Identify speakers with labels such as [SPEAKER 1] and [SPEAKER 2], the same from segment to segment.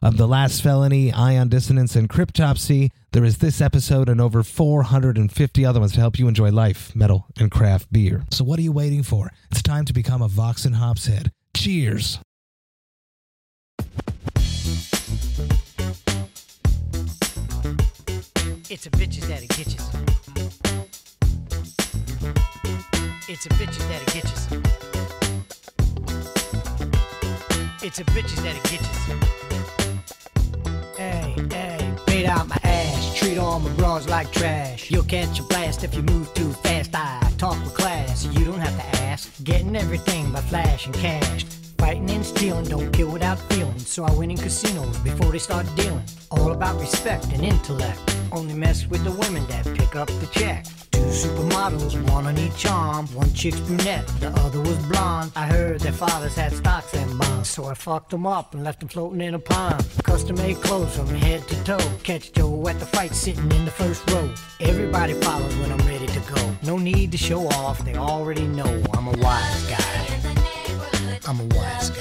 [SPEAKER 1] of The Last Felony, Ion Dissonance, and Cryptopsy. There is this episode and over 450 other ones to help you enjoy life, metal, and craft beer. So what are you waiting for? It's time to become a Vox and Hops head. Cheers!
[SPEAKER 2] It's a bitches that'll get you. It's a bitches that'll get you. It's a bitches that'll get you. Hey, hey, beat out my ass. Treat all my bras like trash. You'll catch a blast if you move too fast. I talk with class, you don't have to ask. Getting everything by flash and cash. Fighting and stealing, don't kill without feeling. So I win in casinos before they start dealing. All about respect and intellect. Only mess with the women that pick up the check. Two supermodels, one on each arm. One chick's brunette, the other was blonde. I heard their fathers had stocks and bonds, so I fucked them up and left them floating in a pond. Custom made clothes from head to toe. Catch Joe at the fight sitting in the first row. Everybody follows when I'm ready to go. No need to show off, they already know I'm a wise guy. I'm a wise guy.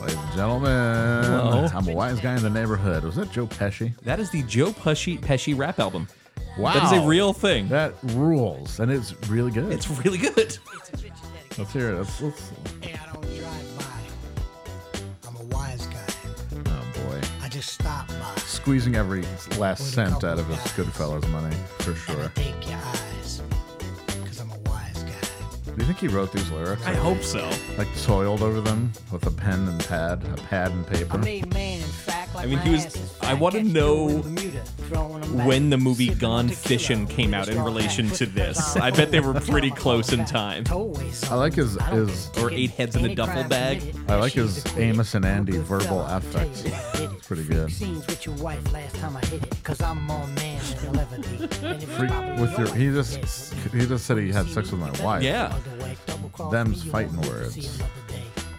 [SPEAKER 3] Ladies and gentlemen, I'm a wise guy in the neighborhood. Was that Joe Pesci?
[SPEAKER 4] That is the Joe Pesci Pesci rap album.
[SPEAKER 3] Wow.
[SPEAKER 4] That is a real thing.
[SPEAKER 3] That rules, and it's really good.
[SPEAKER 4] It's really good.
[SPEAKER 3] let's hear it. Let's, let's,
[SPEAKER 2] Hey, I don't drive by. I'm a wise guy.
[SPEAKER 3] oh boy,
[SPEAKER 2] I just stop by.
[SPEAKER 3] squeezing every
[SPEAKER 2] Wait
[SPEAKER 3] last
[SPEAKER 2] a
[SPEAKER 3] cent
[SPEAKER 2] couple
[SPEAKER 3] out of his
[SPEAKER 2] guys.
[SPEAKER 3] Goodfellas money for
[SPEAKER 2] And I
[SPEAKER 3] sure.
[SPEAKER 2] take your eyes. Cause I'm a wise guy.
[SPEAKER 3] Do you think he wrote these lyrics?
[SPEAKER 4] I hope so.
[SPEAKER 3] Like soiled over them with a pen and pad, a pad and paper.
[SPEAKER 2] I made man in fact like
[SPEAKER 4] I mean,
[SPEAKER 2] my
[SPEAKER 4] he was-
[SPEAKER 2] ass is fat.
[SPEAKER 4] I wanna
[SPEAKER 2] Catch
[SPEAKER 4] know
[SPEAKER 2] you in Bermuda, throwing 'em back,
[SPEAKER 4] when the movie
[SPEAKER 2] sipping
[SPEAKER 4] Gone
[SPEAKER 2] tequila,
[SPEAKER 4] Fishing came out in
[SPEAKER 2] strong
[SPEAKER 4] relation
[SPEAKER 2] back,
[SPEAKER 4] to
[SPEAKER 2] put
[SPEAKER 4] this.
[SPEAKER 2] the
[SPEAKER 4] I bet they were
[SPEAKER 2] bottom
[SPEAKER 4] pretty
[SPEAKER 2] back,
[SPEAKER 4] close in
[SPEAKER 2] back,
[SPEAKER 4] time.
[SPEAKER 2] toe waist
[SPEAKER 3] I like his-
[SPEAKER 2] on. I don't
[SPEAKER 3] his-
[SPEAKER 2] think
[SPEAKER 4] Or eight heads in a
[SPEAKER 2] any
[SPEAKER 4] duffel
[SPEAKER 2] crime
[SPEAKER 4] bag.
[SPEAKER 2] committed,
[SPEAKER 3] I
[SPEAKER 2] that
[SPEAKER 3] like
[SPEAKER 2] she's
[SPEAKER 3] his
[SPEAKER 2] acquitted.
[SPEAKER 3] Amos and
[SPEAKER 2] I'm a
[SPEAKER 3] Andy
[SPEAKER 2] good
[SPEAKER 3] verbal
[SPEAKER 2] fella, I'll tell you
[SPEAKER 3] affects.
[SPEAKER 2] what, I did it.
[SPEAKER 3] It's pretty
[SPEAKER 2] Freak
[SPEAKER 3] good.
[SPEAKER 2] scenes with your wife last time I hit it, 'cause I'm more man than you'll ever be. And if
[SPEAKER 3] Freak-
[SPEAKER 2] probably
[SPEAKER 3] with your,
[SPEAKER 2] know
[SPEAKER 3] he
[SPEAKER 2] it,
[SPEAKER 3] just
[SPEAKER 2] then
[SPEAKER 3] he just said he had sex with my wife.
[SPEAKER 4] Yeah.
[SPEAKER 3] Them's fighting words.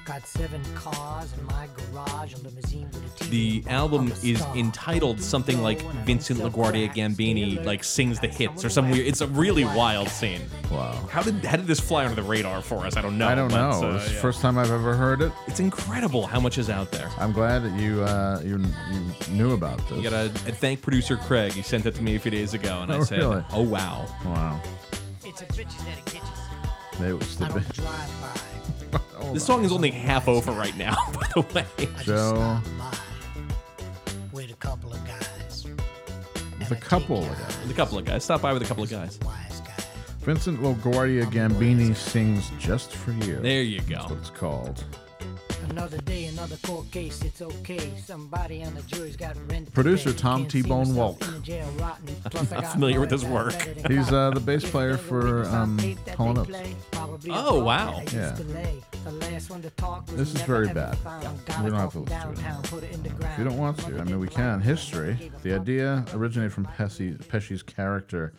[SPEAKER 2] Got seven cars in my garage, a limousine with a TV
[SPEAKER 4] The
[SPEAKER 2] and a
[SPEAKER 4] album
[SPEAKER 2] star.
[SPEAKER 4] is entitled something like Vincent LaGuardia Gambini like sings the hits or some weird. It's a really wild scene.
[SPEAKER 3] Wow.
[SPEAKER 4] How did how did this fly under the radar for us? I don't know.
[SPEAKER 3] I don't
[SPEAKER 4] but,
[SPEAKER 3] know.
[SPEAKER 4] uh,
[SPEAKER 3] it's the
[SPEAKER 4] yeah.
[SPEAKER 3] first time I've ever heard it.
[SPEAKER 4] It's incredible how much is out there.
[SPEAKER 3] I'm glad that you uh, you, you knew about this.
[SPEAKER 4] You gotta thank producer Craig. He sent it to me a few days ago, and I
[SPEAKER 3] Oh,
[SPEAKER 4] said,
[SPEAKER 3] really?
[SPEAKER 4] "Oh wow."
[SPEAKER 3] wow.
[SPEAKER 2] It's a bitches that it catches.
[SPEAKER 3] Maybe it was
[SPEAKER 2] I
[SPEAKER 3] the
[SPEAKER 2] don't drive by.
[SPEAKER 4] This song is only half over right now, by the way.
[SPEAKER 2] I just uh,
[SPEAKER 3] Joe.
[SPEAKER 2] stop by with a couple of guys.
[SPEAKER 3] With a couple of guys.
[SPEAKER 4] With a couple of guys. Stop by with a couple of guys.
[SPEAKER 2] Wise guy.
[SPEAKER 3] Vincent LaGuardia Gambini sings Just for You.
[SPEAKER 4] There you
[SPEAKER 3] That's
[SPEAKER 4] go.
[SPEAKER 3] what it's called.
[SPEAKER 2] Another day, another court case. It's okay. Somebody on the jury's got rent.
[SPEAKER 3] Producer
[SPEAKER 2] to pay.
[SPEAKER 3] Tom
[SPEAKER 2] Can't see
[SPEAKER 3] T-Bone
[SPEAKER 2] myself
[SPEAKER 3] Walk.
[SPEAKER 2] in the jail rotten. Plus, I
[SPEAKER 4] not
[SPEAKER 2] got
[SPEAKER 4] familiar with his
[SPEAKER 2] more
[SPEAKER 4] work.
[SPEAKER 2] better than
[SPEAKER 3] He's, uh, the bass
[SPEAKER 2] If there
[SPEAKER 3] player
[SPEAKER 2] were
[SPEAKER 3] for,
[SPEAKER 2] records on
[SPEAKER 3] um,
[SPEAKER 2] tape that
[SPEAKER 3] Home
[SPEAKER 2] they
[SPEAKER 3] Ups.
[SPEAKER 2] play, probably
[SPEAKER 4] Oh,
[SPEAKER 2] a
[SPEAKER 4] wow.
[SPEAKER 2] song that I used
[SPEAKER 3] Yeah.
[SPEAKER 2] to lay. The last one to talk was
[SPEAKER 3] This is
[SPEAKER 2] never,
[SPEAKER 3] very
[SPEAKER 2] ever
[SPEAKER 3] bad.
[SPEAKER 2] found.
[SPEAKER 3] Yeah.
[SPEAKER 2] Got
[SPEAKER 3] We
[SPEAKER 2] it
[SPEAKER 3] don't have
[SPEAKER 2] off
[SPEAKER 3] to
[SPEAKER 2] of
[SPEAKER 3] listen to it.
[SPEAKER 2] downtown, put it in the ground.
[SPEAKER 3] If you don't want to, I mean, we can. History. The idea originated from Pesci, Pesci's character,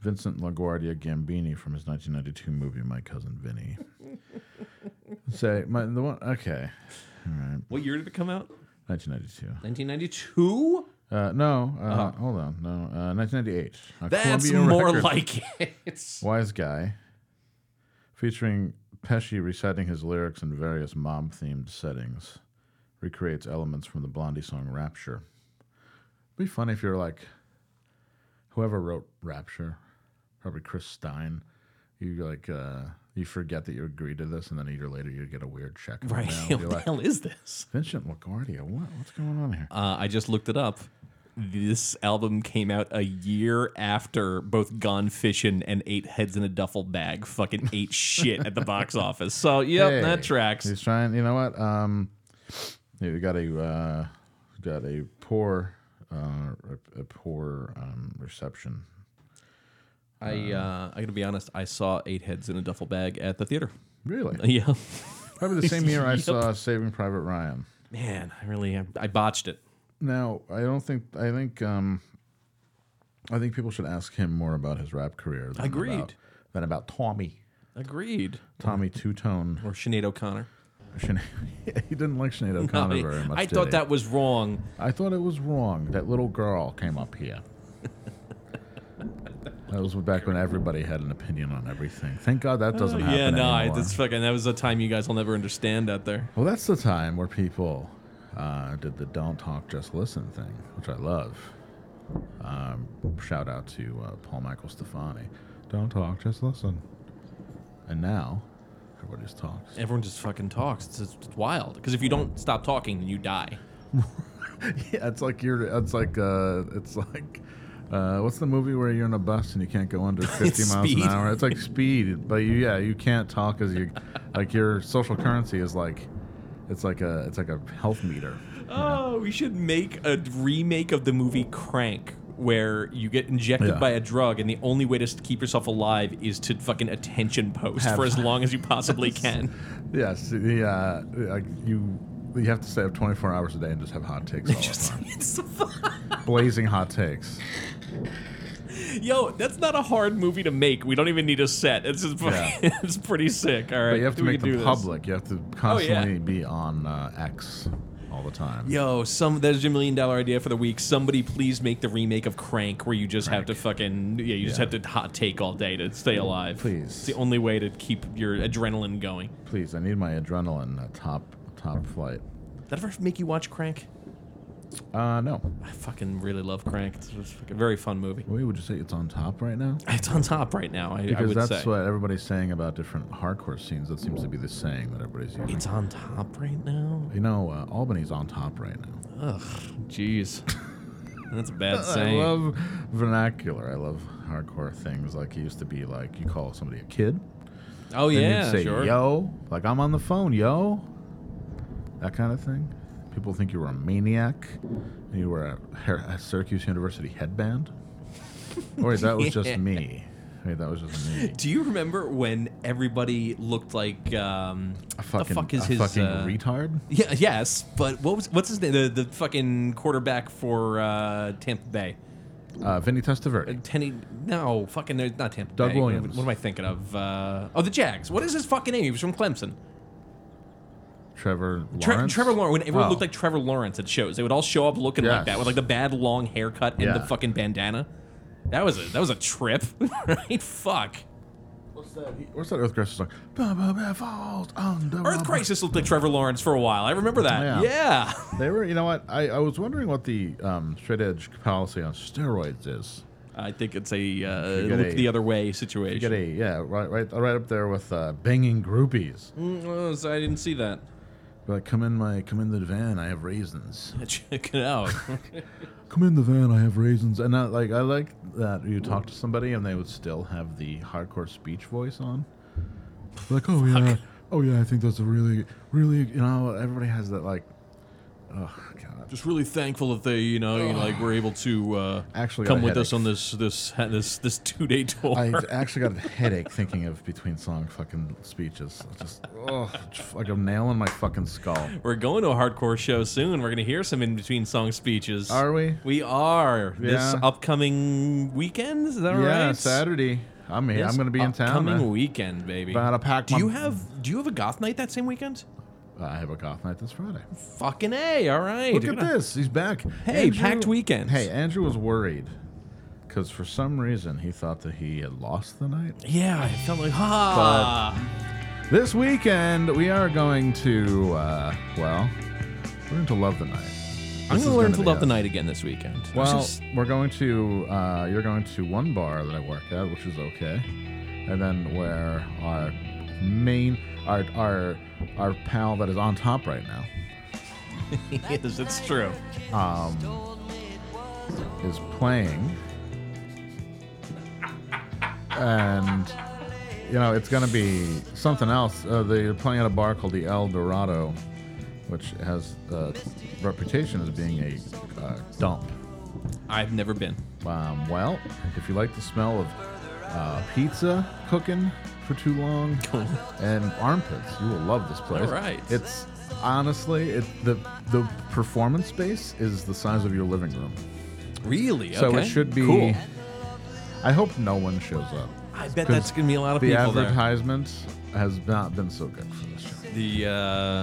[SPEAKER 3] Vincent LaGuardia Gambini, from his 1992 movie My Cousin Vinny. Say, my, the one, okay,
[SPEAKER 4] What year did it come out?
[SPEAKER 3] 1992.
[SPEAKER 4] 1992?
[SPEAKER 3] Uh, no, uh, hold on, no, uh, 1998. Uh,
[SPEAKER 4] Uh-huh. That's
[SPEAKER 3] Columbia
[SPEAKER 4] more
[SPEAKER 3] Records.
[SPEAKER 4] like it.
[SPEAKER 3] Wise Guy, featuring Pesci reciting his lyrics in various mob themed settings, recreates elements from the Blondie song Rapture. It'd be funny if you're like, whoever wrote Rapture, probably Chris Stein, you like, uh, you forget that you agreed to this, and then a year later you get a weird check. from
[SPEAKER 4] Right.
[SPEAKER 3] them. You're
[SPEAKER 4] what the
[SPEAKER 3] like,
[SPEAKER 4] hell is this?
[SPEAKER 3] Vincent LaGuardia, what, what's going on here?
[SPEAKER 4] Uh, I just looked it up. This album came out a year after both Gone Fishing and Eight Heads in a Duffel Bag fucking ate shit at the box office. So, yep,
[SPEAKER 3] Hey,
[SPEAKER 4] that tracks.
[SPEAKER 3] He's trying. You know what? Um, yeah, we got a uh, got a poor uh, a poor um, reception.
[SPEAKER 4] I, uh, I gotta be honest, I saw Eight Heads in a Duffel Bag at the theater.
[SPEAKER 3] Really?
[SPEAKER 4] Yeah.
[SPEAKER 3] Probably the same year I saw Saving Private Ryan.
[SPEAKER 4] Man, I really I, I botched it.
[SPEAKER 3] Now, I don't think I think um, I think people should ask him more about his rap career. Than
[SPEAKER 4] Agreed.
[SPEAKER 3] About, than about Tommy,
[SPEAKER 4] Agreed.
[SPEAKER 3] Tommy Two Tone.
[SPEAKER 4] Or Sinead O'Connor.
[SPEAKER 3] he didn't like Sinead O'Connor
[SPEAKER 4] I,
[SPEAKER 3] very much.
[SPEAKER 4] I
[SPEAKER 3] did
[SPEAKER 4] thought
[SPEAKER 3] he?
[SPEAKER 4] that was wrong.
[SPEAKER 3] I thought it was wrong. That little girl came up here. that was back when everybody had an opinion on everything. Thank God that doesn't happen
[SPEAKER 4] Oh, yeah, no, I-
[SPEAKER 3] anymore.
[SPEAKER 4] that's fucking. That was a time you guys will never understand out there.
[SPEAKER 3] Well, that's the time where people uh, did the "Don't Talk, Just Listen" thing, which I love. Um, shout out to uh, Paul Michael Stefani. Don't talk, just listen. And now, everybody just talks.
[SPEAKER 4] Everyone just fucking talks. It's, it's wild. Because if you don't stop talking, then you die.
[SPEAKER 3] Yeah, it's like you're. It's like. Uh, it's like. Uh, what's the movie where you're in a bus and you can't go under 50 miles
[SPEAKER 4] Speed.
[SPEAKER 3] an hour? It's like speed, but you, yeah, you can't talk as you, like your social currency is like, it's like a, it's like a health meter.
[SPEAKER 4] Oh, we should make a remake of the movie Crank, where you get injected
[SPEAKER 3] Yeah.
[SPEAKER 4] by a drug, and the only way to s- keep yourself alive is to fucking attention post
[SPEAKER 3] Have-
[SPEAKER 4] for as long as you possibly can.
[SPEAKER 3] Yes, the uh, like you, you have to stay up 24 hours a day and just have hot takes all
[SPEAKER 4] Just-
[SPEAKER 3] the
[SPEAKER 4] it's so fun.
[SPEAKER 3] time, blazing hot takes.
[SPEAKER 4] Yo, that's not a hard movie to make. We don't even need a set. It's just,
[SPEAKER 3] Yeah.
[SPEAKER 4] it's pretty sick. All right,
[SPEAKER 3] But you have to
[SPEAKER 4] we
[SPEAKER 3] make
[SPEAKER 4] can do
[SPEAKER 3] them
[SPEAKER 4] this. Oh,
[SPEAKER 3] public. You have to
[SPEAKER 4] yeah.
[SPEAKER 3] constantly be on uh, X all the time.
[SPEAKER 4] Yo, some there's your million dollar idea for the week. Somebody please make the remake of Crank, where you just have to fucking yeah, you just
[SPEAKER 3] Yeah. Mm,
[SPEAKER 4] have to hot take all day to stay alive.
[SPEAKER 3] Please.
[SPEAKER 4] it's the only way to keep your adrenaline going.
[SPEAKER 3] Please, I need my adrenaline uh, top top flight.
[SPEAKER 4] Did that ever make you watch Crank?
[SPEAKER 3] Uh, no.
[SPEAKER 4] I fucking really love Crank. It's, it's fucking- a very fun movie.
[SPEAKER 3] Wait, would you say it's on top right now?
[SPEAKER 4] It's on top right now. I, I
[SPEAKER 3] Because
[SPEAKER 4] would
[SPEAKER 3] that's
[SPEAKER 4] say
[SPEAKER 3] what everybody's saying about different hardcore scenes. That seems to be the saying that everybody's using.
[SPEAKER 4] it's on top right now.
[SPEAKER 3] you know, uh, Albany's on top right now.
[SPEAKER 4] Ugh, jeez, that's a bad
[SPEAKER 3] I
[SPEAKER 4] saying.
[SPEAKER 3] love vernacular. I love hardcore things. Like it used to be like you call somebody a kid.
[SPEAKER 4] oh
[SPEAKER 3] then
[SPEAKER 4] yeah,
[SPEAKER 3] you'd say
[SPEAKER 4] sure.
[SPEAKER 3] yo, like I'm on the phone, yo. That kind of thing. People think you were a maniac. And you were a, Her- a Syracuse University headband. Or wait, that was just me. Wait, that was just me.
[SPEAKER 4] Do you remember when everybody looked like um,
[SPEAKER 3] A fucking,
[SPEAKER 4] the fuck is
[SPEAKER 3] a
[SPEAKER 4] his
[SPEAKER 3] fucking
[SPEAKER 4] uh,
[SPEAKER 3] retard.
[SPEAKER 4] Yeah, yes, but what was what's his name? The the fucking quarterback for uh, Tampa Bay.
[SPEAKER 3] Uh, Vinny
[SPEAKER 4] Uh,
[SPEAKER 3] Testaverde.
[SPEAKER 4] Tenny, no, fucking, there's not Tampa
[SPEAKER 3] Doug
[SPEAKER 4] Bay.
[SPEAKER 3] Williams.
[SPEAKER 4] What am I thinking of? Uh, oh, the Jags. What is his fucking name? He was from Clemson.
[SPEAKER 3] Trevor Lawrence.
[SPEAKER 4] Uh, Tre- Trevor Lawrence. When everyone
[SPEAKER 3] Oh.
[SPEAKER 4] looked like Trevor Lawrence at shows, they would all show up looking
[SPEAKER 3] Yes.
[SPEAKER 4] like that with like the bad long haircut and the
[SPEAKER 3] Yeah.
[SPEAKER 4] fucking bandana. That was a that was a trip, right? Fuck.
[SPEAKER 3] What's that? He- What's that Earth Crisis song? Ba, ba, ba, falls on the
[SPEAKER 4] Earth
[SPEAKER 3] rubber.
[SPEAKER 4] Crisis looked like Trevor Lawrence for a while. I remember that.
[SPEAKER 3] Uh, Yeah.
[SPEAKER 4] Yeah.
[SPEAKER 3] They were, you know what? I, I was wondering what the um, straight edge policy on steroids is.
[SPEAKER 4] I think it's a uh,
[SPEAKER 3] get
[SPEAKER 4] look
[SPEAKER 3] a-
[SPEAKER 4] the other way
[SPEAKER 3] You get
[SPEAKER 4] situation.
[SPEAKER 3] a yeah, right, right, right up there with uh, banging groupies.
[SPEAKER 4] Mm, oh, so I didn't see that.
[SPEAKER 3] Like, come in my, come in the van. I have raisins.
[SPEAKER 4] Check it out.
[SPEAKER 3] Come in the van. I have raisins. And I, like, I like that you talk to somebody and they would still have the hardcore speech voice on. Like, oh yeah, oh yeah. I think that's a really, really, you know, everybody has that like, oh god.
[SPEAKER 4] Just really thankful that they, you know, you, like were able to uh,
[SPEAKER 3] Actually got
[SPEAKER 4] come
[SPEAKER 3] a
[SPEAKER 4] with us
[SPEAKER 3] headache.
[SPEAKER 4] on this this ha- this this two day tour.
[SPEAKER 3] I actually got a headache thinking of between song fucking speeches. I Just oh, like a nail in my fucking skull.
[SPEAKER 4] we're going to a hardcore show soon. We're gonna hear some in between song speeches.
[SPEAKER 3] Are we?
[SPEAKER 4] We are this
[SPEAKER 3] Yeah.
[SPEAKER 4] upcoming weekend. Is that
[SPEAKER 3] yeah,
[SPEAKER 4] right?
[SPEAKER 3] Saturday. I'm here.
[SPEAKER 4] This
[SPEAKER 3] I'm gonna be in town.
[SPEAKER 4] Upcoming
[SPEAKER 3] man.
[SPEAKER 4] weekend, baby.
[SPEAKER 3] About to pack
[SPEAKER 4] do
[SPEAKER 3] my-
[SPEAKER 4] you have Do you have a goth night that same weekend?
[SPEAKER 3] I have a goth night this Friday.
[SPEAKER 4] Fucking a! All right.
[SPEAKER 3] Look at this. He's back.
[SPEAKER 4] Hey, packed weekends.
[SPEAKER 3] Hey, Andrew was worried because for some reason he thought that he had lost the night.
[SPEAKER 4] Yeah, I felt like ha.
[SPEAKER 3] This weekend we are going to uh, well, we're going to love the night.
[SPEAKER 4] I'm
[SPEAKER 3] This
[SPEAKER 4] gonna
[SPEAKER 3] is
[SPEAKER 4] learn
[SPEAKER 3] gonna
[SPEAKER 4] to
[SPEAKER 3] be
[SPEAKER 4] love the
[SPEAKER 3] us.
[SPEAKER 4] night again this weekend.
[SPEAKER 3] Well,
[SPEAKER 4] Just-
[SPEAKER 3] we're going to uh, you're going to one bar that I work at, which is okay, and then where our main our our our pal that is on top right now
[SPEAKER 4] yes, it's true.
[SPEAKER 3] is playing, and you know it's going to be something else. Uh, they're playing at a bar called the El Dorado, which has a reputation as being a uh, dump.
[SPEAKER 4] I've never been.
[SPEAKER 3] Um, well, if you like the smell of uh, pizza cooking for too long and armpits, you will love this place.
[SPEAKER 4] All right.
[SPEAKER 3] It's honestly, it, the the performance space is the size of your living room.
[SPEAKER 4] Really?
[SPEAKER 3] So
[SPEAKER 4] okay.
[SPEAKER 3] it should be.
[SPEAKER 4] Cool.
[SPEAKER 3] I hope no one shows up.
[SPEAKER 4] I bet that's gonna be a lot of
[SPEAKER 3] The
[SPEAKER 4] people there.
[SPEAKER 3] advertisement has not been so good for this show.
[SPEAKER 4] The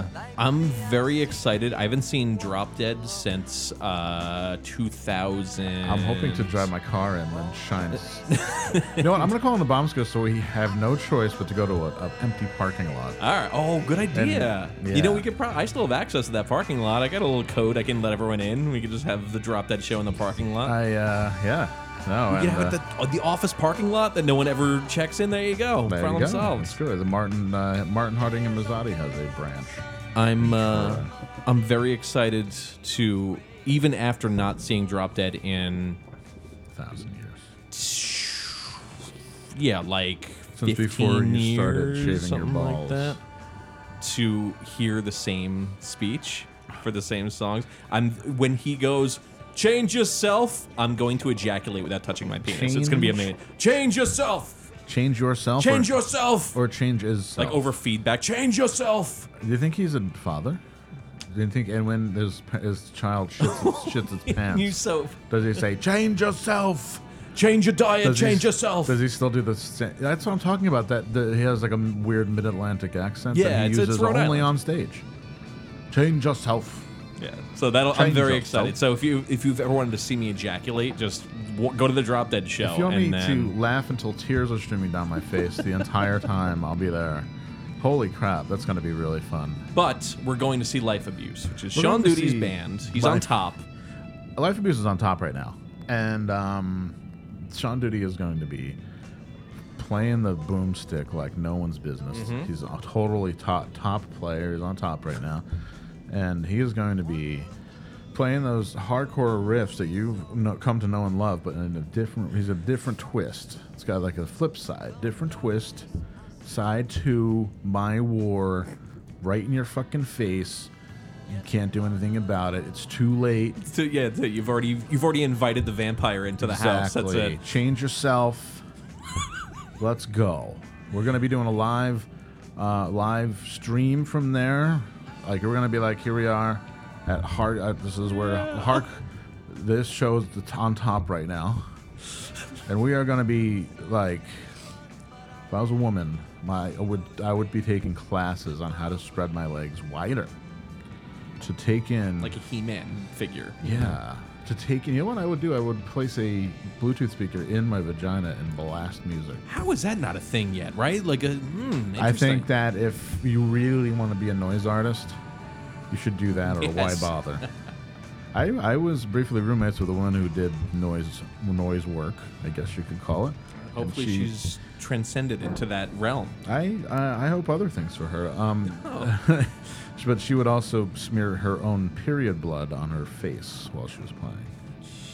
[SPEAKER 4] uh, I'm very excited. I haven't seen Drop Dead since uh, 2000.
[SPEAKER 3] I'm hoping to drive my car in and shine. it. you know what? I'm gonna call in the bombs go so we have no choice but to go to a, a empty parking lot.
[SPEAKER 4] All right. Oh, good idea.
[SPEAKER 3] And-
[SPEAKER 4] You know,
[SPEAKER 3] yeah.
[SPEAKER 4] we could probably. I still have access to that parking lot. I got a little code. I can let everyone in. We could just have the Drop Dead show in the parking lot.
[SPEAKER 3] I uh, yeah. No,
[SPEAKER 4] you
[SPEAKER 3] and,
[SPEAKER 4] can have
[SPEAKER 3] uh,
[SPEAKER 4] it the, uh, the office parking lot that no one ever checks in. There you go.
[SPEAKER 3] there
[SPEAKER 4] Problem
[SPEAKER 3] you go.
[SPEAKER 4] solved.
[SPEAKER 3] It's true. The Martin uh, Martin Harding and Mazzotti has a branch.
[SPEAKER 4] I'm uh, I'm very excited to even after not seeing Drop Dead in
[SPEAKER 3] Thousand years
[SPEAKER 4] yeah like
[SPEAKER 3] since
[SPEAKER 4] 15
[SPEAKER 3] before you started
[SPEAKER 4] years,
[SPEAKER 3] shaving your
[SPEAKER 4] something
[SPEAKER 3] balls.
[SPEAKER 4] like that, to hear the same speech for the same songs. I'm when he goes. Change yourself. I'm going to ejaculate without touching my penis. It's gonna be
[SPEAKER 3] Change- Oh,
[SPEAKER 4] amazing. Change yourself.
[SPEAKER 3] Change yourself.
[SPEAKER 4] Change
[SPEAKER 3] or,
[SPEAKER 4] yourself.
[SPEAKER 3] or change is
[SPEAKER 4] like over feedback. Change yourself.
[SPEAKER 3] Do you think he's a father? Do you think and when his pa- his child shits, its- shits its pants,
[SPEAKER 4] You so
[SPEAKER 3] does he say change yourself?
[SPEAKER 4] change your diet.
[SPEAKER 3] Does he
[SPEAKER 4] change
[SPEAKER 3] s-
[SPEAKER 4] yourself.
[SPEAKER 3] Does he still do the? sa- That's what I'm talking about. That the, he has like a m- weird mid-Atlantic accent
[SPEAKER 4] Yeah,
[SPEAKER 3] that he
[SPEAKER 4] it's- it's
[SPEAKER 3] uses
[SPEAKER 4] Rhode
[SPEAKER 3] only
[SPEAKER 4] Island.
[SPEAKER 3] on stage. Change yourself.
[SPEAKER 4] Yeah. So that'll. I'm
[SPEAKER 3] Change
[SPEAKER 4] very
[SPEAKER 3] up,
[SPEAKER 4] excited.
[SPEAKER 3] so-
[SPEAKER 4] So if you if you've ever wanted to see me ejaculate, just w- go to the Drop Dead show.
[SPEAKER 3] If you want me
[SPEAKER 4] and then,
[SPEAKER 3] to laugh until tears are streaming down my face the entire time, I'll be there. Holy crap, that's going to be really fun.
[SPEAKER 4] But we're going to see Life Abuse, which is
[SPEAKER 3] We're
[SPEAKER 4] Sean
[SPEAKER 3] going to
[SPEAKER 4] Duty's
[SPEAKER 3] see
[SPEAKER 4] band. He's on
[SPEAKER 3] Life-
[SPEAKER 4] top.
[SPEAKER 3] Life Abuse is on top right now, and um, Sean Duty is going to be playing the boomstick like no one's business. He's a totally top top player. He's on top right now, and he is going to be playing those hardcore riffs that you've kno- come to know and love, but in a different. He's a different twist. It's got like a flip side, different twist, side to my war, right in your fucking face. You can't do anything about it. It's too late.
[SPEAKER 4] So yeah, so you've already you've already invited the vampire into the house. That's it.
[SPEAKER 3] Change yourself. Let's go. We're gonna be doing a live, uh, live stream from there. Like we're gonna be like, here we are, at Hark. Uh, this is where Hark. This show's the t- on top right now, and we are gonna be like. If I was a woman, my I would I would be taking classes on how to spread my legs wider. To take in
[SPEAKER 4] Like a He-Man figure.
[SPEAKER 3] yeah. To take, you know what I would do? I would place a Bluetooth speaker in my vagina and blast music.
[SPEAKER 4] How is that not a thing yet? Right? Like a. Hmm,
[SPEAKER 3] I think
[SPEAKER 4] interesting.
[SPEAKER 3] that if you really want to be a noise artist, you should do that, or why
[SPEAKER 4] Yes.
[SPEAKER 3] bother? I, I was briefly roommates with a woman who did noise noise work, I guess you could call it. And
[SPEAKER 4] Hopefully
[SPEAKER 3] she-
[SPEAKER 4] she's transcended into that realm.
[SPEAKER 3] I I I hope other things for her. Um,
[SPEAKER 4] Oh.
[SPEAKER 3] but she would also smear her own period blood on her face while she was playing.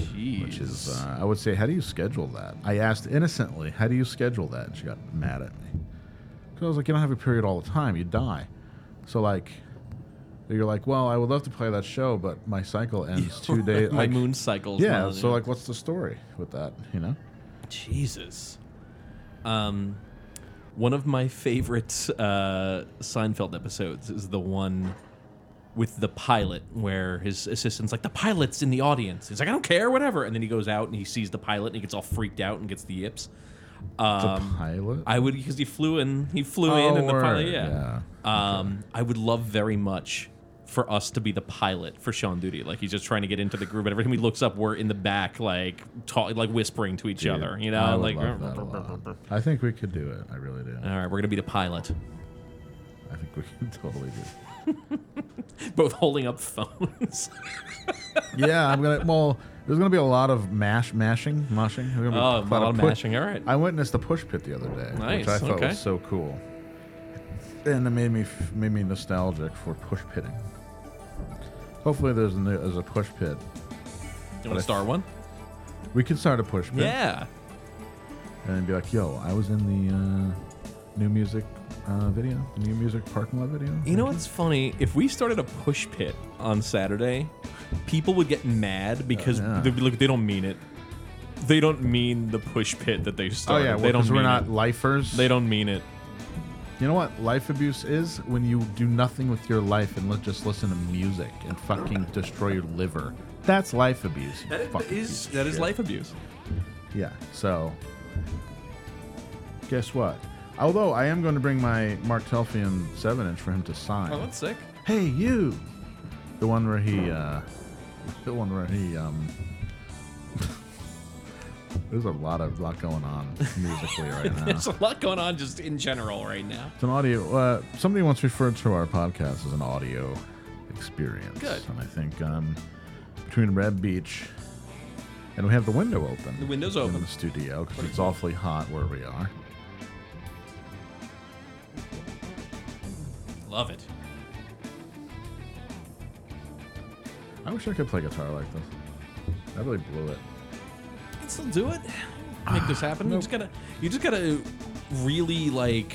[SPEAKER 4] Jeez.
[SPEAKER 3] which is uh, I would say, how do you schedule that? I asked innocently, how do you schedule that? And she got mad at me. So I was like, you don't have a period all the time, you die. So like, you're like, well, I would love to play that show, but my cycle ends two days.
[SPEAKER 4] my
[SPEAKER 3] like,
[SPEAKER 4] moon cycles.
[SPEAKER 3] Yeah.
[SPEAKER 4] not-
[SPEAKER 3] So like, what's the story with that? You know,
[SPEAKER 4] Jesus. Um, one of my favorite uh, Seinfeld episodes is the one with the pilot where his assistant's like, the pilot's in the audience. He's like, I don't care, whatever. And then he goes out and he sees the pilot and he gets all freaked out and gets the yips.
[SPEAKER 3] the
[SPEAKER 4] Um,
[SPEAKER 3] pilot.
[SPEAKER 4] I would, because he flew in, he flew
[SPEAKER 3] Oh,
[SPEAKER 4] in and the pilot,
[SPEAKER 3] word,
[SPEAKER 4] yeah. Um, I would love very much for us to be the pilot for Sean Duty. Like he's just trying to get into the groove. And every time he looks up, we're in the back, like talk, like whispering to each
[SPEAKER 3] Dude,
[SPEAKER 4] other. You know,
[SPEAKER 3] I would
[SPEAKER 4] like uh,
[SPEAKER 3] love that a lot. I think we could do it. I really do.
[SPEAKER 4] all right, we're gonna be the pilot,
[SPEAKER 3] I think we could totally do. it.
[SPEAKER 4] both holding up phones.
[SPEAKER 3] yeah, I'm gonna. Well, there's gonna be a lot of mash, mashing, mushing. There's gonna be
[SPEAKER 4] Oh, a lot of
[SPEAKER 3] push-
[SPEAKER 4] mashing, all right.
[SPEAKER 3] I witnessed the push pit the other day,
[SPEAKER 4] Nice,
[SPEAKER 3] which I thought
[SPEAKER 4] okay.
[SPEAKER 3] was so cool, and it made me f- made me nostalgic for push pitting. Hopefully, there's a, new- there's a push pit.
[SPEAKER 4] you want to start one?
[SPEAKER 3] We could start a push pit,
[SPEAKER 4] Yeah.
[SPEAKER 3] and then be like, "Yo, I was in the uh, new music uh, video, the new music parking lot video."
[SPEAKER 4] You know what's funny? If we started a push pit on Saturday, people would get mad because
[SPEAKER 3] Oh, yeah.
[SPEAKER 4] they'd be like, they don't mean it. They don't mean the push pit that they
[SPEAKER 3] Oh
[SPEAKER 4] started.
[SPEAKER 3] yeah, well,
[SPEAKER 4] they don't
[SPEAKER 3] because we're
[SPEAKER 4] mean
[SPEAKER 3] not
[SPEAKER 4] it.
[SPEAKER 3] lifers.
[SPEAKER 4] They don't mean it.
[SPEAKER 3] You know what life abuse is? When you do nothing with your life and let, just listen to music and fucking destroy your liver. That's life abuse. you
[SPEAKER 4] That
[SPEAKER 3] fucking piece
[SPEAKER 4] is
[SPEAKER 3] of
[SPEAKER 4] that is
[SPEAKER 3] shit.
[SPEAKER 4] life abuse.
[SPEAKER 3] Yeah. So, guess what? Although I am going to bring my Mark Telfian seven inch for him to sign.
[SPEAKER 4] Oh, that's sick.
[SPEAKER 3] hey, you. The one where he, uh, the one where he, um. There's a lot of lot going on musically right now.
[SPEAKER 4] There's a lot going on just in general right now.
[SPEAKER 3] It's an audio. Uh, somebody once referred to our podcast as an audio experience.
[SPEAKER 4] Good.
[SPEAKER 3] And I think um, between Red Beach and we have the window open.
[SPEAKER 4] The window's
[SPEAKER 3] in
[SPEAKER 4] open.
[SPEAKER 3] the studio because it's awfully hot where we are.
[SPEAKER 4] Love it.
[SPEAKER 3] I wish I could play guitar like this. I really blew it.
[SPEAKER 4] Can still do it. Make this happen. You just gotta. You just gotta really like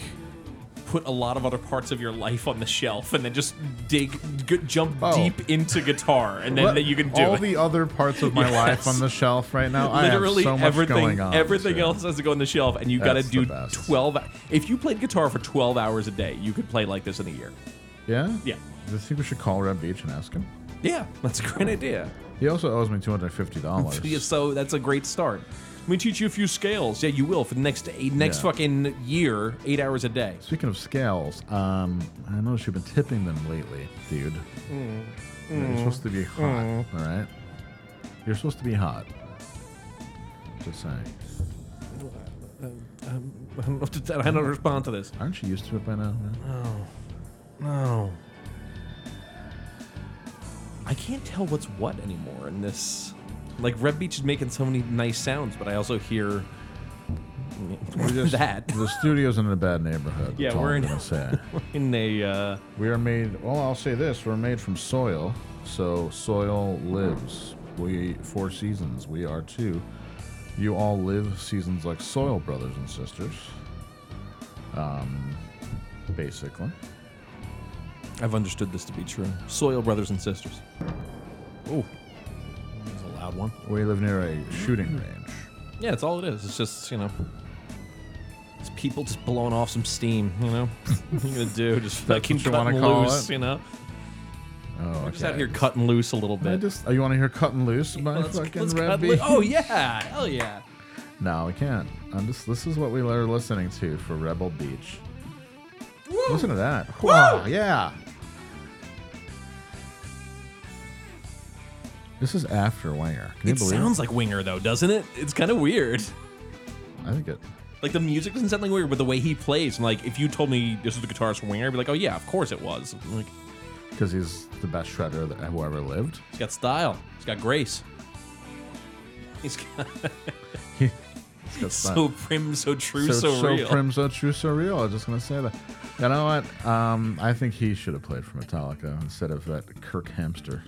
[SPEAKER 4] put a lot of other parts of your life on the shelf, and then just dig, g- jump
[SPEAKER 3] Oh.
[SPEAKER 4] deep into guitar, and then
[SPEAKER 3] Let
[SPEAKER 4] that you can do
[SPEAKER 3] all
[SPEAKER 4] it.
[SPEAKER 3] the other parts of my life
[SPEAKER 4] Yes.
[SPEAKER 3] on the shelf right now.
[SPEAKER 4] Literally
[SPEAKER 3] I have so much
[SPEAKER 4] everything.
[SPEAKER 3] going on.
[SPEAKER 4] everything
[SPEAKER 3] dude.
[SPEAKER 4] else has to go on the shelf, and you gotta
[SPEAKER 3] That's the
[SPEAKER 4] do
[SPEAKER 3] best.
[SPEAKER 4] twelve. If you played guitar for twelve hours a day, you could play like this in a year.
[SPEAKER 3] Yeah.
[SPEAKER 4] Yeah.
[SPEAKER 3] Do you think we should call Red Beach and ask him?
[SPEAKER 4] Yeah, that's a great idea.
[SPEAKER 3] He also owes me two hundred fifty dollars.
[SPEAKER 4] Yeah, so that's a great start. Let me teach you a few scales. Yeah, you will for the next eight, next
[SPEAKER 3] Yeah.
[SPEAKER 4] fucking year, eight hours a day.
[SPEAKER 3] Speaking of scales, um, I noticed you've been tipping them lately, dude.
[SPEAKER 4] Mm,
[SPEAKER 3] You're supposed to be hot, all right? You're supposed to be hot. Just saying.
[SPEAKER 4] I don't know what to tell- I don't respond to this.
[SPEAKER 3] Aren't you used to it by now? man?
[SPEAKER 4] Uh. No. I can't tell what's what anymore in this. Like Red Beach is making so many nice sounds, but I also hear that
[SPEAKER 3] The studio's in a bad neighborhood.
[SPEAKER 4] Yeah,
[SPEAKER 3] that's all
[SPEAKER 4] we're
[SPEAKER 3] I'm
[SPEAKER 4] in-
[SPEAKER 3] gonna say.
[SPEAKER 4] in a uh,
[SPEAKER 3] we are made. Well, I'll say this: we're made from soil, so soil lives. We four seasons. We are too. You all live seasons like soil, brothers and sisters. Um, basically.
[SPEAKER 4] I've understood this to be true. Soil brothers and sisters. Oh, that's a loud one.
[SPEAKER 3] We live near a shooting
[SPEAKER 4] Hmm.
[SPEAKER 3] range.
[SPEAKER 4] Yeah, it's all it is. It's just you know, it's people just blowing off some steam. You know, what you gonna do just fucking
[SPEAKER 3] what you wanna
[SPEAKER 4] cutting
[SPEAKER 3] call
[SPEAKER 4] loose.
[SPEAKER 3] it?
[SPEAKER 4] You know,
[SPEAKER 3] Oh, okay.
[SPEAKER 4] just out here cutting loose a little
[SPEAKER 3] I
[SPEAKER 4] bit.
[SPEAKER 3] just, oh, you want to hear cutting loose by
[SPEAKER 4] Let's-
[SPEAKER 3] fucking
[SPEAKER 4] let's
[SPEAKER 3] Red
[SPEAKER 4] cut
[SPEAKER 3] Bee?
[SPEAKER 4] li- oh yeah, hell yeah.
[SPEAKER 3] No, we can't. I'm just. This is what we are listening to for Rebel Beach. Listen to that. Wow, yeah. This is after Wanger. Can you
[SPEAKER 4] It
[SPEAKER 3] believe
[SPEAKER 4] sounds like Winger though, doesn't it? It's kind of weird.
[SPEAKER 3] it? I think it.
[SPEAKER 4] Like the music doesn't sound like Winger, but the way he plays, and like if you told me this is the guitarist from Winger, I'd be like, oh yeah, of course it was. I'm like
[SPEAKER 3] Because he's the best shredder that who ever lived.
[SPEAKER 4] he's got style, he's got grace. He's got
[SPEAKER 3] He's got
[SPEAKER 4] so
[SPEAKER 3] style.
[SPEAKER 4] prim, so true, so,
[SPEAKER 3] so,
[SPEAKER 4] real.
[SPEAKER 3] prim, so true, so real. I was just gonna say that. You know what? Um, I think he should have played for Metallica instead of that Kirk Hamster.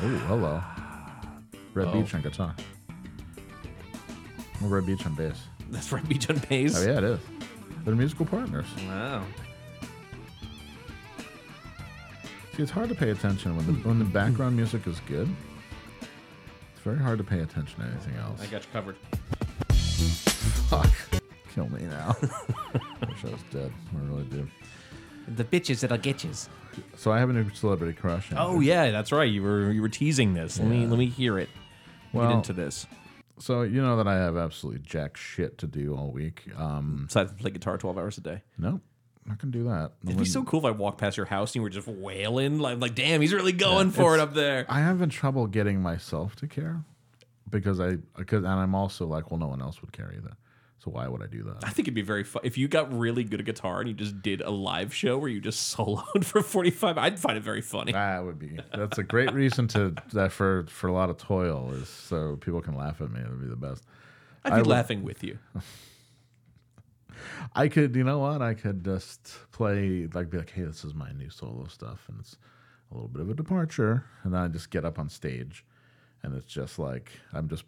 [SPEAKER 3] Oh, hello. Red
[SPEAKER 4] Oh.
[SPEAKER 3] Beach on guitar. Or Red Beach on bass.
[SPEAKER 4] That's right, Beach on Bass.
[SPEAKER 3] Oh yeah, it is. They're musical partners.
[SPEAKER 4] Wow.
[SPEAKER 3] See, it's hard to pay attention when the when the background music is good. It's very hard to pay attention to anything else.
[SPEAKER 4] I got you covered.
[SPEAKER 3] Fuck. Kill me now. Wish I was dead. I really do.
[SPEAKER 4] The bitches that'll get yous.
[SPEAKER 3] So I have a new celebrity crush.
[SPEAKER 4] Oh yeah, that's right. You were you were teasing this. Let me
[SPEAKER 3] Yeah.
[SPEAKER 4] let me hear it.
[SPEAKER 3] Well,
[SPEAKER 4] Get into this.
[SPEAKER 3] So you know that I have absolutely jack shit to do all week. Um,
[SPEAKER 4] Besides play guitar twelve hours a day.
[SPEAKER 3] nope, not gonna do that.
[SPEAKER 4] It'd be so cool if I walked past your house and you were just wailing like, like damn, he's really going for it
[SPEAKER 3] It's-
[SPEAKER 4] up there.
[SPEAKER 3] I have in trouble getting myself to care because I because and I'm also like, well, no one else would care either. So why would I do
[SPEAKER 4] I
[SPEAKER 3] that?
[SPEAKER 4] think it'd be very fun if you got really good at guitar and you just did a live show where you just soloed for forty five. I'd find it very funny.
[SPEAKER 3] That would be that's a great reason to that for for a lot of toil is so people can laugh at me. It would be the best.
[SPEAKER 4] I'd be
[SPEAKER 3] I would-
[SPEAKER 4] laughing with you.
[SPEAKER 3] I could, you know what? I could just play like be like, hey, this is my new solo stuff, and it's a little bit of a departure, and then I just get up on stage, and it's just like I'm just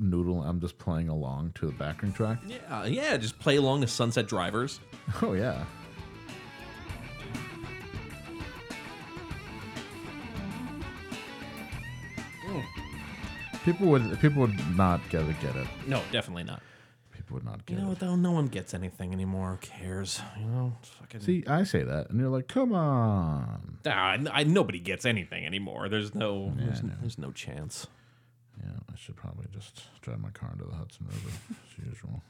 [SPEAKER 3] noodling, I'm just playing along to the backing track.
[SPEAKER 4] Yeah, yeah. Just play along to Sunset Drivers.
[SPEAKER 3] Oh yeah.
[SPEAKER 4] Oh.
[SPEAKER 3] People would people would not get it. Get it.
[SPEAKER 4] No, definitely not.
[SPEAKER 3] would not
[SPEAKER 4] You
[SPEAKER 3] get
[SPEAKER 4] know
[SPEAKER 3] it.
[SPEAKER 4] what though? No one gets anything anymore. Who cares? You know, it's fucking.
[SPEAKER 3] See, I say that, and you're like, come on.
[SPEAKER 4] Ah, I, I- nobody gets anything anymore. There's no, there's, there's no chance.
[SPEAKER 3] Yeah, I should probably just drive my car into the Hudson River as usual.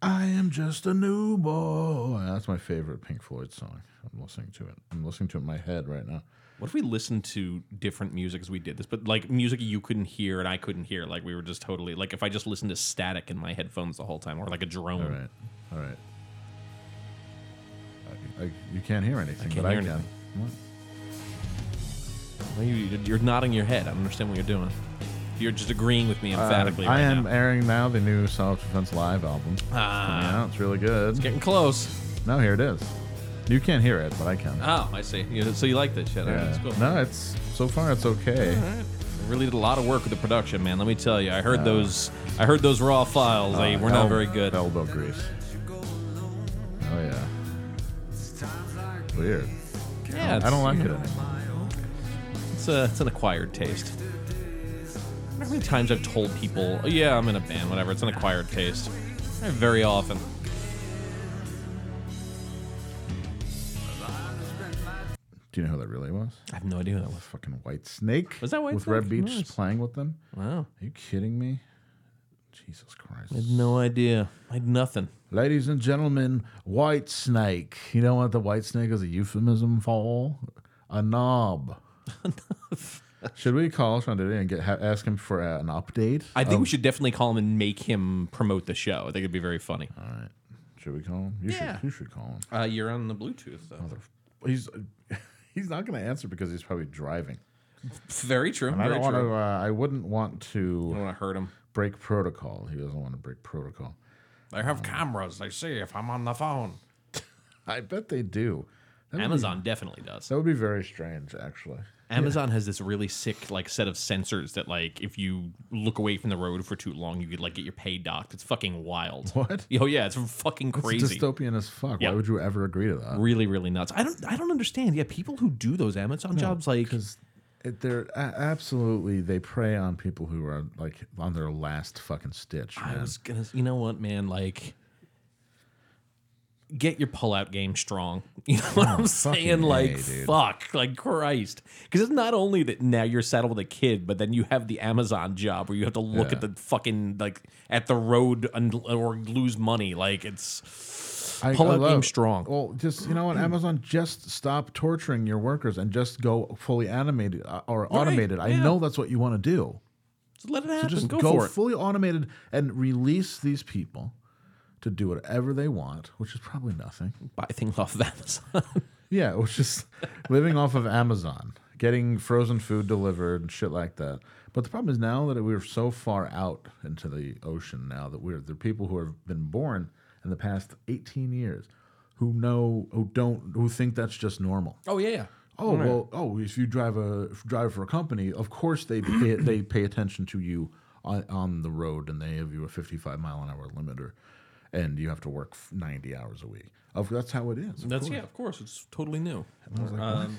[SPEAKER 3] I am just a new boy. That's my favorite Pink Floyd song. I'm listening to it. I'm listening to it in my head right now.
[SPEAKER 4] What if we listened to different music as we did this, but like music you couldn't hear and I couldn't hear? Like we were just totally like if I just listened to static in my headphones the whole time, or like a drone.
[SPEAKER 3] All right, all right. I, I, you can't hear anything,
[SPEAKER 4] can't
[SPEAKER 3] but
[SPEAKER 4] hear
[SPEAKER 3] I can.
[SPEAKER 4] anything. Well, you, you're nodding your head. I don't understand what you're doing. You're just agreeing with me emphatically.
[SPEAKER 3] Um, I
[SPEAKER 4] right
[SPEAKER 3] am
[SPEAKER 4] now.
[SPEAKER 3] airing now the new Solid Defense Live album.
[SPEAKER 4] Ah.
[SPEAKER 3] yeah, it's really good.
[SPEAKER 4] Getting close.
[SPEAKER 3] No, here it is. You can't hear it, but I can.
[SPEAKER 4] Oh, I see. You- So you like this shit? All right,
[SPEAKER 3] Yeah.
[SPEAKER 4] that's cool. Ah.
[SPEAKER 3] No, it's so far it's okay.
[SPEAKER 4] Really did a lot of work with the production, man. Let me tell you. I heard those. I heard those raw files. they
[SPEAKER 3] Uh,
[SPEAKER 4] were
[SPEAKER 3] el-
[SPEAKER 4] not very good.
[SPEAKER 3] Elbow grease. Oh yeah. Weird.
[SPEAKER 4] yeah,
[SPEAKER 3] I don't
[SPEAKER 4] it's-
[SPEAKER 3] like it anymore.
[SPEAKER 4] It's a, it's an acquired taste. I wonder How many times I've told people, "Oh, yeah, I'm in a band, whatever. It's an acquired taste. Eh, Very often.
[SPEAKER 3] Do you know who that really was?
[SPEAKER 4] I have no idea who that was.
[SPEAKER 3] Fucking White Snake.
[SPEAKER 4] Was that White
[SPEAKER 3] with
[SPEAKER 4] Snake?
[SPEAKER 3] Red Beach
[SPEAKER 4] Nice.
[SPEAKER 3] playing with them?
[SPEAKER 4] Wow.
[SPEAKER 3] Are you kidding me? Jesus Christ.
[SPEAKER 4] I had no idea. I had nothing.
[SPEAKER 3] Ladies and gentlemen, White Snake. You know what the White Snake is a euphemism for? A knob. Should we call Sean Diddy and get ha- ask him for uh, an update?
[SPEAKER 4] I think we should definitely call him and make him promote the show. I think it'd be very funny.
[SPEAKER 3] Should we call him? You
[SPEAKER 4] Yeah.
[SPEAKER 3] should. You should call him.
[SPEAKER 4] Uh, you're on the Bluetooth, though.
[SPEAKER 3] He's he's not going to answer because he's probably driving.
[SPEAKER 4] Very true.
[SPEAKER 3] And I
[SPEAKER 4] very
[SPEAKER 3] don't want
[SPEAKER 4] true.
[SPEAKER 3] to. Uh, I wouldn't want
[SPEAKER 4] I don't
[SPEAKER 3] to
[SPEAKER 4] want to hurt him.
[SPEAKER 3] break protocol. He doesn't want to break protocol.
[SPEAKER 4] They have cameras. They see if I'm on the phone.
[SPEAKER 3] I bet they do. That would be-
[SPEAKER 4] Amazon definitely does.
[SPEAKER 3] that would be very strange, actually.
[SPEAKER 4] Amazon has this really sick like set of sensors that like if you look away from the road for too long, you could like get your pay docked. It's fucking wild.
[SPEAKER 3] What?
[SPEAKER 4] Oh yeah, it's fucking
[SPEAKER 3] It's
[SPEAKER 4] crazy.
[SPEAKER 3] dystopian as fuck.
[SPEAKER 4] Yeah.
[SPEAKER 3] Why would you ever agree to that?
[SPEAKER 4] really, really nuts. I don't I don't understand. Yeah, people who do those Amazon jobs like
[SPEAKER 3] because it, they're a- absolutely they prey on people who are like on their last fucking stitch.
[SPEAKER 4] I
[SPEAKER 3] man.
[SPEAKER 4] was gonna you know what, man, like get your pullout game strong. You know what I'm saying?
[SPEAKER 3] fucking A,
[SPEAKER 4] Like
[SPEAKER 3] dude.
[SPEAKER 4] fuck, like Christ. Because it's not only that now you're saddled with a kid, but then you have the Amazon job where you have to look
[SPEAKER 3] Yeah.
[SPEAKER 4] at the fucking like at the road and, or lose money. Like it's
[SPEAKER 3] I-
[SPEAKER 4] Pull
[SPEAKER 3] I
[SPEAKER 4] out game
[SPEAKER 3] love-
[SPEAKER 4] strong.
[SPEAKER 3] Well, just you know what, Amazon, just stop torturing your workers and just go fully animated uh, or automated. I
[SPEAKER 4] yeah.
[SPEAKER 3] know that's what you want to do.
[SPEAKER 4] just let it happen.
[SPEAKER 3] Just
[SPEAKER 4] go,
[SPEAKER 3] go,
[SPEAKER 4] for it.
[SPEAKER 3] fully automated and release these people to do whatever they want, which is probably nothing.
[SPEAKER 4] Buy things off of Amazon.
[SPEAKER 3] Yeah, which is living off of Amazon, getting frozen food delivered and shit like that. But the problem is now that we're so far out into the ocean now that we're the people who have been born in the past 18 years who know who don't who think that's just normal.
[SPEAKER 4] oh yeah, yeah.
[SPEAKER 3] Oh well, oh if you drive a if you drive for a company, of course they pay, they pay attention to you on, on the road, and they give you a fifty five mile an hour limiter, and you have to work f- ninety hours a week. Of that's how it is. of
[SPEAKER 4] That's
[SPEAKER 3] course.
[SPEAKER 4] yeah, of course. It's totally new. I, um,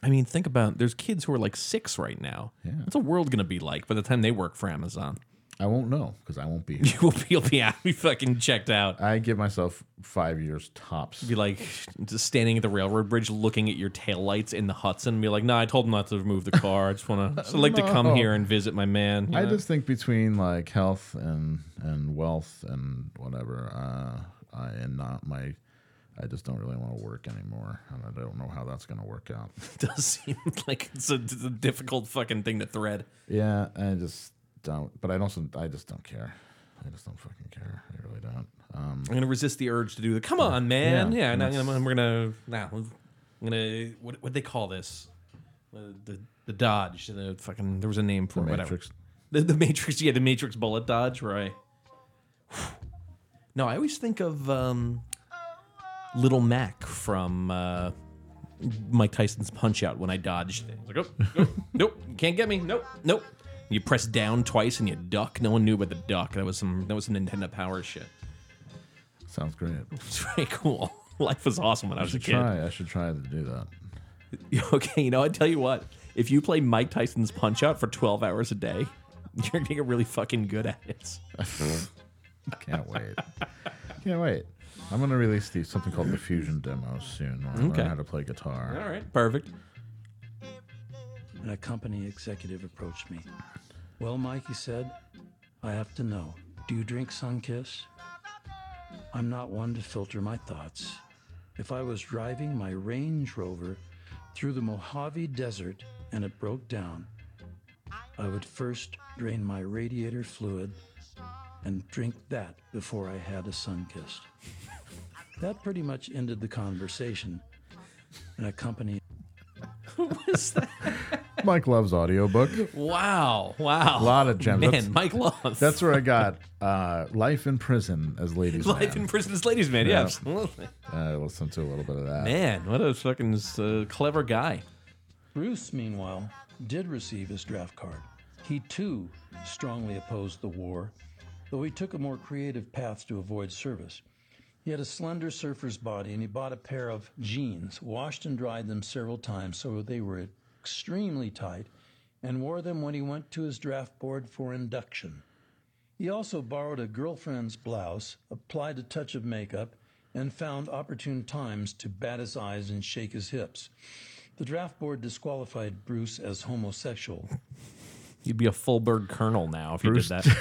[SPEAKER 4] I mean, think about there's kids who are like six right now. Yeah. What's the world gonna be like by the time they work for Amazon?
[SPEAKER 3] I won't know because I won't be. here.
[SPEAKER 4] You will be, you'll be out, be fucking checked out.
[SPEAKER 3] I give myself five years tops.
[SPEAKER 4] Be like just standing at the railroad bridge, looking at your taillights in the Hudson. Be like, no, I told him not to remove the car. I just want to, so like to come
[SPEAKER 3] No.
[SPEAKER 4] here and visit my man. you
[SPEAKER 3] I
[SPEAKER 4] know?
[SPEAKER 3] just think between like health and and wealth and whatever, uh, I and not my. I just don't really want to work anymore, and I don't know how that's going to work out.
[SPEAKER 4] does seem like it's a, it's a difficult fucking thing to thread.
[SPEAKER 3] Yeah, I just don't. But I also I just don't care. I just don't fucking care. I really don't. Um,
[SPEAKER 4] I'm gonna resist the urge to do the. Come on, man.
[SPEAKER 3] Yeah,
[SPEAKER 4] Yeah, and
[SPEAKER 3] that's-
[SPEAKER 4] I'm, I'm- we're gonna now. I'm gonna what what they call this? Uh, the the dodge. The fucking there was a name for
[SPEAKER 3] the
[SPEAKER 4] it, whatever.
[SPEAKER 3] Matrix.
[SPEAKER 4] The, the Matrix. Yeah, the Matrix bullet dodge. Right. No, I always think of um, Little Mac from uh, Mike Tyson's Punch Out when I dodge things. Like, oh, nope, nope, you can't get me. Nope, nope. You press down twice and you duck. No one knew about the duck. That was some. That was some Nintendo Power shit.
[SPEAKER 3] Sounds great.
[SPEAKER 4] It's very cool. Life was awesome when I was a
[SPEAKER 3] should
[SPEAKER 4] kid.
[SPEAKER 3] try. I should try to do that.
[SPEAKER 4] Okay, you know, I tell you what, if you play Mike Tyson's Punch Out for 12 hours a day, you're going to get really fucking good at it.
[SPEAKER 3] Can't wait. Can't wait. I'm gonna release the something called the fusion demos soon. When I learn
[SPEAKER 4] Okay.
[SPEAKER 3] how to play guitar.
[SPEAKER 4] All right, perfect.
[SPEAKER 5] and a company executive approached me. Well, Mike, he said, I have to know. Do you drink Sunkiss? I'm not one to filter my thoughts. If I was driving my Range Rover through the Mojave Desert and it broke down, I would first drain my radiator fluid and drink that before I had a Sunkiss. That pretty much ended the conversation, and a company
[SPEAKER 3] Mike loves audiobook.
[SPEAKER 4] Wow, wow.
[SPEAKER 3] A lot of gems.
[SPEAKER 4] Man,
[SPEAKER 3] That's-
[SPEAKER 4] Mike Love.
[SPEAKER 3] That's where I got uh, Life in Prison as Ladies
[SPEAKER 4] Life in
[SPEAKER 3] Man.
[SPEAKER 4] prison is ladies' man. Yeah,
[SPEAKER 3] Yeah.
[SPEAKER 4] absolutely.
[SPEAKER 3] I listened to a little bit of that.
[SPEAKER 4] Man, what a fucking uh, clever guy.
[SPEAKER 5] Bruce, meanwhile, did receive his draft card. He too strongly opposed the war, though he took a more creative path to avoid service. He had a slender surfer's body and he bought a pair of jeans, washed and dried them several times so they were extremely tight, and wore them when he went to his draft board for induction. He also borrowed a girlfriend's blouse, applied a touch of makeup, and found opportune times to bat his eyes and shake his hips. The draft board disqualified Bruce as homosexual.
[SPEAKER 4] You'd be a full bird colonel now if
[SPEAKER 3] Bruce-
[SPEAKER 4] you did that.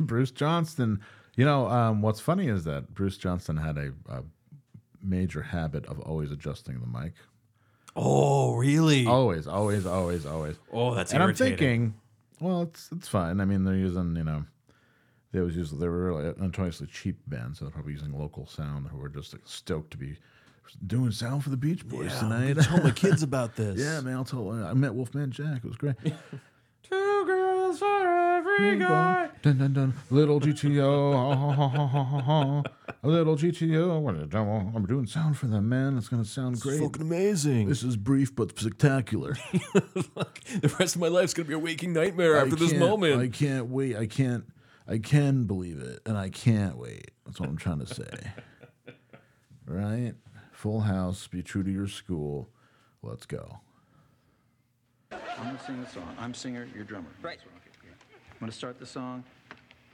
[SPEAKER 3] Bruce Johnston. You know um, what's funny is that Bruce Johnston had a, a major habit of always adjusting the mic.
[SPEAKER 4] oh, really? Oh,
[SPEAKER 3] Always, always, always, always.
[SPEAKER 4] that's
[SPEAKER 3] and I'm
[SPEAKER 4] irritating.
[SPEAKER 3] thinking, well, it's it's fine. I mean, they're using you know, they was using they were really notoriously cheap bands, so they're probably using local sound who were just like, stoked to be doing sound for the Beach Boys tonight.
[SPEAKER 6] Told my kids about this.
[SPEAKER 3] yeah, man, I'll tell. I met Wolfman Jack. It was great.
[SPEAKER 4] Two girls for every guy.
[SPEAKER 3] Dun, dun, dun. Little GTO. ha, ha, ha, ha, ha, ha. Little GTO. What a demo. I'm doing sound for them, man. It's going to sound great.
[SPEAKER 6] Fucking amazing.
[SPEAKER 3] This is brief but spectacular.
[SPEAKER 4] The rest of my life's gonna be a waking nightmare
[SPEAKER 3] I
[SPEAKER 4] after this
[SPEAKER 3] can't-
[SPEAKER 4] moment.
[SPEAKER 3] I can't wait. I can't. I can believe it, and I can't wait. That's what I'm trying to say. right? Full house. Be true to your school. Let's go.
[SPEAKER 7] I'm gonna sing the song. I'm singer, you're drummer. Right. I'm gonna start the song.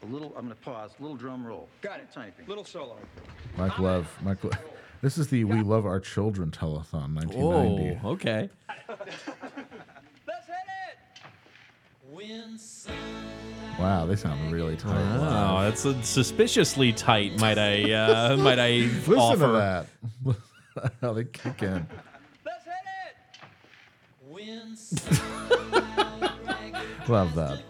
[SPEAKER 7] A little. I'm gonna pause. Little drum roll. Got it. Tiny thing. Little solo.
[SPEAKER 3] Mike Love. Mike. Lo- This is the We Love Our Children telethon, 1990.
[SPEAKER 4] oh, okay.
[SPEAKER 3] Wow, they sound really tight.
[SPEAKER 4] Wow, that's uh, suspiciously tight. Might I? Uh, might I
[SPEAKER 3] Listen
[SPEAKER 4] offer?
[SPEAKER 3] to that. How they kick in. Love that.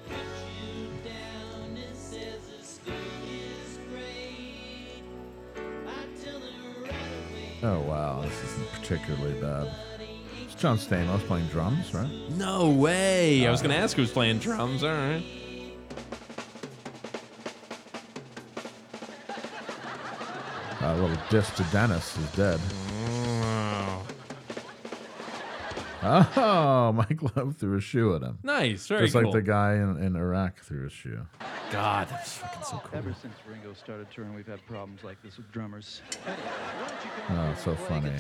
[SPEAKER 3] Oh wow, this isn't particularly bad. It's John Stamos playing drums, right?
[SPEAKER 4] No way. I was gonna ask who's playing drums. All right.
[SPEAKER 3] A little diss to Dennis is dead. Oh, Mike Love threw a shoe at him.
[SPEAKER 4] Nice. Very
[SPEAKER 3] Just
[SPEAKER 4] cool.
[SPEAKER 3] like the guy in, in Iraq threw a shoe.
[SPEAKER 4] God, that's fucking so cool.
[SPEAKER 7] Ever since Ringo started touring, we've had problems like this with drummers.
[SPEAKER 3] Oh, so funny.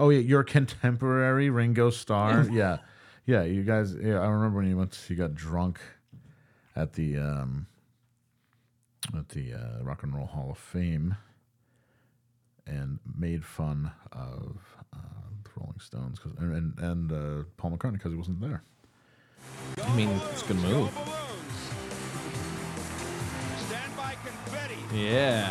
[SPEAKER 3] Oh yeah, your contemporary Ringo Starr. yeah, yeah. You guys. Yeah, I remember when you went. You got drunk at the um, at the uh, Rock and Roll Hall of Fame, and made fun of uh, the Rolling Stones 'cause- and and, and uh, Paul McCartney because he wasn't there.
[SPEAKER 4] I mean, it's a good move.
[SPEAKER 8] Stand by confetti.
[SPEAKER 4] Yeah.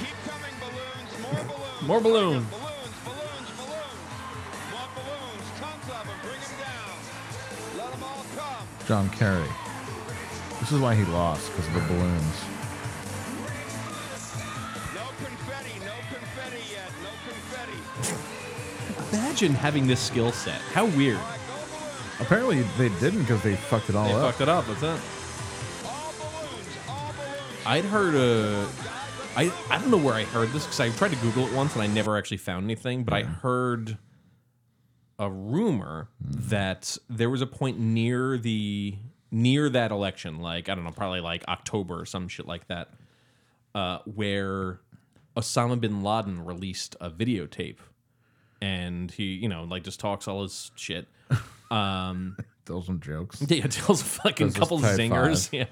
[SPEAKER 8] Keep coming, balloons. More balloons.
[SPEAKER 4] More balloons.
[SPEAKER 8] Balloons, balloons, balloons. More balloons. Tons of them. Bring them down. Let them all come.
[SPEAKER 3] John Kerry. This is why he lost because of the balloons.
[SPEAKER 8] No confetti. No confetti yet. No confetti.
[SPEAKER 4] Imagine having this skill set. How weird.
[SPEAKER 8] All right, go balloons.
[SPEAKER 3] Apparently they didn't because they fucked it all
[SPEAKER 4] They
[SPEAKER 3] up.
[SPEAKER 4] fucked it up. That's it.
[SPEAKER 8] All balloons. All balloons.
[SPEAKER 4] I'd heard a. I, I don't know where I heard this because I tried to Google it once and I never actually found anything, but I heard a rumor
[SPEAKER 3] Hmm.
[SPEAKER 4] that there was a point near the near that election, like I don't know, probably like October or some shit like that, uh, where Osama bin Laden released a videotape and he, you know, like just talks all his shit.
[SPEAKER 3] Those some jokes.
[SPEAKER 4] Yeah, tells a fucking
[SPEAKER 3] Does his
[SPEAKER 4] couple
[SPEAKER 3] type
[SPEAKER 4] zingers.
[SPEAKER 3] five.
[SPEAKER 4] Yeah.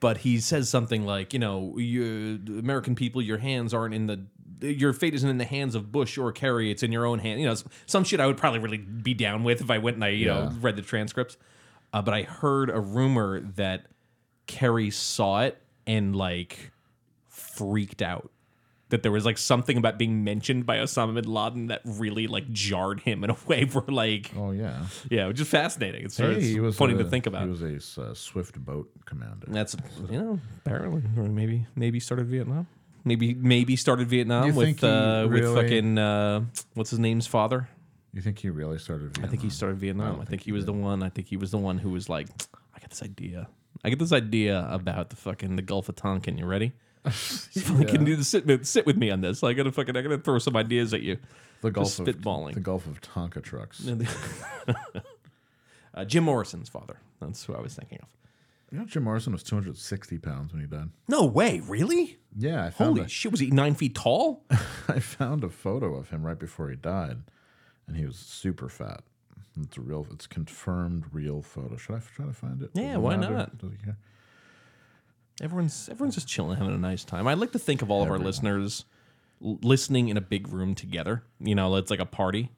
[SPEAKER 4] But he says something like, you know, you the American people, your hands aren't in the your fate isn't in the hands of Bush or Kerry, it's in your own hand. You know, s- some shit I would probably really be down with if I went and I, you know,
[SPEAKER 3] Yeah.
[SPEAKER 4] read the transcripts. Uh, but I heard a rumor that Kerry saw it and like freaked out. That there was like something about being mentioned by Osama bin Laden that really like jarred him in a way where like
[SPEAKER 3] Oh yeah.
[SPEAKER 4] yeah, which is fascinating. It's, it's
[SPEAKER 3] he was
[SPEAKER 4] funny
[SPEAKER 3] a-
[SPEAKER 4] to think about.
[SPEAKER 3] He was a s- uh, swift boat commander.
[SPEAKER 4] That's you know apparently or maybe maybe started Vietnam. Maybe maybe started Vietnam
[SPEAKER 3] You think
[SPEAKER 4] with
[SPEAKER 3] he
[SPEAKER 4] uh, with
[SPEAKER 3] really-
[SPEAKER 4] fucking uh, what's his name's father.
[SPEAKER 3] You think he really started?
[SPEAKER 4] I think he started Vietnam. I, think, he was the one. I think he was the one who was like, I got this idea. I get this idea about the fucking the Gulf of Tonkin. You ready? You fucking do the sit with- sit with me on this. I gotta fucking I gotta throw some ideas at you.
[SPEAKER 3] the Gulf
[SPEAKER 4] just
[SPEAKER 3] of
[SPEAKER 4] spitballing.
[SPEAKER 3] The Gulf of Tonka trucks.
[SPEAKER 4] uh, Jim Morrison's father. That's who I was thinking of.
[SPEAKER 3] You know, Jim Morrison was 260 pounds when he died.
[SPEAKER 4] No way, really?
[SPEAKER 3] Yeah, I found
[SPEAKER 4] Holy
[SPEAKER 3] a,
[SPEAKER 4] shit! Was he nine feet tall?
[SPEAKER 3] I found a photo of him right before he died, and he was super fat. It's a real. It's confirmed real photo. Should I f- try to find it? Does
[SPEAKER 4] Yeah,
[SPEAKER 3] it
[SPEAKER 4] why
[SPEAKER 3] matter?
[SPEAKER 4] not?
[SPEAKER 3] Does it care?
[SPEAKER 4] Everyone's everyone's just chilling, having a nice time. I like to think of all of our listeners l- listening in a big room together. You know, it's like a party.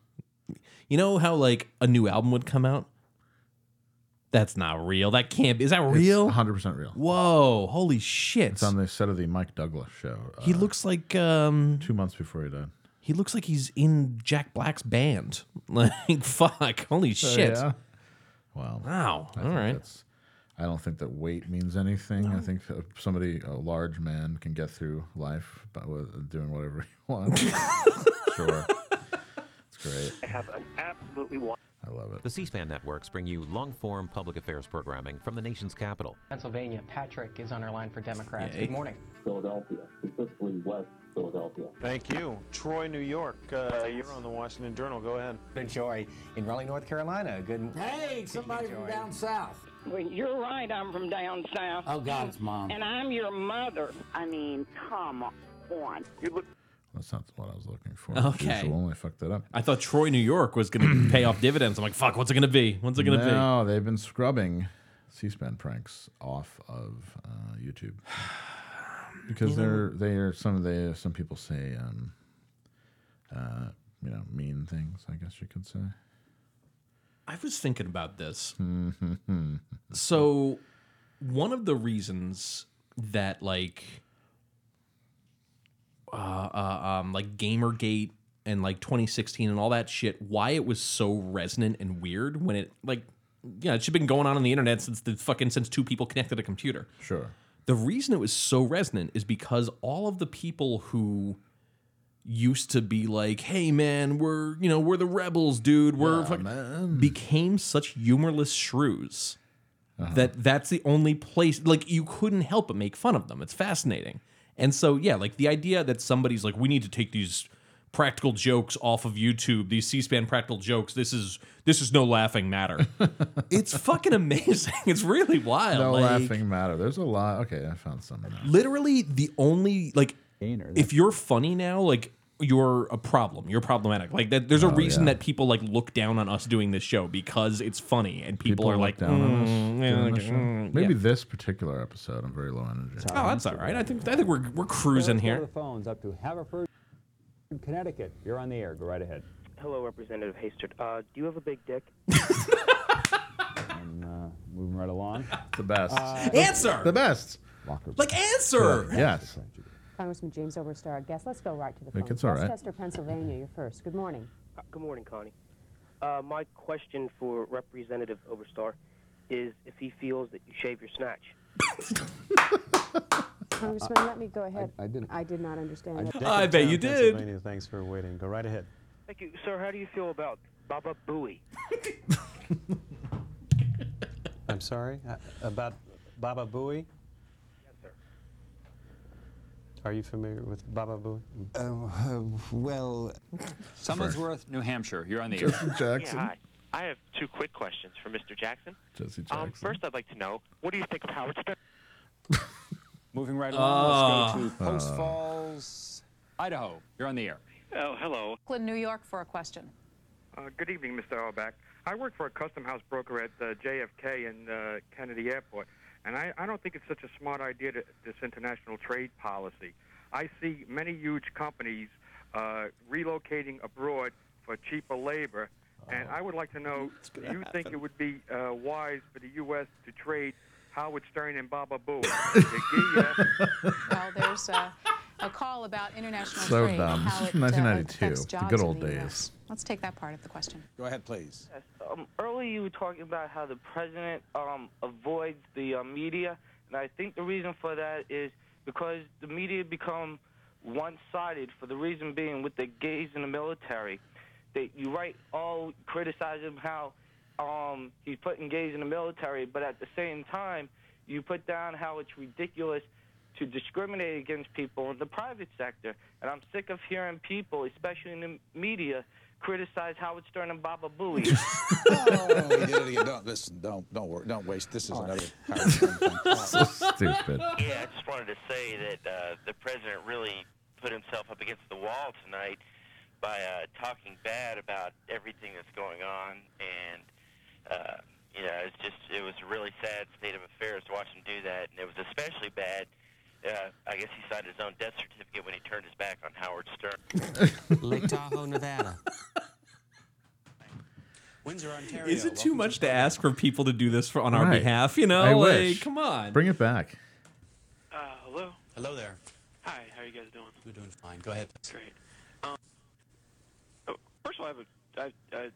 [SPEAKER 4] You know how like a new album would come out? That's not real. That can't be. Is that real?
[SPEAKER 3] 100 percent real.
[SPEAKER 4] Whoa! Holy shit!
[SPEAKER 3] It's on the set of the Mike Douglas show. Uh,
[SPEAKER 4] he looks like um
[SPEAKER 3] two months before he died.
[SPEAKER 4] he looks like he's in Jack Black's band. Like fuck! Holy shit!
[SPEAKER 3] Oh, Yeah. Wow.
[SPEAKER 4] Wow!
[SPEAKER 3] I
[SPEAKER 4] all
[SPEAKER 3] think
[SPEAKER 4] right.
[SPEAKER 3] that's- I don't think that weight means anything. I think that somebody, a large man, can get through life by with- doing whatever he wants. sure. It's great. I have an absolutely I love it.
[SPEAKER 9] The C SPAN networks bring you long form public affairs programming from the nation's capital.
[SPEAKER 2] Pennsylvania, Patrick is on our line for Democrats.
[SPEAKER 4] Yay. Good
[SPEAKER 2] morning.
[SPEAKER 10] Philadelphia, specifically West Philadelphia.
[SPEAKER 8] Thank you. Troy, New York. Uh, you're on the Washington Journal. Go ahead.
[SPEAKER 2] Joy in Raleigh, North Carolina. Good. Hey, somebody from down south.
[SPEAKER 10] Well, you're right, I'm from down south.
[SPEAKER 2] Oh God, it's mom.
[SPEAKER 10] And I'm your mother. I mean, come on. You look
[SPEAKER 3] That's not what I was looking for.
[SPEAKER 4] Okay.
[SPEAKER 3] Usual, I fucked that up.
[SPEAKER 4] I thought Troy, New York, was going to pay off dividends. I'm like, fuck. What's it going to be? What's it going to be?
[SPEAKER 3] No, they've been scrubbing C-SPAN pranks off of uh, YouTube because they're they are some of the some people say um, uh, you know mean things. I guess you could say.
[SPEAKER 4] I was thinking about this. so, one of the reasons that like, uh, uh, um, like GamerGate and like 2016 and all that shit, why it was so resonant and weird when it like, yeah, it should been going on on the internet since the fucking since two people connected a computer.
[SPEAKER 3] Sure.
[SPEAKER 4] The reason it was so resonant is because all of the people who used to be like, "Hey man, we're, you know, we're the rebels, dude. We're fuck-"
[SPEAKER 3] Mm.
[SPEAKER 4] became such humorless shrews
[SPEAKER 3] Uh-huh.
[SPEAKER 4] that that's the only place like you couldn't help but make fun of them. It's fascinating. And so yeah, like the idea that somebody's like, "We need to take these practical jokes off of YouTube. These C-SPAN practical jokes. This is this is no laughing matter." it's fucking amazing. It's really wild.
[SPEAKER 3] No
[SPEAKER 4] like-
[SPEAKER 3] laughing matter. There's a lot. Okay, I found some now.
[SPEAKER 4] literally the only like if you're funny now like you're a problem you're problematic like that
[SPEAKER 3] Oh,
[SPEAKER 4] there's a reason that people like look down on us doing this show because it's funny and people, are
[SPEAKER 3] look
[SPEAKER 4] like
[SPEAKER 3] down on us
[SPEAKER 4] "Mm, yeah,
[SPEAKER 3] doing
[SPEAKER 4] okay,
[SPEAKER 3] this show.
[SPEAKER 4] mm,
[SPEAKER 3] Maybe
[SPEAKER 4] yeah."
[SPEAKER 3] this particular episode, I'm very low energy.
[SPEAKER 4] oh that's all right i think i think we're we're cruising here
[SPEAKER 2] phones up to Haverford, Connecticut. You're on the air. Go right ahead.
[SPEAKER 10] Hello, Representative Hastert. Uh, do you have a big dick?
[SPEAKER 2] uh, Moving right along.
[SPEAKER 3] The best.
[SPEAKER 10] Uh,
[SPEAKER 3] the
[SPEAKER 4] answer
[SPEAKER 3] best.
[SPEAKER 4] like answer
[SPEAKER 3] Yes.
[SPEAKER 10] Congressman James Oberstar, our guest. Let's go right to the
[SPEAKER 3] Think phone. it's all right.
[SPEAKER 10] Westchester, Pennsylvania, you're first. Good morning. good morning, Connie. Uh, my question for Representative Oberstar is if he feels that you shave your snatch. Congressman, let me go ahead. Uh, I, didn't. I did not understand. that.
[SPEAKER 4] i bet you did
[SPEAKER 8] Thanks for waiting. Go right ahead.
[SPEAKER 10] Thank you, sir. How do you feel about Baba Booey?
[SPEAKER 8] I'm sorry. Uh, about Baba Booey?
[SPEAKER 10] Yes, sir.
[SPEAKER 8] Are you familiar with Baba Booey?
[SPEAKER 2] well, Summersworth, New Hampshire. You're on the air.
[SPEAKER 3] Jesse Jackson.
[SPEAKER 10] I have two quick questions for Mr. Jackson. Um,
[SPEAKER 3] Jesse Jackson.
[SPEAKER 10] I'd like to know what do you think of Howard Stern?
[SPEAKER 6] Uh,
[SPEAKER 2] Moving right along. Let's go to Post Falls, Idaho. You're on the air.
[SPEAKER 11] Oh, hello.
[SPEAKER 12] Brooklyn, New York for a question.
[SPEAKER 11] Uh, good evening, Mr. Auerbach. I work for a custom house broker at uh, JFK and uh, Kennedy Airport, and I, I don't think it's such a smart idea to, this international trade policy. I see many huge companies uh, relocating abroad for cheaper labor, and I would like to know: Do you think it would be uh, wise for the U.S. to trade Howard Stern and Baba Boo? The gay, uh,
[SPEAKER 12] Well, there's a, a call about international
[SPEAKER 3] So
[SPEAKER 12] trade.
[SPEAKER 3] dumb.
[SPEAKER 12] how it, uh,
[SPEAKER 3] 1992,
[SPEAKER 12] affects
[SPEAKER 3] the
[SPEAKER 12] jobs
[SPEAKER 3] good
[SPEAKER 12] in
[SPEAKER 3] old
[SPEAKER 12] the
[SPEAKER 3] days.
[SPEAKER 12] US. Let's take that part of the question.
[SPEAKER 13] Go ahead, please.
[SPEAKER 14] Um, earlier you were talking about how the president um, avoids the uh, media, and I think the reason for that is because the media become one-sided. For the reason being, with the gays in the military, that you write all criticize him how um, he's putting gays in the military, but at the same time you put down how it's ridiculous to discriminate against people in the private sector. And I'm sick of hearing people, especially in the media, criticize Howard Stern and Baba Booey.
[SPEAKER 13] Oh, we did it again. Don't listen. Don't don't worry. Don't waste. This is another. Howard Stern thing.
[SPEAKER 3] So stupid.
[SPEAKER 15] Yeah, I just wanted to say that uh, the president really put himself up against the wall tonight by uh, talking bad about everything that's going on, and uh, you know, it's just it was a really sad state of affairs to watch him do that, and it was especially bad. Uh, I guess he signed his own death certificate when he turned his back on Howard Stern.
[SPEAKER 16] Lake Tahoe, Nevada. Windsor, Ontario.
[SPEAKER 4] Is it too much to ask for people to do this for, on our
[SPEAKER 3] Right.
[SPEAKER 4] behalf? You know,
[SPEAKER 3] I
[SPEAKER 4] like
[SPEAKER 3] wish.
[SPEAKER 4] come on.
[SPEAKER 3] Bring it back.
[SPEAKER 17] Uh, hello.
[SPEAKER 16] Hello there.
[SPEAKER 17] Hi. How are you guys doing?
[SPEAKER 16] We're doing fine. Go ahead.
[SPEAKER 17] Great. Um, oh, first of all, I have a, I, a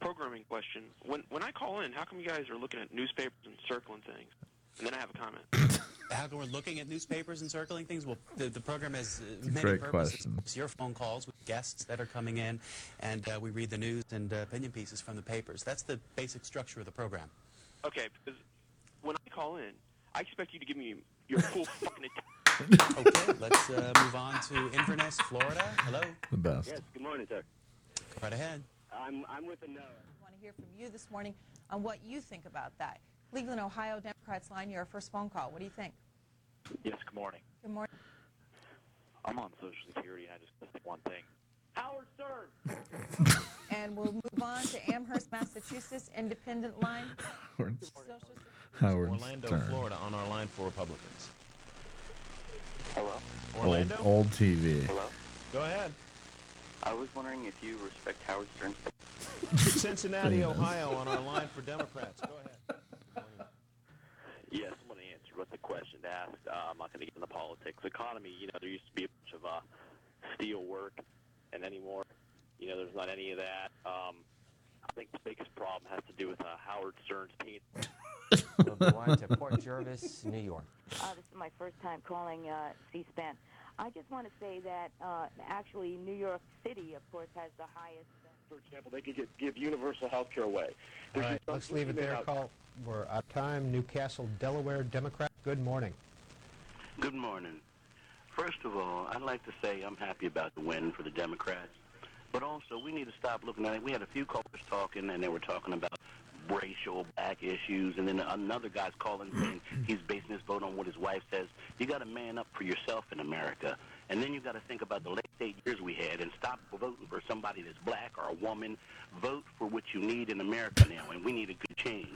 [SPEAKER 17] programming question. When when I call in, how come you guys are looking at newspapers and circling things? And then I have a comment.
[SPEAKER 16] How come we're looking at newspapers and circling things? Well, the, the program has uh, many
[SPEAKER 3] great
[SPEAKER 16] purposes.
[SPEAKER 3] question.
[SPEAKER 16] It's your phone calls with guests that are coming in, and uh, we read the news and uh, opinion pieces from the papers. That's the basic structure of the program.
[SPEAKER 17] Okay, because when I call in, I expect you to give me your full fucking attention.
[SPEAKER 16] okay, let's uh, move on to Inverness, Florida. Hello.
[SPEAKER 3] The best.
[SPEAKER 18] Yes, good morning, sir.
[SPEAKER 16] Right ahead.
[SPEAKER 18] I'm, I'm with a no.
[SPEAKER 19] want to hear from you this morning on what you think about that. Cleveland, Ohio Democrats line, your first phone call. What do you think?
[SPEAKER 18] Yes, good morning.
[SPEAKER 19] Good morning.
[SPEAKER 18] I'm on Social Security, and I just think one thing. Howard Stern.
[SPEAKER 19] And we'll move on to Amherst, Massachusetts, Independent line.
[SPEAKER 3] Howard Howard
[SPEAKER 19] Orlando,
[SPEAKER 3] Stern.
[SPEAKER 19] Florida,
[SPEAKER 16] on our line for Republicans.
[SPEAKER 18] Hello.
[SPEAKER 3] Old, old TV.
[SPEAKER 18] Hello.
[SPEAKER 16] Go ahead.
[SPEAKER 18] I was wondering if you respect Howard Stern.
[SPEAKER 6] Cincinnati,
[SPEAKER 3] Yes.
[SPEAKER 6] Ohio, on our line for Democrats. Go ahead.
[SPEAKER 18] Yes, I'm going to answer what the question asked. Uh, I'm not going to get into politics. Economy, you know, there used to be a bunch of uh, steel work, and anymore, you know, there's not any of that. Um, I think the biggest problem has to do with uh, Howard Stern's penis.
[SPEAKER 16] We'll move on to Port Jervis, New York.
[SPEAKER 20] Uh, this is my first time calling uh, C-SPAN. I just want to say that uh, actually New York City, of course, has the highest.
[SPEAKER 18] For example, they could get, give universal health care away.
[SPEAKER 21] All right, let's leave it there. Call. We're out of time. Newcastle, Delaware, Democrat. Good morning.
[SPEAKER 22] Good morning. First of all, I'd like to say I'm happy about the win for the Democrats, but also we need to stop looking at it. We had a few callers talking, and they were talking about racial black issues, and then another guy's calling
[SPEAKER 23] Mm-hmm.
[SPEAKER 22] saying he's basing his vote on what his wife says. You got to man up for yourself in America, and then you got to think about the late eight years we had, and stop voting for somebody that's black or a woman. Vote for what you need in America now, and we need a good change.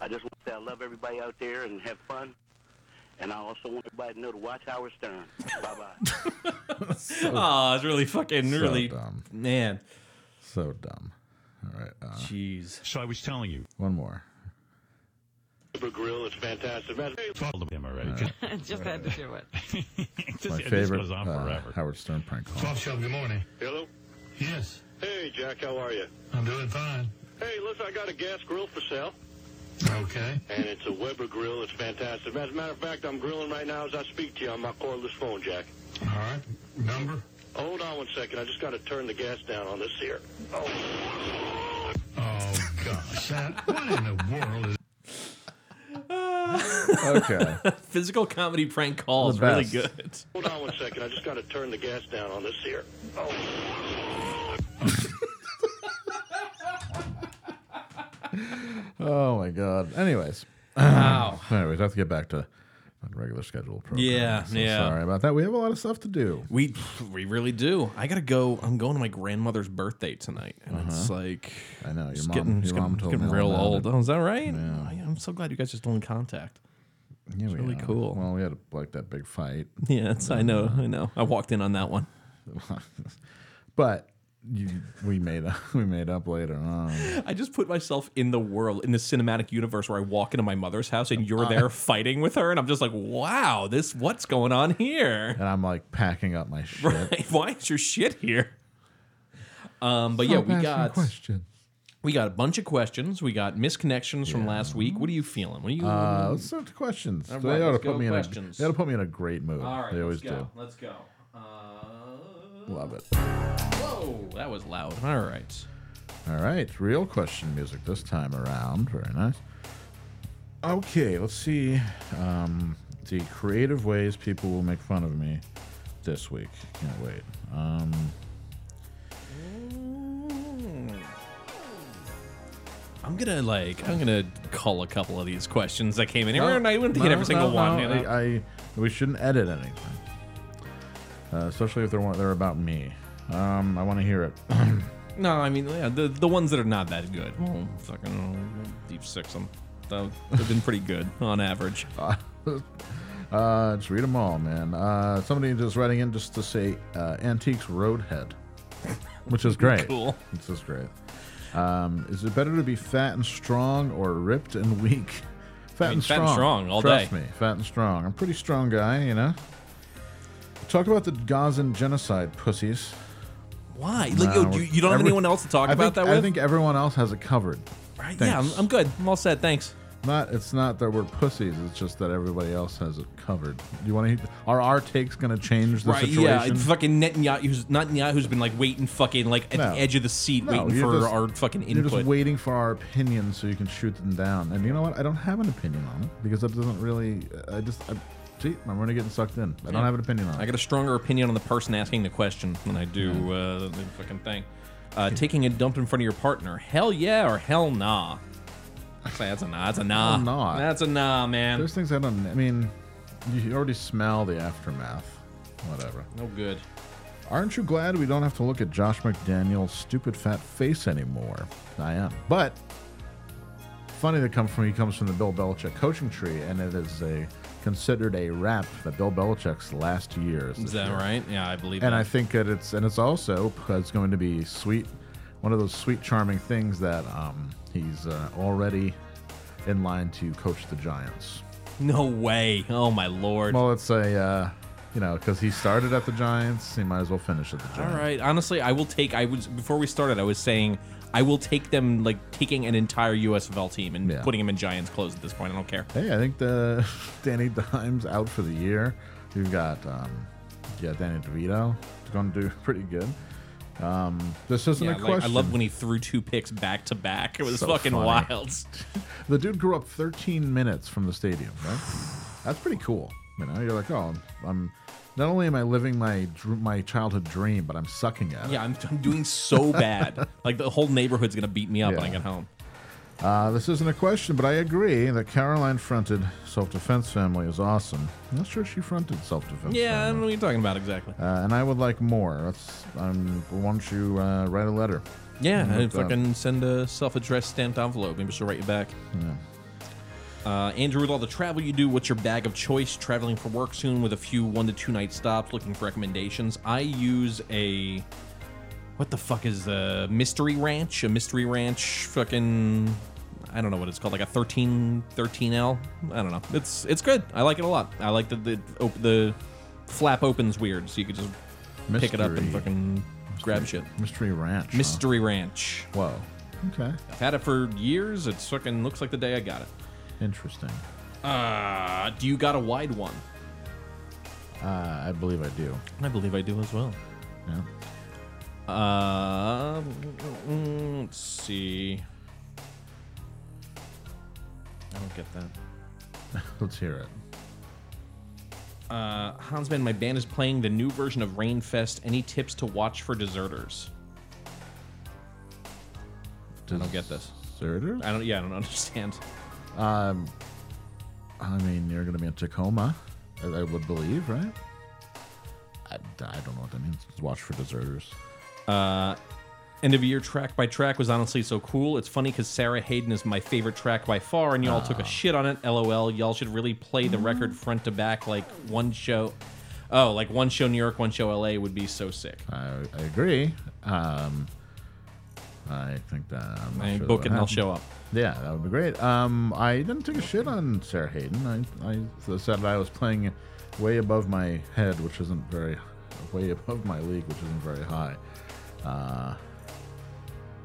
[SPEAKER 22] I just want to say I love everybody out there and have fun. And I also want everybody to know to watch Howard Stern. bye bye.
[SPEAKER 4] oh, it's really fucking
[SPEAKER 3] so
[SPEAKER 4] really
[SPEAKER 3] dumb.
[SPEAKER 4] man.
[SPEAKER 3] So dumb. All right. Uh,
[SPEAKER 4] Jeez.
[SPEAKER 23] So I was telling you.
[SPEAKER 3] One more.
[SPEAKER 23] Super Grill is fantastic. Follow him already.
[SPEAKER 24] Just had to do it.
[SPEAKER 23] This-
[SPEAKER 3] My
[SPEAKER 23] this
[SPEAKER 3] favorite
[SPEAKER 23] goes on
[SPEAKER 3] uh,
[SPEAKER 23] forever.
[SPEAKER 3] Howard Stern prank call.
[SPEAKER 23] Good morning.
[SPEAKER 25] Hello?
[SPEAKER 23] Yes.
[SPEAKER 25] Hey, Jack, how are you?
[SPEAKER 23] I'm doing fine.
[SPEAKER 25] Hey, listen, I got a gas grill for sale,
[SPEAKER 23] Okay.
[SPEAKER 25] and it's a Weber grill. It's fantastic. As a matter of fact, I'm grilling right now as I speak to you on my cordless phone, Jack.
[SPEAKER 23] All right. Number?
[SPEAKER 25] Hold on one second. I just got to turn the gas down on this here. Oh.
[SPEAKER 23] Oh, gosh. That, what in the world is.
[SPEAKER 3] Okay.
[SPEAKER 4] Physical comedy prank calls
[SPEAKER 3] The
[SPEAKER 4] really
[SPEAKER 3] best.
[SPEAKER 4] good.
[SPEAKER 25] Hold on one second. I just got to turn the gas down on this here.
[SPEAKER 3] Oh my god. Anyways.
[SPEAKER 4] Wow.
[SPEAKER 3] Oh, Anyways, I have to get back to on regular scheduled program.
[SPEAKER 4] Yeah,
[SPEAKER 3] So
[SPEAKER 4] yeah.
[SPEAKER 3] Sorry about that. We have a lot of stuff to do.
[SPEAKER 4] We we really do. I gotta go. I'm going to my grandmother's birthday tonight, and it's
[SPEAKER 3] Uh-huh.
[SPEAKER 4] like
[SPEAKER 3] I know, your
[SPEAKER 4] it's
[SPEAKER 3] mom-
[SPEAKER 4] getting,
[SPEAKER 3] your
[SPEAKER 4] it's
[SPEAKER 3] mom
[SPEAKER 4] getting,
[SPEAKER 3] told
[SPEAKER 4] getting
[SPEAKER 3] me all
[SPEAKER 4] real
[SPEAKER 3] about
[SPEAKER 4] old.
[SPEAKER 3] it.
[SPEAKER 4] Oh, is that right?
[SPEAKER 3] Yeah.
[SPEAKER 4] I, am so glad you guys are still in contact.
[SPEAKER 3] Yeah,
[SPEAKER 4] it's
[SPEAKER 3] we
[SPEAKER 4] really
[SPEAKER 3] are.
[SPEAKER 4] cool.
[SPEAKER 3] Well, we had like that big fight.
[SPEAKER 4] Yeah, it's, I know. I know. I walked in on that one.
[SPEAKER 3] but you, we made up. We made up later on.
[SPEAKER 4] I just put myself in the world, in the cinematic universe, where I walk into my mother's house and you're there fighting with her, and I'm just like, wow, this what's going on here?
[SPEAKER 3] And I'm like packing up my shit.
[SPEAKER 4] Right? Why is your shit here? Um, but yeah,
[SPEAKER 3] Stop
[SPEAKER 4] we
[SPEAKER 3] asking
[SPEAKER 4] got
[SPEAKER 3] questions.
[SPEAKER 4] we got a bunch of questions. We got misconnections from last week. What are you feeling? What are you?
[SPEAKER 3] Uh, let's start the questions.
[SPEAKER 4] All right,
[SPEAKER 3] they ought to
[SPEAKER 4] let's
[SPEAKER 3] put
[SPEAKER 4] go
[SPEAKER 3] me in. A,
[SPEAKER 4] questions.
[SPEAKER 3] they ought to put me in a great mood.
[SPEAKER 4] All right,
[SPEAKER 3] they always
[SPEAKER 4] let's go. Let's go. Uh,
[SPEAKER 3] do. Love it.
[SPEAKER 4] whoa, Oh, that was loud. All right.
[SPEAKER 3] All right, real question music this time around. Very nice. Okay, let's see um, the creative ways people will make fun of me this week. Can't wait. Um,
[SPEAKER 4] I'm gonna like I'm gonna call a couple of these questions that came in.
[SPEAKER 3] No,
[SPEAKER 4] I wouldn't hit
[SPEAKER 3] no,
[SPEAKER 4] every single
[SPEAKER 3] no,
[SPEAKER 4] one.
[SPEAKER 3] no,
[SPEAKER 4] you know?
[SPEAKER 3] I, I- we shouldn't edit anything, uh, especially if they're one- they're about me. Um, I want to hear it.
[SPEAKER 4] No, I mean yeah, the the ones that are not that good. Well, fucking deep six them. Though They've been pretty good on average.
[SPEAKER 3] uh, just read them all, man. Uh, somebody just writing in just to say uh, Antiques Roadhead, which is great.
[SPEAKER 4] Cool.
[SPEAKER 3] This is great. Um, is it better to be fat and strong or ripped and weak? Fat
[SPEAKER 4] I mean,
[SPEAKER 3] and
[SPEAKER 4] fat
[SPEAKER 3] strong.
[SPEAKER 4] and strong all
[SPEAKER 3] Trust
[SPEAKER 4] day.
[SPEAKER 3] me, fat and strong. I'm a pretty strong guy, you know. Talk about the Gazan genocide, pussies.
[SPEAKER 4] Why? Like, yo,
[SPEAKER 3] Nah,
[SPEAKER 4] you, you don't have
[SPEAKER 3] every-
[SPEAKER 4] anyone else to talk
[SPEAKER 3] I
[SPEAKER 4] about
[SPEAKER 3] think-
[SPEAKER 4] that
[SPEAKER 3] I
[SPEAKER 4] with?
[SPEAKER 3] think everyone else has it covered.
[SPEAKER 4] Right?
[SPEAKER 3] Thanks.
[SPEAKER 4] Yeah, I'm, I'm good. I'm all set. Thanks.
[SPEAKER 3] Not it's not that we're pussies. It's just that everybody else has it covered. You want to? Are our takes going to change the
[SPEAKER 4] right? Yeah.
[SPEAKER 3] situation?
[SPEAKER 4] it's Fucking Netanyahu's not Netanyahu's been like waiting, fucking like at
[SPEAKER 3] No.
[SPEAKER 4] the edge of the seat,
[SPEAKER 3] No,
[SPEAKER 4] waiting
[SPEAKER 3] you're
[SPEAKER 4] for
[SPEAKER 3] just-
[SPEAKER 4] our fucking
[SPEAKER 3] You're just
[SPEAKER 4] input.
[SPEAKER 3] waiting for our opinion so you can shoot them down. And you know what? I don't have an opinion on it because that doesn't really. I just. I, see, I'm already getting sucked in. I don't
[SPEAKER 4] Yeah.
[SPEAKER 3] have an opinion on it.
[SPEAKER 4] I got a stronger opinion on the person asking the question than I do uh, the fucking thing. Uh, taking a dump in front of your partner, hell yeah or hell nah. I say that's a nah. That's a nah.
[SPEAKER 3] Hell nah.
[SPEAKER 4] That's a nah, man.
[SPEAKER 3] There's things I don't. I mean, you already smell the aftermath. Whatever.
[SPEAKER 4] no good.
[SPEAKER 3] Aren't you glad we don't have to look at Josh McDaniel's stupid fat face anymore? I am. But funny that comes from he comes from the Bill Belichick coaching tree, and it is a considered a wrap that Bill Belichick's last year. Is,
[SPEAKER 4] Is
[SPEAKER 3] this
[SPEAKER 4] that
[SPEAKER 3] year.
[SPEAKER 4] right? Yeah, I believe
[SPEAKER 3] And
[SPEAKER 4] that.
[SPEAKER 3] I think that it's and it's also it's going to be sweet, one of those sweet charming things that um, he's uh, already in line to coach the Giants.
[SPEAKER 4] no way. Oh my lord.
[SPEAKER 3] Well, it's a uh, you know because he started at the Giants, he might as well finish at the Giants.
[SPEAKER 4] All right. Honestly, I will take. I was before we started. I was saying I will take them like taking an entire USFL team and
[SPEAKER 3] Yeah.
[SPEAKER 4] putting them in Giants clothes at this point. I don't care.
[SPEAKER 3] Hey, I think the Danny Dimes out for the year. You've got um, yeah, Danny DeVito going to do pretty good. Um, this isn't
[SPEAKER 4] Yeah,
[SPEAKER 3] a
[SPEAKER 4] like,
[SPEAKER 3] question.
[SPEAKER 4] I love when he threw two picks back to back. It was
[SPEAKER 3] So
[SPEAKER 4] fucking
[SPEAKER 3] funny.
[SPEAKER 4] wild.
[SPEAKER 3] the dude grew up 13 minutes from the stadium. Right, that's pretty cool. You know, you're like, oh, I'm. Not only am I living my dr- my childhood dream, but I'm sucking at it.
[SPEAKER 4] Yeah, I'm, I'm doing so bad. like the whole neighborhood's gonna beat me up when I
[SPEAKER 3] Yeah.
[SPEAKER 4] get home.
[SPEAKER 3] Uh, this isn't a question, but I agree that Caroline fronted self defense family is awesome. I'm not sure she fronted self defense.
[SPEAKER 4] Yeah, I don't know what you're talking about exactly.
[SPEAKER 3] Uh, and I would like more. That's um, why don't you uh, write a letter?
[SPEAKER 4] Yeah,
[SPEAKER 3] And
[SPEAKER 4] I
[SPEAKER 3] with, um,
[SPEAKER 4] fucking send a self-addressed stamped envelope. Maybe she'll write you back.
[SPEAKER 3] Yeah.
[SPEAKER 4] Uh, Andrew, with all the travel you do, what's your bag of choice? Traveling for work soon with a few one to two night stops, looking for recommendations. I use a what the fuck is a mystery ranch? A mystery ranch? Fucking I don't know what it's called, like a 13 13L. I don't know. It's it's good. I like it a lot. I like that the op- the flap opens weird, so you could just pick it up and
[SPEAKER 3] Mystery-
[SPEAKER 4] fucking grab shit.
[SPEAKER 3] Mystery Ranch.
[SPEAKER 4] Mystery Ranch.
[SPEAKER 3] Whoa. Okay.
[SPEAKER 4] I've had it for years. It's fucking looks like the day I got it.
[SPEAKER 3] Interesting.
[SPEAKER 4] Uh, do you got a wide one?
[SPEAKER 3] Uh, I believe I do.
[SPEAKER 4] I believe I do as well.
[SPEAKER 3] Yeah.
[SPEAKER 4] Uh, mm, let's see. I don't get that.
[SPEAKER 3] Let's hear it.
[SPEAKER 4] Uh, Hansman, my band is playing the new version of Rainfest. Any tips to watch for deserters? I don't get this.
[SPEAKER 3] Deserters?
[SPEAKER 4] I don't. Yeah, I don't understand.
[SPEAKER 3] Um, I mean, you're going to be in Tacoma, I, I would believe, right? I, I don't know what that means. Watch for deserters.
[SPEAKER 4] Uh, end of year track by track was honestly so cool. It's funny because Sarah Hayden is my favorite track by far, and y'all took
[SPEAKER 3] Ah.
[SPEAKER 4] a shit on it. LOL. Y'all should really play the record front to back, like one show. Oh, like one show New York, one show LA would be so sick.
[SPEAKER 3] I, I agree. Um, I think that I'm not
[SPEAKER 4] Hey,
[SPEAKER 3] sure
[SPEAKER 4] book
[SPEAKER 3] that
[SPEAKER 4] it and I'll
[SPEAKER 3] happened.
[SPEAKER 4] show up.
[SPEAKER 3] Yeah, that would be great. Um, I didn't take a shit on Sarah Hayden. I, I said that I was playing way above my head, which isn't very way above my league, which isn't very high. Uh,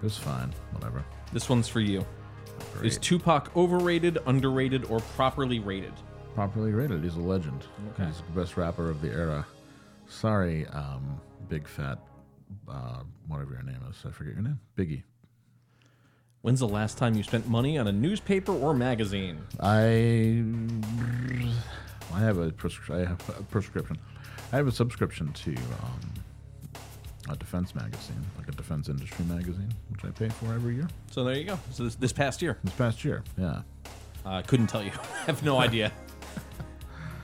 [SPEAKER 3] it was fine, whatever.
[SPEAKER 4] This one's for you. Is
[SPEAKER 3] Great.
[SPEAKER 4] Tupac overrated, underrated, or properly rated?
[SPEAKER 3] Properly rated. He's a legend.
[SPEAKER 4] Okay.
[SPEAKER 3] He's the best rapper of the era. Sorry, um, big fat, uh, whatever your name is. I forget your name. Biggie.
[SPEAKER 4] When's the last time you spent money on a newspaper or magazine?
[SPEAKER 3] I I have a prescri- I have a prescription. I have a subscription to um, a defense magazine, like a defense industry magazine, which I pay for every year.
[SPEAKER 4] So there you go. So this, this past year.
[SPEAKER 3] This past year, yeah.
[SPEAKER 4] I couldn't tell you. I have no idea.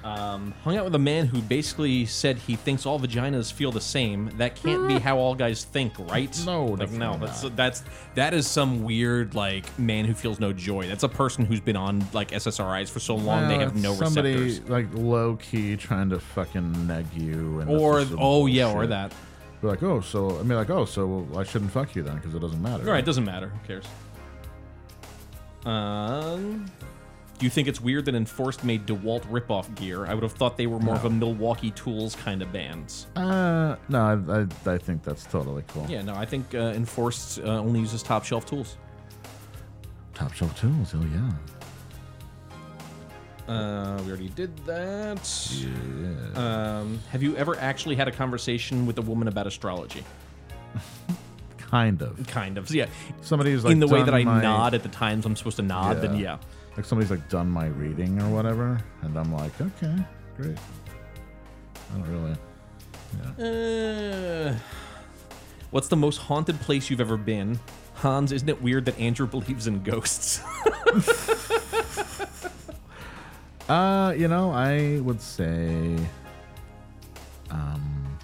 [SPEAKER 4] um, hung out with a man who basically said he thinks all vaginas feel the same. That can't be how all guys think, right? No, like, no.
[SPEAKER 3] definitely
[SPEAKER 4] That's that's that is some weird like man who feels no joy. That's a person who's been on like SSRIs for so long they
[SPEAKER 3] Well,
[SPEAKER 4] have
[SPEAKER 3] it's
[SPEAKER 4] no
[SPEAKER 3] somebody
[SPEAKER 4] receptors.
[SPEAKER 3] like low key trying to fucking neg you, and
[SPEAKER 4] Or-
[SPEAKER 3] this is some
[SPEAKER 4] oh, yeah, or
[SPEAKER 3] bullshit.
[SPEAKER 4] that.
[SPEAKER 3] They're like, oh, so I mean, like, oh, so I shouldn't fuck you then because it doesn't matter.
[SPEAKER 4] Right, it doesn't matter. Who cares? Um, do you think it's weird that Enforced made DeWalt ripoff gear? I would have thought they were more of a Milwaukee Tools kind of bands.
[SPEAKER 3] Uh, no, I, I, I think that's totally cool.
[SPEAKER 4] Yeah, no, I think uh, Enforced uh, only uses top shelf tools.
[SPEAKER 3] Top shelf tools, oh yeah.
[SPEAKER 4] Uh, we already did that. Um, have you ever actually had a conversation with a woman about astrology?
[SPEAKER 3] Kind of.
[SPEAKER 4] Kind of. So, yeah.
[SPEAKER 3] Somebody's
[SPEAKER 4] in
[SPEAKER 3] like
[SPEAKER 4] the way
[SPEAKER 3] done
[SPEAKER 4] that I
[SPEAKER 3] my-
[SPEAKER 4] nod at the times I'm supposed to nod. Then yeah.
[SPEAKER 3] Like somebody's like done my reading or whatever, and I'm like, okay, great. I don't really.
[SPEAKER 4] Uh, what's the most haunted place you've ever been? Hans, isn't it weird that Andrew believes in ghosts?
[SPEAKER 3] Uh, you know, I would say, um,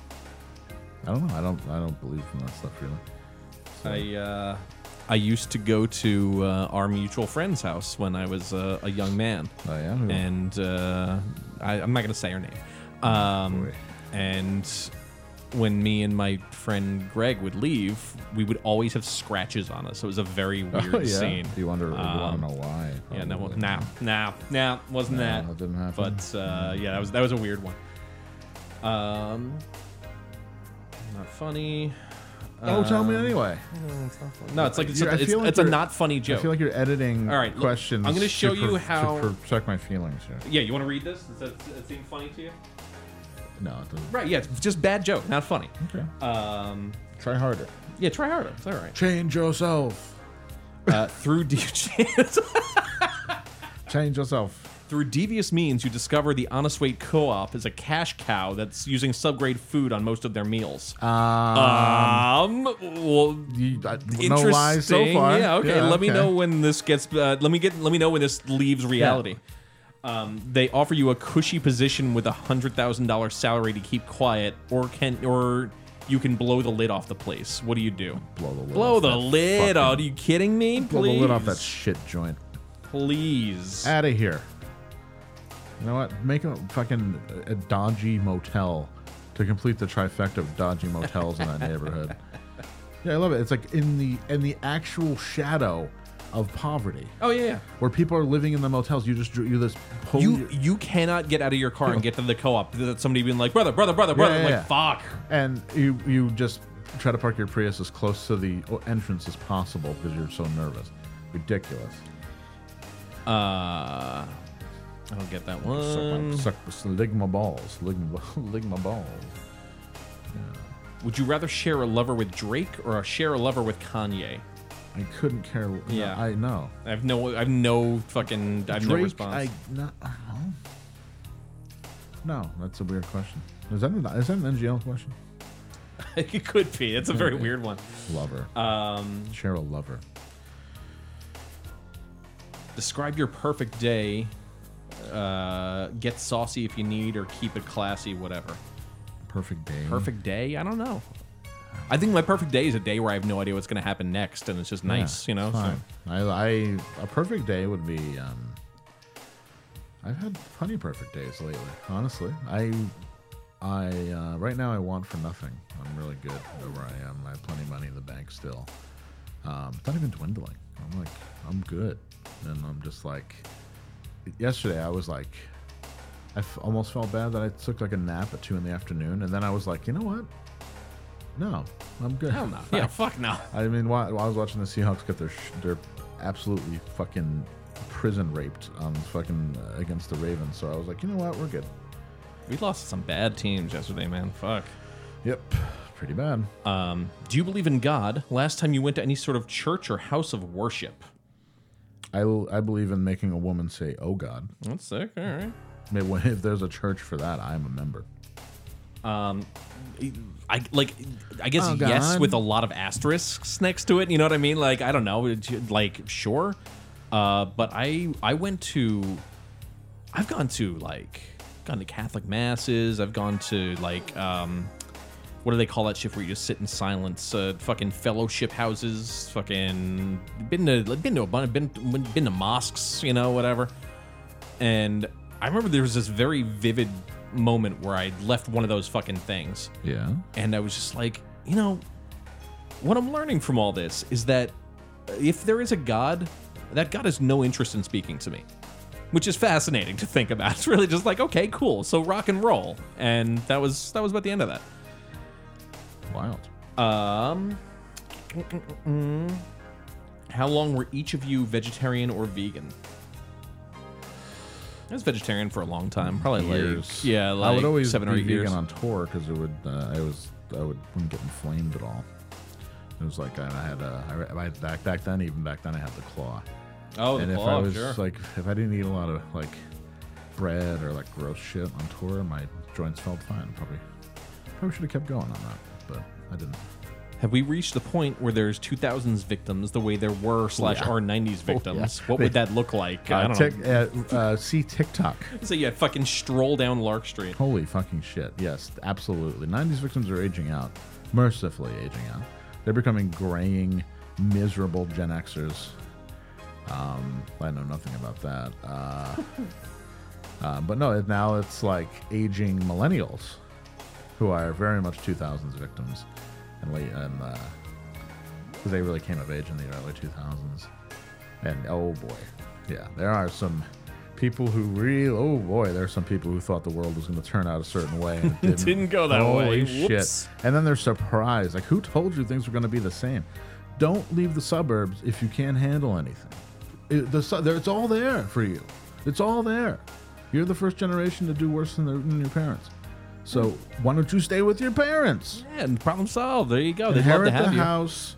[SPEAKER 3] I don't know. I don't. I don't believe in that stuff really.
[SPEAKER 4] I uh, I used to go to uh, our mutual friend's house when I was uh, a young man.
[SPEAKER 3] Oh yeah.
[SPEAKER 4] And uh, I, I'm not gonna say her name. Um, and when me and my friend Greg would leave, we would always have scratches on us. So it was a very weird
[SPEAKER 3] Oh, yeah?
[SPEAKER 4] scene.
[SPEAKER 3] You wonder- you wanna
[SPEAKER 4] Um,
[SPEAKER 3] know why,
[SPEAKER 4] Yeah. No.
[SPEAKER 3] probably.
[SPEAKER 4] No. No. No. Wasn't
[SPEAKER 3] No,
[SPEAKER 4] that?
[SPEAKER 3] that didn't happen. Mm-hmm.
[SPEAKER 4] But uh, yeah, that was that was a weird one. Um, not funny.
[SPEAKER 3] Oh, tell me
[SPEAKER 4] Um,
[SPEAKER 3] anyway.
[SPEAKER 4] No, it's not funny. No, it's like it's,
[SPEAKER 3] You're- I
[SPEAKER 4] it's,
[SPEAKER 3] feel like
[SPEAKER 4] it's a
[SPEAKER 3] you're-
[SPEAKER 4] not funny joke.
[SPEAKER 3] I feel like you're editing
[SPEAKER 4] All right, look,
[SPEAKER 3] questions.
[SPEAKER 4] I'm going to show
[SPEAKER 3] to
[SPEAKER 4] you
[SPEAKER 3] pro-
[SPEAKER 4] how.
[SPEAKER 3] to protect my feelings here.
[SPEAKER 4] yeah, you want to read this? Does that, does that seem funny to you?
[SPEAKER 3] No, it doesn't.
[SPEAKER 4] Right. Yeah, it's just bad joke, not funny.
[SPEAKER 3] Okay.
[SPEAKER 4] Um,
[SPEAKER 3] Try harder.
[SPEAKER 4] yeah, try harder. It's all right.
[SPEAKER 3] Change yourself.
[SPEAKER 4] Uh, through do you
[SPEAKER 3] Change yourself.
[SPEAKER 4] Through devious means, you discover the Honest Weight Co-op is a cash cow that's using subgrade food on most of their meals.
[SPEAKER 3] Uh,
[SPEAKER 4] Um, well,
[SPEAKER 3] no lies so
[SPEAKER 4] interesting.
[SPEAKER 3] far.
[SPEAKER 4] Yeah, okay.
[SPEAKER 3] Yeah,
[SPEAKER 4] let me
[SPEAKER 3] okay.
[SPEAKER 4] know when this gets. Uh, let me get. Let me know when this leaves reality. Um, they offer you a cushy position with a hundred thousand dollar salary to keep quiet, or can or you can blow the lid off the place. What do you do?
[SPEAKER 3] Blow the lid.
[SPEAKER 4] Blow
[SPEAKER 3] off
[SPEAKER 4] the
[SPEAKER 3] that
[SPEAKER 4] lid.
[SPEAKER 3] fucking-
[SPEAKER 4] off. Are you kidding me?
[SPEAKER 3] Blow the lid off that Ah.
[SPEAKER 4] Please.
[SPEAKER 3] shit joint.
[SPEAKER 4] Please.
[SPEAKER 3] Out of here. You know what? Make a fucking a dodgy motel to complete the trifecta of dodgy motels in that neighborhood. Yeah, I love it. It's like in the in the actual shadow of poverty.
[SPEAKER 4] Oh yeah. yeah.
[SPEAKER 3] Where people are living in the motels, you just you this pull
[SPEAKER 4] You you cannot get out of your car and get to the co-op without somebody being like, brother, brother, brother, brother.
[SPEAKER 3] Yeah,
[SPEAKER 4] I'm
[SPEAKER 3] yeah,
[SPEAKER 4] like, fuck.
[SPEAKER 3] and you you just try to park your Prius as close to the entrance as possible because you're so nervous. Ridiculous.
[SPEAKER 4] Uh, I don't get that one.
[SPEAKER 3] Suck, my- suck, lick my balls. Lick my, lick my balls.
[SPEAKER 4] Would you rather share a lover with Drake or share a lover with Kanye?
[SPEAKER 3] I couldn't care. l- no,
[SPEAKER 4] Yeah.
[SPEAKER 3] I know.
[SPEAKER 4] I have no, I have no fucking, I have
[SPEAKER 3] Drake,
[SPEAKER 4] no response.
[SPEAKER 3] I not. I don't know. No, that's a weird question. Is that an, is that an NGL question?
[SPEAKER 4] it could be. It's a very weird one.
[SPEAKER 3] Lover.
[SPEAKER 4] Um,
[SPEAKER 3] Share a lover.
[SPEAKER 4] describe your perfect day. uh, get saucy if you need, or keep it classy, whatever.
[SPEAKER 3] Perfect day.
[SPEAKER 4] Perfect day? I don't know. I think my perfect day is a day where I have no idea what's going to happen next, and it's just nice,
[SPEAKER 3] Yeah,
[SPEAKER 4] you know.
[SPEAKER 3] it's
[SPEAKER 4] So.
[SPEAKER 3] fine. I, I a perfect day would be. Um, I've had plenty of perfect days lately. Honestly, I, I uh, right now I want for nothing. I'm really good at where I am. I have plenty of money in the bank still. Um, it's not even dwindling. I'm like I'm good, and I'm just like. Yesterday I was like, I f- almost felt bad that I took like a nap at two in the afternoon, and then I was like, you know what? No, I'm good.
[SPEAKER 4] Hell no. Yeah, fuck no.
[SPEAKER 3] I mean, while, while I was watching the Seahawks get their sh- their absolutely fucking prison raped on fucking uh, against the Ravens, so I was like, you know what, we're good.
[SPEAKER 4] We lost some bad teams yesterday, man. Fuck.
[SPEAKER 3] Yep, pretty bad.
[SPEAKER 4] Um, do you believe in God? Last time you went to any sort of church or house of worship?
[SPEAKER 3] I, l- I believe in making a woman say, "Oh God."
[SPEAKER 4] That's sick. All right.
[SPEAKER 3] Maybe when- If there's a church for that, I'm a member.
[SPEAKER 4] Um, I like. I guess
[SPEAKER 3] Oh,
[SPEAKER 4] yes,
[SPEAKER 3] God.
[SPEAKER 4] with a lot of asterisks next to it. You know what I mean? Like I don't know. it- Like sure, uh, but I I went to. I've gone to like gone to Catholic masses. I've gone to like um, what do they call that shit where you just sit in silence? Uh, fucking fellowship houses. Fucking been to like, been to a bunch. Been been to mosques. You know whatever. And I remember there was this very vivid moment where I left one of those fucking things.
[SPEAKER 3] Yeah.
[SPEAKER 4] And I was just like, you know, what I'm learning from all this is that if there is a God, that God has no interest in speaking to me, which is fascinating to think about. It's really just like, okay, cool. So rock and roll, and that was that was about the end of that.
[SPEAKER 3] Wild.
[SPEAKER 4] Um, how long were each of you vegetarian or vegan? I was vegetarian for a long time, probably
[SPEAKER 3] Years.
[SPEAKER 4] like yeah, like
[SPEAKER 3] I would always
[SPEAKER 4] seven
[SPEAKER 3] be
[SPEAKER 4] or eight
[SPEAKER 3] vegan
[SPEAKER 4] years.
[SPEAKER 3] on tour because it would. Uh, I was I would wouldn't get inflamed at all. It was like I I had a I, I back back then even back then I had the claw.
[SPEAKER 4] Oh, the
[SPEAKER 3] and if I
[SPEAKER 4] claw,
[SPEAKER 3] was
[SPEAKER 4] sure.
[SPEAKER 3] like if I didn't eat a lot of like bread or like gross shit on tour, my joints felt fine. Probably probably should have kept going on that, but I didn't.
[SPEAKER 4] Have we reached the point where there's 2000s victims the way there were slash
[SPEAKER 3] Yeah.
[SPEAKER 4] are 90s
[SPEAKER 3] Oh, yeah.
[SPEAKER 4] victims? What
[SPEAKER 3] They-
[SPEAKER 4] would that look like? I
[SPEAKER 3] Uh,
[SPEAKER 4] don't
[SPEAKER 3] tick,
[SPEAKER 4] know.
[SPEAKER 3] uh, uh, see TikTok.
[SPEAKER 4] So yeah, fucking stroll down Lark Street.
[SPEAKER 3] Holy fucking shit. Yes, absolutely. 90s victims are aging out, mercifully aging out. They're becoming graying, miserable Gen Xers. Um, I know nothing about that. Uh, uh, but no, it- now it's like aging millennials who are very much 2000s victims and late and uh 'cause they really came of age in the early 2000s and oh boy yeah there are some people who real oh boy there are some people who thought the world was going to turn out a certain way and it didn't.
[SPEAKER 4] Didn't go that
[SPEAKER 3] Holy
[SPEAKER 4] way.
[SPEAKER 3] shit
[SPEAKER 4] Whoops.
[SPEAKER 3] and then they're surprised like who told you things were going to be the same don't leave the suburbs if you can't handle anything it, the, su- there- it's all there for you it's all there you're the first generation to do worse than, their, than your parents so why don't you stay with your parents
[SPEAKER 4] Yeah, and problem solved. There you go. They'd love
[SPEAKER 3] Inherit
[SPEAKER 4] to have
[SPEAKER 3] the
[SPEAKER 4] you.
[SPEAKER 3] house,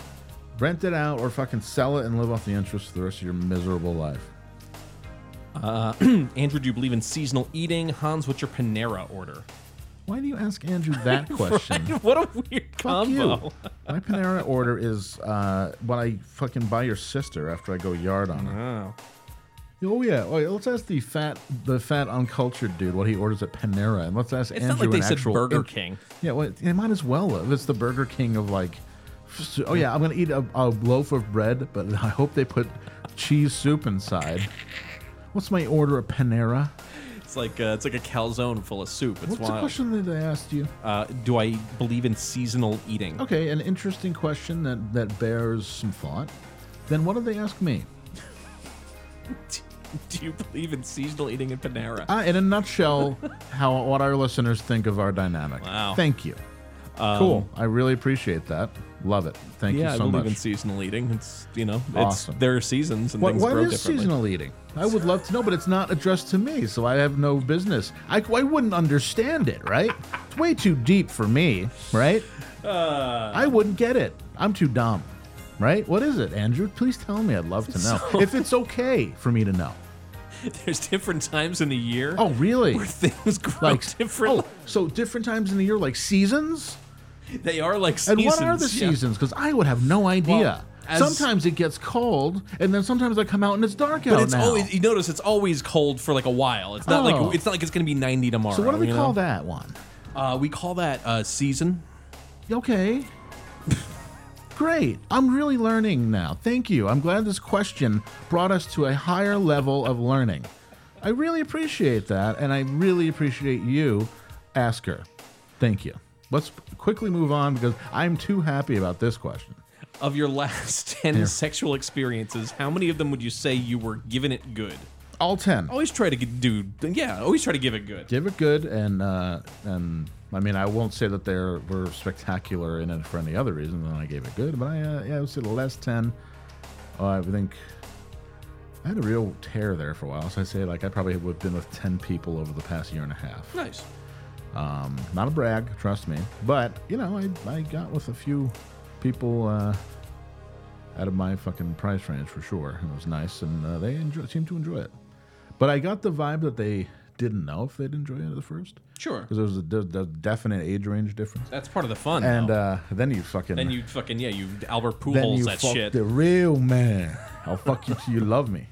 [SPEAKER 3] rent it out, or fucking sell it and live off the interest for the rest of your miserable life.
[SPEAKER 4] Uh, Andrew, do you believe in seasonal eating? Hans, what's your Panera order?
[SPEAKER 3] Why do you ask Andrew that
[SPEAKER 4] Right?
[SPEAKER 3] question?
[SPEAKER 4] What a weird
[SPEAKER 3] Fuck
[SPEAKER 4] combo.
[SPEAKER 3] you. My Panera order is uh, what I fucking buy your sister after I go yard on
[SPEAKER 4] her.
[SPEAKER 3] Oh yeah. Wait, let's ask the fat, the fat uncultured dude what he orders at Panera, and let's ask
[SPEAKER 4] It's not
[SPEAKER 3] Andrew
[SPEAKER 4] like they
[SPEAKER 3] an
[SPEAKER 4] said
[SPEAKER 3] actual
[SPEAKER 4] Burger
[SPEAKER 3] in-
[SPEAKER 4] King.
[SPEAKER 3] Yeah, well, it might as well have. It's the Burger King of like, oh yeah, I'm gonna eat a, a loaf of bread, but I hope they put cheese soup inside. What's my order at Panera?
[SPEAKER 4] It's like uh, it's like a calzone full of soup. It's
[SPEAKER 3] What's the
[SPEAKER 4] wild.
[SPEAKER 3] question that they asked you?
[SPEAKER 4] Uh, do I believe in seasonal eating?
[SPEAKER 3] Okay, an interesting question that that bears some thought. Then what did they ask me?
[SPEAKER 4] Do you believe in seasonal eating in Panera?
[SPEAKER 3] Ah, in a nutshell, how what our listeners think of our dynamic.
[SPEAKER 4] Wow.
[SPEAKER 3] Thank you.
[SPEAKER 4] Um,
[SPEAKER 3] cool. I really appreciate that. Love it. Thank you
[SPEAKER 4] yeah, I
[SPEAKER 3] so
[SPEAKER 4] believe
[SPEAKER 3] much.
[SPEAKER 4] in seasonal eating. It's you know, it's,
[SPEAKER 3] Awesome.
[SPEAKER 4] There are seasons and
[SPEAKER 3] What,
[SPEAKER 4] things
[SPEAKER 3] what
[SPEAKER 4] grow
[SPEAKER 3] is
[SPEAKER 4] differently.
[SPEAKER 3] seasonal eating? I would love to know, but it's not addressed to me, so I have no business. I, I wouldn't understand it, right? It's way too deep for me, right?
[SPEAKER 4] Uh,
[SPEAKER 3] I wouldn't get it. I'm too dumb, right? What is it, Andrew? Please tell me. I'd love to know.
[SPEAKER 4] So-
[SPEAKER 3] if it's okay for me to know.
[SPEAKER 4] There's different times in the year.
[SPEAKER 3] Oh, really?
[SPEAKER 4] Where things grow
[SPEAKER 3] Like,
[SPEAKER 4] different.
[SPEAKER 3] oh, so different times in the year, like seasons?
[SPEAKER 4] They are like seasons.
[SPEAKER 3] And what are the
[SPEAKER 4] yeah.
[SPEAKER 3] seasons? Because I would have no idea.
[SPEAKER 4] Well, as-
[SPEAKER 3] sometimes it gets cold, and then sometimes I come out and it's dark
[SPEAKER 4] But
[SPEAKER 3] out
[SPEAKER 4] it's
[SPEAKER 3] now.
[SPEAKER 4] always you notice it's always cold for like a while. It's not
[SPEAKER 3] Oh.
[SPEAKER 4] like it's not like it's gonna be ninety tomorrow.
[SPEAKER 3] so what do we
[SPEAKER 4] you
[SPEAKER 3] call
[SPEAKER 4] know?
[SPEAKER 3] that one?
[SPEAKER 4] Uh, we call that uh, season.
[SPEAKER 3] Okay. Great. I'm really learning now. Thank you. I'm glad this question brought us to a higher level of learning. I really appreciate that, and I really appreciate you, Asker. Thank you. Let's quickly move on because I'm too happy about this question.
[SPEAKER 4] Of your last ten
[SPEAKER 3] Here.
[SPEAKER 4] sexual experiences, how many of them would you say you were giving it good?
[SPEAKER 3] All 10.
[SPEAKER 4] Always try to g- do yeah. Always try to give it good.
[SPEAKER 3] Give it good, and uh, and I mean, I won't say that they were spectacular in it for any other reason than I gave it good, but I uh, yeah, I would say the last ten. Uh, I think I had a real tear there for a while, so I say like I probably have been with ten people over the past year and a half.
[SPEAKER 4] Nice.
[SPEAKER 3] Um, not a brag, trust me, but you know, I I got with a few people. Uh, out of my fucking price range for sure. It was nice, and uh, they enjoy, seemed to enjoy it. But I got the vibe that they didn't know if they'd enjoy it at the first.
[SPEAKER 4] Sure.
[SPEAKER 3] because there was a de- de- definite age range difference.
[SPEAKER 4] That's part of the fun.
[SPEAKER 3] and
[SPEAKER 4] though.
[SPEAKER 3] uh, then you fucking
[SPEAKER 4] then you fucking yeah you Albert
[SPEAKER 3] then
[SPEAKER 4] Pujols
[SPEAKER 3] you
[SPEAKER 4] that
[SPEAKER 3] fuck
[SPEAKER 4] shit.
[SPEAKER 3] the real man. I'll fuck you till you love me.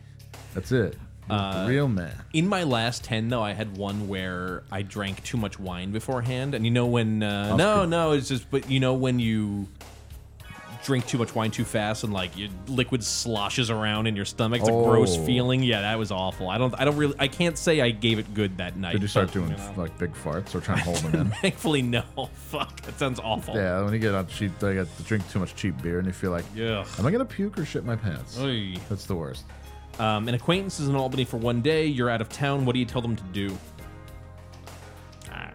[SPEAKER 3] That's it. You want
[SPEAKER 4] Uh,
[SPEAKER 3] the real man.
[SPEAKER 4] In my last ten, though, I had one where I drank too much wine beforehand, and you know when? Uh,
[SPEAKER 3] Oh,
[SPEAKER 4] no,
[SPEAKER 3] good.
[SPEAKER 4] no, it's just. But you know when you drink too much wine too fast, and like your liquid sloshes around in your stomach. It's a gross
[SPEAKER 3] Oh.
[SPEAKER 4] feeling. Yeah, that was awful. I don't. I don't really. I can't say I gave it good that night.
[SPEAKER 3] Did you start
[SPEAKER 4] but,
[SPEAKER 3] doing
[SPEAKER 4] you know.
[SPEAKER 3] like big farts or trying to hold them in?
[SPEAKER 4] Thankfully, no. Fuck, that sounds awful.
[SPEAKER 3] Yeah, when you get on cheap, they got to drink too much cheap beer, and you feel like,
[SPEAKER 4] Yeah. Oh,
[SPEAKER 3] am I gonna puke or shit my pants?
[SPEAKER 4] Oy.
[SPEAKER 3] That's the worst.
[SPEAKER 4] Um, an acquaintance is in Albany for one day. You're out of town. What do you tell them to do? I,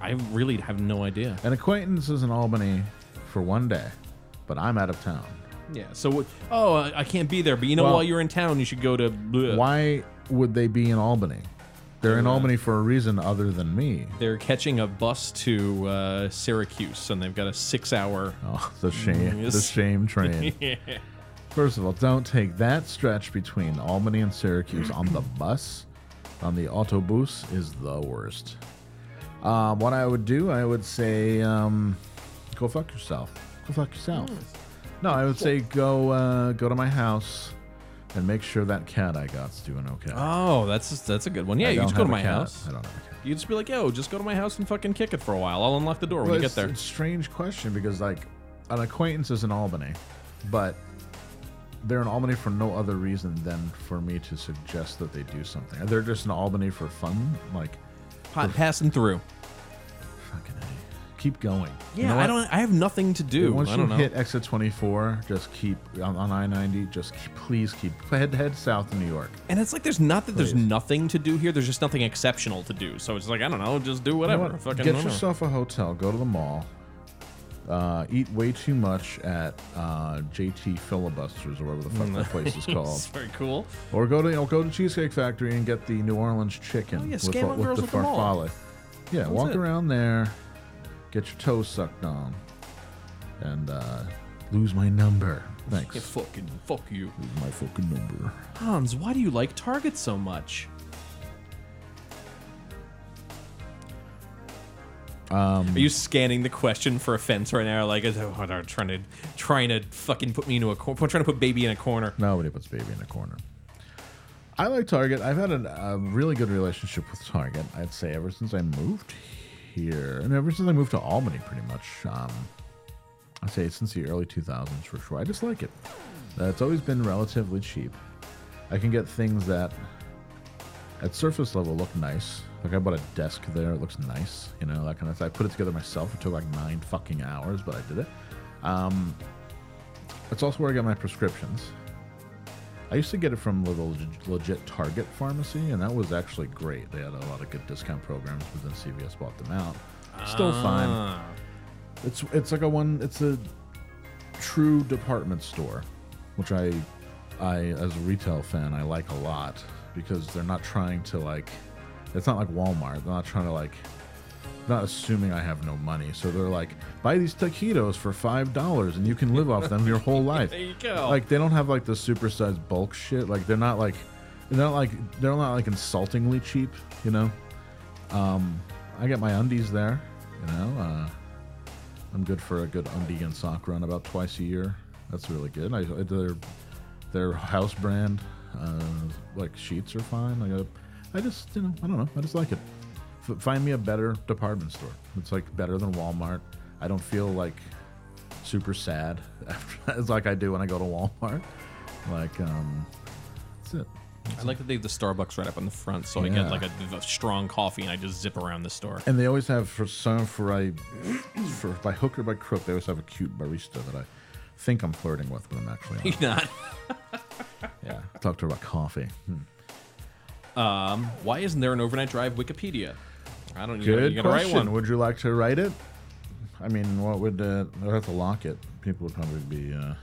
[SPEAKER 4] I really have no idea.
[SPEAKER 3] An acquaintance is in Albany for one day, but I'm out of town.
[SPEAKER 4] Yeah. So, what- oh, I I can't be there. But you know,
[SPEAKER 3] Well-
[SPEAKER 4] while you're in town, you should go to. Bleh.
[SPEAKER 3] Why would they be in Albany? They're in
[SPEAKER 4] Uh,
[SPEAKER 3] Albany for a reason other than me.
[SPEAKER 4] They're catching a bus to uh, Syracuse, and they've got a six-hour.
[SPEAKER 3] Oh, the shame, the
[SPEAKER 4] Mm, Yes.
[SPEAKER 3] shame train.
[SPEAKER 4] yeah.
[SPEAKER 3] First of all, don't take that stretch between Albany and Syracuse on the bus. On the autobus is the worst. Um, what I would do, I would say, um, go fuck yourself. Go fuck yourself.
[SPEAKER 4] Mm.
[SPEAKER 3] No, I would say go uh, go to my house and make sure that cat I got's doing okay.
[SPEAKER 4] Oh, that's that's a good one.
[SPEAKER 3] I
[SPEAKER 4] Yeah, you
[SPEAKER 3] don't
[SPEAKER 4] just go
[SPEAKER 3] have
[SPEAKER 4] to
[SPEAKER 3] a
[SPEAKER 4] my
[SPEAKER 3] cat.
[SPEAKER 4] house.
[SPEAKER 3] I don't have
[SPEAKER 4] You just be like, yo, just go to my house and fucking kick it for a while. I'll unlock the door when
[SPEAKER 3] Well,
[SPEAKER 4] you
[SPEAKER 3] it's,
[SPEAKER 4] get there.
[SPEAKER 3] It's a strange question because like an acquaintance is in Albany, but they're in Albany for no other reason than for me to suggest that they do something. They're just in Albany for fun. Like
[SPEAKER 4] Pa- passing through.
[SPEAKER 3] keep going. You
[SPEAKER 4] Yeah,
[SPEAKER 3] know
[SPEAKER 4] I
[SPEAKER 3] what?
[SPEAKER 4] don't. I have nothing to do.
[SPEAKER 3] Once
[SPEAKER 4] I
[SPEAKER 3] you
[SPEAKER 4] don't know.
[SPEAKER 3] hit exit 24, just keep on, on I 90. Just keep, please keep head head south to New York.
[SPEAKER 4] And it's like there's not that there's
[SPEAKER 3] Please.
[SPEAKER 4] nothing to do here. There's just nothing exceptional to do. So it's like I don't know, just do
[SPEAKER 3] You know
[SPEAKER 4] whatever.
[SPEAKER 3] what?
[SPEAKER 4] Fucking
[SPEAKER 3] Get
[SPEAKER 4] whatever.
[SPEAKER 3] yourself a hotel. Go to the mall. Uh, eat way too much at uh, JT Filibusters or whatever the
[SPEAKER 4] Mm.
[SPEAKER 3] fuck that place is called.
[SPEAKER 4] It's very cool.
[SPEAKER 3] Or go to you know, go to Cheesecake Factory and get the New Orleans chicken
[SPEAKER 4] Oh, yeah,
[SPEAKER 3] with,
[SPEAKER 4] scam
[SPEAKER 3] the-
[SPEAKER 4] on
[SPEAKER 3] with
[SPEAKER 4] girls
[SPEAKER 3] the
[SPEAKER 4] at the mall.
[SPEAKER 3] farfalle. Yeah,
[SPEAKER 4] That's
[SPEAKER 3] walk
[SPEAKER 4] it.
[SPEAKER 3] around there, get your toes sucked on, and uh, lose my number. Thanks.
[SPEAKER 4] Yeah, fucking fuck you.
[SPEAKER 3] Lose my fucking number.
[SPEAKER 4] Hans, why do you like Target so much?
[SPEAKER 3] Um,
[SPEAKER 4] Are you scanning the question for offense right now? Like, oh, they're trying to trying to fucking put me into a corner, trying to put baby in a corner.
[SPEAKER 3] Nobody puts baby in a corner. I like Target. I've had an, a really good relationship with Target. I'd say ever since I moved here, and ever since I moved to Albany, pretty much. Um, I'd say since the early 2000s for sure. I just like it. Uh, it's always been relatively cheap. I can get things that at surface level look nice. Like I bought a desk there, it looks nice, you know, that kind of stuff. I put it together myself. It took like nine fucking hours, but I did it. Um, it's also where I got my prescriptions. I used to get it from the legit, legit Target pharmacy, and that was actually great. They had a lot of good discount programs, but then CVS bought them out. Still fine.
[SPEAKER 4] Ah.
[SPEAKER 3] It's it's like a one. It's a true department store, which I I as a retail fan I like a lot because they're not trying to like. It's not like Walmart. They're not trying to like. Not assuming I have no money, so they're like, buy these taquitos for five dollars and you can live off them your whole life.
[SPEAKER 4] There you go.
[SPEAKER 3] Like they don't have like the supersized bulk shit. Like they're not like they're not like they're not like insultingly cheap, you know. Um, I get my undies there, you know. Uh, I'm good for a good undie and sock run about twice a year. That's really good. I, I- their their house brand, uh, like sheets are fine. Like uh, I just you know I don't know. I just like it. F- find me a better department store. It's like better than Walmart. I don't feel like super sad after it's like I do when I go to Walmart. Like um, that's it.
[SPEAKER 4] I like that they have the Starbucks right up on the front, so I
[SPEAKER 3] Yeah.
[SPEAKER 4] get like a, a strong coffee and I just zip around the store.
[SPEAKER 3] And they always have for some for I for by hook or by crook, they always have a cute barista that I think I'm flirting with, but I'm actually not.
[SPEAKER 4] You're not.
[SPEAKER 3] yeah. Talk to her about coffee. Hmm.
[SPEAKER 4] Um, why isn't there an overnight drive Wikipedia? I don't. You gotta,
[SPEAKER 3] Good
[SPEAKER 4] you gotta write
[SPEAKER 3] question.
[SPEAKER 4] one.
[SPEAKER 3] Would you like to write it? I mean, what would uh, I'd have to lock it? People would probably be. Uh...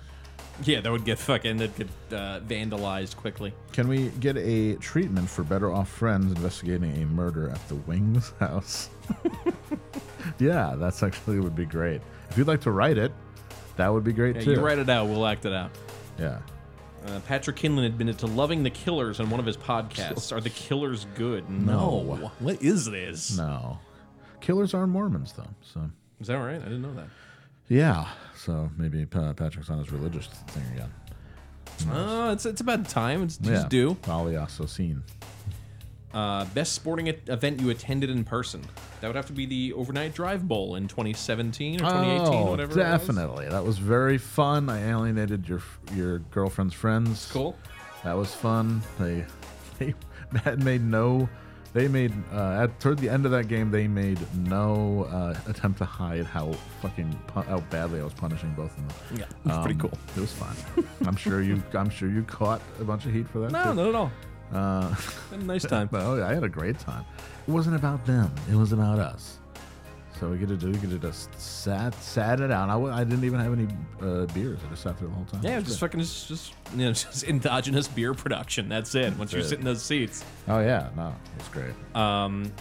[SPEAKER 4] Yeah, that would get fucking that get uh, vandalized quickly.
[SPEAKER 3] Can we get a treatment for better off friends investigating a murder at the Wings house? yeah, that's actually would be great. If you'd like to write it, that would be great
[SPEAKER 4] Yeah,
[SPEAKER 3] too.
[SPEAKER 4] you write it out, we'll act it out.
[SPEAKER 3] Yeah.
[SPEAKER 4] Uh, Patrick Kinlan admitted to loving the Killers on one of his podcasts. Are the Killers good? No.
[SPEAKER 3] No.
[SPEAKER 4] What is this?
[SPEAKER 3] No. Killers aren't Mormons though, so.
[SPEAKER 4] Is that right? I didn't know that.
[SPEAKER 3] Yeah, so maybe uh, Patrick's on his religious thing again.
[SPEAKER 4] Oh, it's it's about time. It's
[SPEAKER 3] Yeah.
[SPEAKER 4] just due.
[SPEAKER 3] Aliasso scene.
[SPEAKER 4] Uh, best sporting e- event you attended in person. That would have to be the Overnight Drive Bowl in 2017 or 2018,
[SPEAKER 3] oh,
[SPEAKER 4] whatever. it was.
[SPEAKER 3] definitely. That was very fun. I alienated your your girlfriend's friends.
[SPEAKER 4] Cool.
[SPEAKER 3] That was fun. They they that made no. They made uh, at toward the end of that game. They made no uh, attempt to hide how fucking pu- how badly I was punishing both of them.
[SPEAKER 4] Yeah, it was pretty
[SPEAKER 3] cool. It was fun. I'm sure you. I'm sure you caught a bunch of heat for that.
[SPEAKER 4] No,
[SPEAKER 3] too.
[SPEAKER 4] not at all.
[SPEAKER 3] Uh,
[SPEAKER 4] had a nice time.
[SPEAKER 3] no, I had a great time. It wasn't about them. It was about us. So we get to do. We get to just sat sat it out. I, w- I didn't even have any uh, beers. I just sat there the whole time. It
[SPEAKER 4] Yeah, it
[SPEAKER 3] was
[SPEAKER 4] was just
[SPEAKER 3] great.
[SPEAKER 4] fucking just, just you know just endogenous beer production. That's it. Once you
[SPEAKER 3] That's it.
[SPEAKER 4] sit in those seats.
[SPEAKER 3] Oh yeah, no, it's great.
[SPEAKER 4] Um,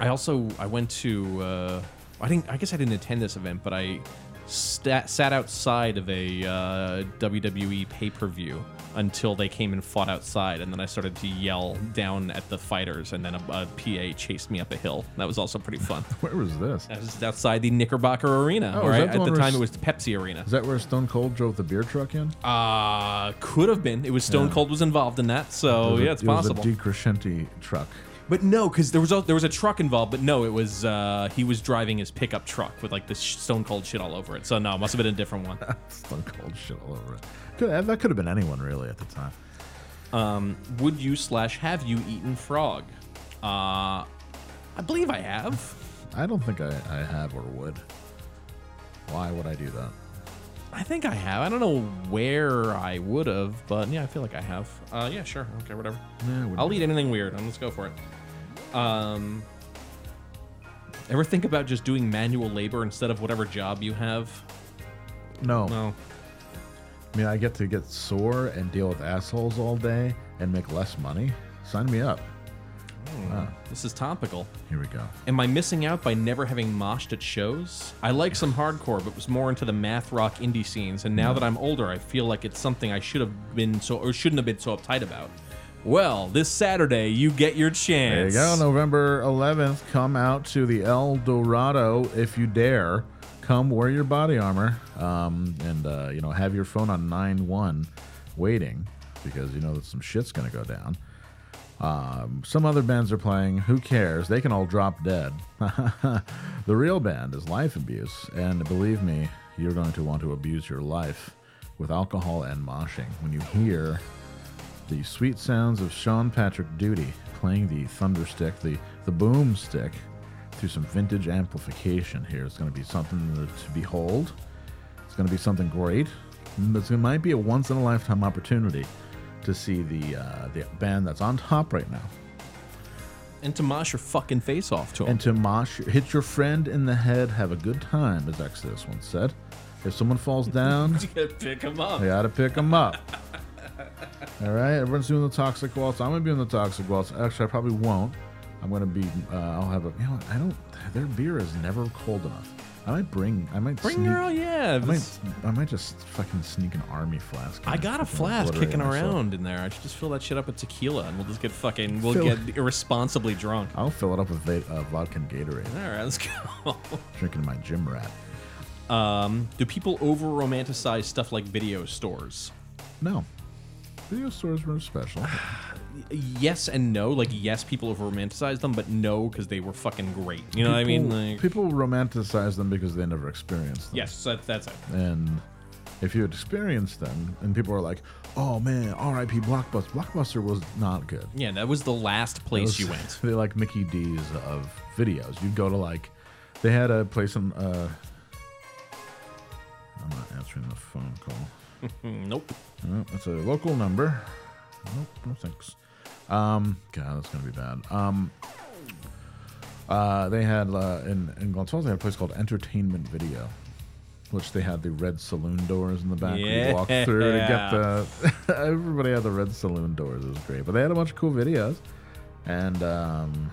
[SPEAKER 4] I also I went to uh, I didn't I guess I didn't attend this event, but I sta sat outside of a uh, WWE pay per view until they came and fought outside, and then I started to yell down at the fighters, and then a, a PA chased me up a hill. That was also pretty fun.
[SPEAKER 3] Where was this?
[SPEAKER 4] That was outside the Knickerbocker Arena.
[SPEAKER 3] Oh,
[SPEAKER 4] or
[SPEAKER 3] is that
[SPEAKER 4] I-
[SPEAKER 3] the
[SPEAKER 4] at
[SPEAKER 3] one
[SPEAKER 4] the
[SPEAKER 3] where
[SPEAKER 4] time
[SPEAKER 3] s-
[SPEAKER 4] it was the Pepsi Arena.
[SPEAKER 3] Is that where Stone Cold drove the beer truck in?
[SPEAKER 4] Uh, could have been. It was Stone
[SPEAKER 3] Yeah.
[SPEAKER 4] Cold was involved in that, so
[SPEAKER 3] It was a-
[SPEAKER 4] yeah, it's
[SPEAKER 3] it
[SPEAKER 4] possible.
[SPEAKER 3] Was a decrescenti truck.
[SPEAKER 4] but no, because there was a, there was a truck involved. But no, it was uh, he was driving his pickup truck with like this sh- Stone Cold shit all over it. So no, it must have been a different one.
[SPEAKER 3] Stone Cold shit all over it. Could, that could have been anyone really at the time.
[SPEAKER 4] Um, would you slash have you eaten frog? Uh, I believe I have.
[SPEAKER 3] I don't think I, I have or would. Why would I do that?
[SPEAKER 4] I think I have. I don't know where I would have, but yeah, I feel like I have. Uh, yeah, sure. Okay, whatever.
[SPEAKER 3] Yeah, whatever.
[SPEAKER 4] I'll eat anything weird. Um, Let's go for it. Um, ever think about just doing manual labor instead of whatever job you have?
[SPEAKER 3] No.
[SPEAKER 4] No.
[SPEAKER 3] I mean, I get to get sore and deal with assholes all day and make less money. Sign me up. Wow.
[SPEAKER 4] This is topical.
[SPEAKER 3] Here we go.
[SPEAKER 4] Am I missing out by never having moshed at shows? I like some hardcore, but was more into the math rock indie scenes, and now that I'm older, I feel like it's something I should have been so or shouldn't have been so uptight about. Well, this Saturday you get your
[SPEAKER 3] There you
[SPEAKER 4] chance.
[SPEAKER 3] go. November 11th, come out to the El Dorado if you dare. Come wear your body armor um, and, uh, you know, have your phone on 9-1 waiting because you know that some shit's going to go down. Um, some other bands are playing. Who cares? They can all drop dead. the real band is Life Abuse. And believe me, you're going to want to abuse your life with alcohol and moshing when you hear the sweet sounds of Sean Patrick Duty playing the thunderstick, the the boom stick, through some vintage amplification here. It's going to be something to behold. It's going to be something great. Mm, It's, it might be a once in a lifetime opportunity to see the uh, the band that's on top right now
[SPEAKER 4] And to mosh your fucking face off to him.
[SPEAKER 3] and to mosh, hit your friend in the head, have a good time, as Exodus once said. If someone falls down,
[SPEAKER 4] You gotta pick him up.
[SPEAKER 3] You gotta pick them up. All right, everyone's doing the toxic waltz. I'm gonna be in the toxic waltz. Actually, I probably won't. I'm gonna be. Uh, I'll have a. You know, what, I don't. Their beer is never cold enough. I might bring. I might
[SPEAKER 4] Bring
[SPEAKER 3] sneak,
[SPEAKER 4] your own- yeah,
[SPEAKER 3] I might,
[SPEAKER 4] this-
[SPEAKER 3] I might just fucking sneak an army flask.
[SPEAKER 4] I
[SPEAKER 3] and
[SPEAKER 4] got a
[SPEAKER 3] fucking
[SPEAKER 4] flask
[SPEAKER 3] obliterate
[SPEAKER 4] kicking
[SPEAKER 3] myself.
[SPEAKER 4] around in there. I should just fill that shit up with tequila, and we'll just get fucking, we'll
[SPEAKER 3] Fill-
[SPEAKER 4] get irresponsibly drunk.
[SPEAKER 3] I'll fill it up with va- uh, vodka and Gatorade.
[SPEAKER 4] All right, let's go.
[SPEAKER 3] Drinking my gym rat.
[SPEAKER 4] Um, do people over romanticize stuff like video stores?
[SPEAKER 3] No. Video stores were special.
[SPEAKER 4] Yes and no. Like yes, people over romanticize them, but no because they were fucking great. You know what I mean?
[SPEAKER 3] People-
[SPEAKER 4] Like
[SPEAKER 3] people romanticize them because they never experienced them.
[SPEAKER 4] yes, that, that's it.
[SPEAKER 3] And if you had experienced them, and people are like, "Oh man, R.I.P. Blockbuster. Blockbuster was not good."
[SPEAKER 4] Yeah, that was the last place
[SPEAKER 3] Those-
[SPEAKER 4] you went.
[SPEAKER 3] They like Mickey D's of videos. You'd go to like, they had a place in. Uh, I'm not answering the phone call.
[SPEAKER 4] nope.
[SPEAKER 3] No, that's a local number. Nope, no thanks. Um, God, that's gonna be bad. Um, uh, they had uh, in in Gonzales, they had a place called Entertainment Video, which they had the red saloon doors in the back. You walk through to get the everybody had the red saloon doors. It was great, but they had a bunch of cool videos, and um,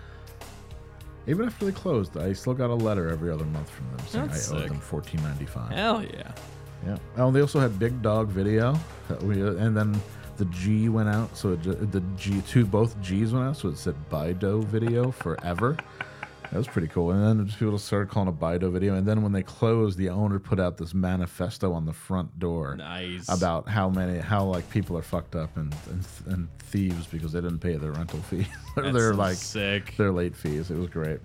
[SPEAKER 3] even after they closed, I still got a letter every other month from them saying
[SPEAKER 4] That's
[SPEAKER 3] I owed
[SPEAKER 4] sick.
[SPEAKER 3] them fourteen ninety five.
[SPEAKER 4] Hell yeah.
[SPEAKER 3] Yeah. Oh, they also had Big Dog Video, that we, uh, and then the G went out, so it, ju- the G two both G's went out, so it said Bido Video forever. That was pretty cool. And then just people started calling it Bido Video, and then when they closed, the owner put out this manifesto on the front door
[SPEAKER 4] Nice.
[SPEAKER 3] about how many how like people are fucked up and and, and thieves because they didn't pay their rental fees or
[SPEAKER 4] That's
[SPEAKER 3] their
[SPEAKER 4] so
[SPEAKER 3] like
[SPEAKER 4] sick.
[SPEAKER 3] their late fees. It was great.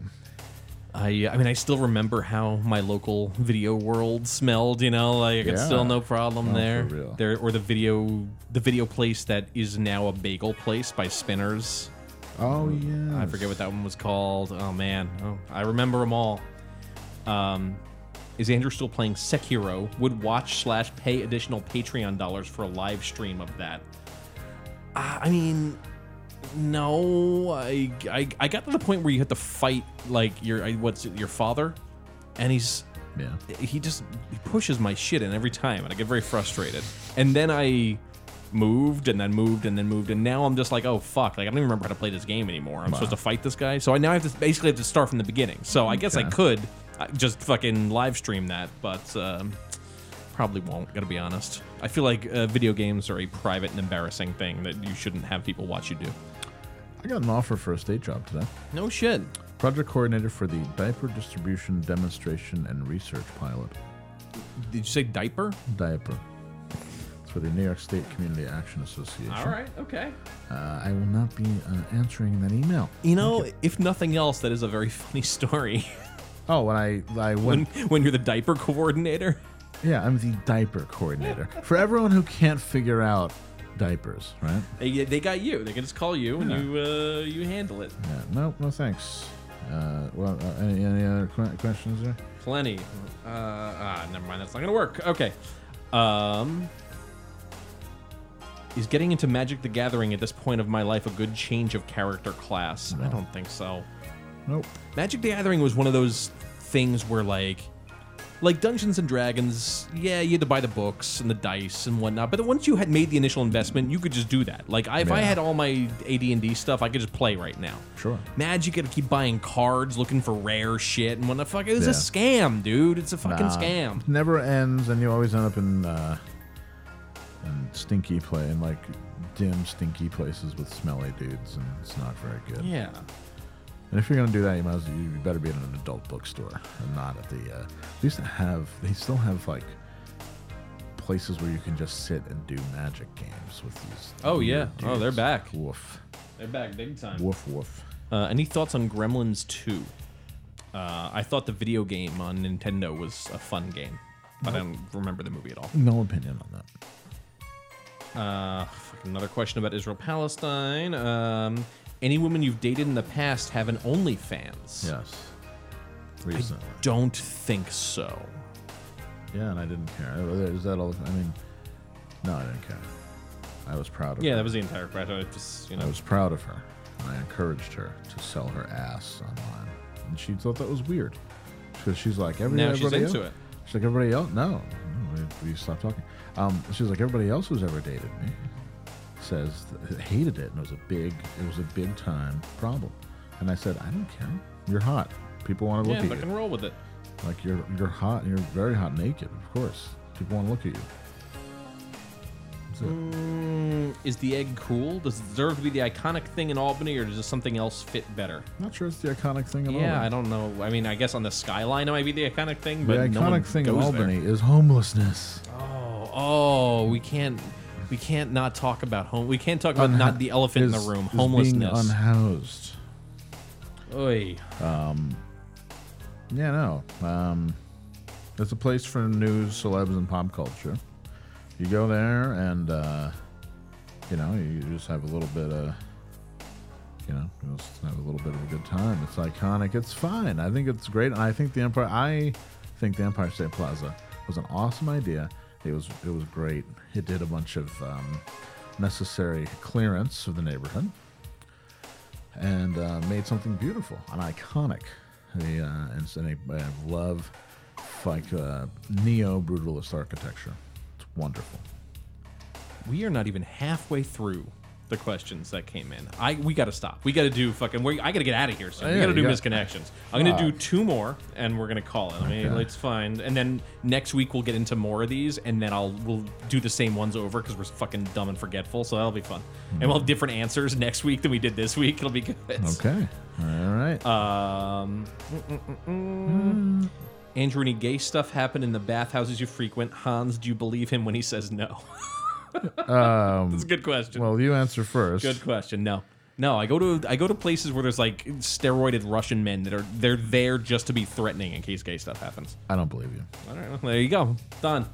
[SPEAKER 4] I I mean I still remember how my local video world smelled, you know, like it's
[SPEAKER 3] Yeah.
[SPEAKER 4] still no problem
[SPEAKER 3] Oh, for
[SPEAKER 4] there.
[SPEAKER 3] real.
[SPEAKER 4] There or the video the video place that is now a bagel place by Spinners.
[SPEAKER 3] Oh yeah.
[SPEAKER 4] I forget what that one was called. Oh man, oh, I remember them all. Um, is Andrew still playing Sekiro? Would watch slash pay additional Patreon dollars for a live stream of that? Uh, I mean, no. I, I I got to the point where you had to fight like your I- what's it, your father, and he's
[SPEAKER 3] yeah.
[SPEAKER 4] He just he pushes my shit in every time, and I get very frustrated. And then I moved and then moved and then moved and now I'm just like oh fuck like I don't even remember how to play this game anymore I'm
[SPEAKER 3] Wow.
[SPEAKER 4] supposed to fight this guy so I now have to basically have to start from the beginning so I guess I
[SPEAKER 3] Okay.
[SPEAKER 4] could uh, just fucking live stream that but um, probably won't gotta be honest I feel like uh, video games are a private and embarrassing thing that you shouldn't have people watch you do
[SPEAKER 3] I got an offer for a state job today.
[SPEAKER 4] No shit.
[SPEAKER 3] Project coordinator for the diaper distribution demonstration and research pilot.
[SPEAKER 4] did you say diaper
[SPEAKER 3] Diaper. It's for the New York State Community Action Association.
[SPEAKER 4] all right okay
[SPEAKER 3] Uh, I will not be uh, answering that email.
[SPEAKER 4] you know if nothing else that is a very funny story
[SPEAKER 3] oh when I I
[SPEAKER 4] when
[SPEAKER 3] went.
[SPEAKER 4] when you're the diaper coordinator
[SPEAKER 3] yeah, I'm the diaper coordinator for everyone who can't figure out diapers. Right?
[SPEAKER 4] They, they got you. They can just call you and
[SPEAKER 3] Yeah.
[SPEAKER 4] you uh, you handle it.
[SPEAKER 3] Yeah. No, no thanks. Uh, well, uh, any, any other que- questions there?
[SPEAKER 4] Plenty. Uh, ah, never mind. That's not gonna work. Okay. Um, is getting into Magic the Gathering at this point of my life a good change of character class? I don't think so.
[SPEAKER 3] Nope.
[SPEAKER 4] Magic the Gathering was one of those things where like like Dungeons and Dragons, yeah, you had to buy the books and the dice and whatnot. But then once you had made the initial investment, you could just do that. Like I- if I
[SPEAKER 3] Yeah.
[SPEAKER 4] had all my AD and D stuff, I could just play right now.
[SPEAKER 3] Sure.
[SPEAKER 4] Magic, you gotta keep buying cards, looking for rare shit, and what the fuck? It was
[SPEAKER 3] Yeah.
[SPEAKER 4] a scam, dude. It's a fucking
[SPEAKER 3] Nah,
[SPEAKER 4] scam.
[SPEAKER 3] It never ends, and you always end up in uh, in stinky play in like dim, stinky places with smelly dudes, and it's not very good.
[SPEAKER 4] Yeah.
[SPEAKER 3] And if you're gonna do that, you might as well, you better be in an adult bookstore and not at the. Uh, they used to have. They still have like places where you can just sit and do magic games with these.
[SPEAKER 4] Oh,
[SPEAKER 3] weird
[SPEAKER 4] yeah. Oh,
[SPEAKER 3] dudes.
[SPEAKER 4] they're back.
[SPEAKER 3] Woof.
[SPEAKER 4] They're back big time.
[SPEAKER 3] Woof woof.
[SPEAKER 4] Uh, any thoughts on Gremlins 2? Uh, I thought the video game on Nintendo was a fun game, but I don't remember the movie at all.
[SPEAKER 3] No opinion on that.
[SPEAKER 4] Uh, fuck, another question about Israel Palestine. Um, any women you've dated in the past have an OnlyFans?
[SPEAKER 3] Yes. Recently.
[SPEAKER 4] I don't think so.
[SPEAKER 3] Yeah, and I didn't care. Is that all? I mean, no, I didn't care. I was proud of
[SPEAKER 4] Yeah,
[SPEAKER 3] her.
[SPEAKER 4] that was the entire question. I just, you know,
[SPEAKER 3] I was proud of her, and I encouraged her to sell her ass online. And she thought that was weird, because she's like every
[SPEAKER 4] Now she's
[SPEAKER 3] everybody
[SPEAKER 4] into
[SPEAKER 3] else-
[SPEAKER 4] it.
[SPEAKER 3] She's like everybody else. No, no we, we stopped talking. Um, she's like everybody else who's ever dated me says th- hated it, and it was a big, it was a big time problem. And I said, I don't care. You're hot. People want to look
[SPEAKER 4] yeah,
[SPEAKER 3] at you.
[SPEAKER 4] fucking roll with it.
[SPEAKER 3] Like you're you're hot and you're very hot naked, of course. People want to look at you. That's it.
[SPEAKER 4] wondering Mm, is the egg cool? Does it deserve to be the iconic thing in Albany, or does something else fit better?
[SPEAKER 3] Not sure it's the iconic thing in Albany.
[SPEAKER 4] Yeah, I don't know. I mean, I guess on the skyline it might be the iconic
[SPEAKER 3] The
[SPEAKER 4] thing, but
[SPEAKER 3] iconic
[SPEAKER 4] no one
[SPEAKER 3] thing in
[SPEAKER 4] goes
[SPEAKER 3] Albany is homelessness.
[SPEAKER 4] There. Oh, oh, we can't, we can't not talk about home. We can't talk about
[SPEAKER 3] Unha-
[SPEAKER 4] not the elephant in
[SPEAKER 3] is-
[SPEAKER 4] the room,
[SPEAKER 3] is Being
[SPEAKER 4] homelessness.
[SPEAKER 3] unhoused.
[SPEAKER 4] Oy.
[SPEAKER 3] Um, yeah, no. Um, it's a place for news, celebs, and pop culture. You go there, and uh, you know, you just have a little bit of, you know, you just have a little bit of a good time. It's iconic. It's fine. I think it's great, and I think the Empire. I think the Empire State Plaza was an awesome idea. It was it was great. It did a bunch of um, necessary clearance of the neighborhood and uh, made something beautiful and iconic. The, uh, and, so they uh, love like uh, neo brutalist architecture. It's wonderful.
[SPEAKER 4] We are not even halfway through the questions that came in. I we got to stop. We got to do fucking. We, I got to get out of here. So
[SPEAKER 3] Yeah,
[SPEAKER 4] we got to
[SPEAKER 3] you
[SPEAKER 4] do
[SPEAKER 3] got-
[SPEAKER 4] misconnections. I'm gonna do
[SPEAKER 3] Fuck.
[SPEAKER 4] two more, and we're gonna call it. I mean,
[SPEAKER 3] Okay.
[SPEAKER 4] let's find. And then next week we'll get into more of these, and then I'll we'll do the same ones over because we're fucking dumb and forgetful. So that'll be fun. And we'll have different answers next week than we did this week. It'll be good.
[SPEAKER 3] Okay. All right.
[SPEAKER 4] Um, mm, mm, mm, mm. Andrew, any gay stuff happen in the bathhouses you frequent? Hans, do you believe him when he says no?
[SPEAKER 3] Um,
[SPEAKER 4] That's a good question.
[SPEAKER 3] Well, you answer first.
[SPEAKER 4] Good question. No, no. I go to I go to places where there's like steroided Russian men that are they're there just to be threatening in case gay stuff happens.
[SPEAKER 3] I don't believe you.
[SPEAKER 4] All right, well, there you go. Done.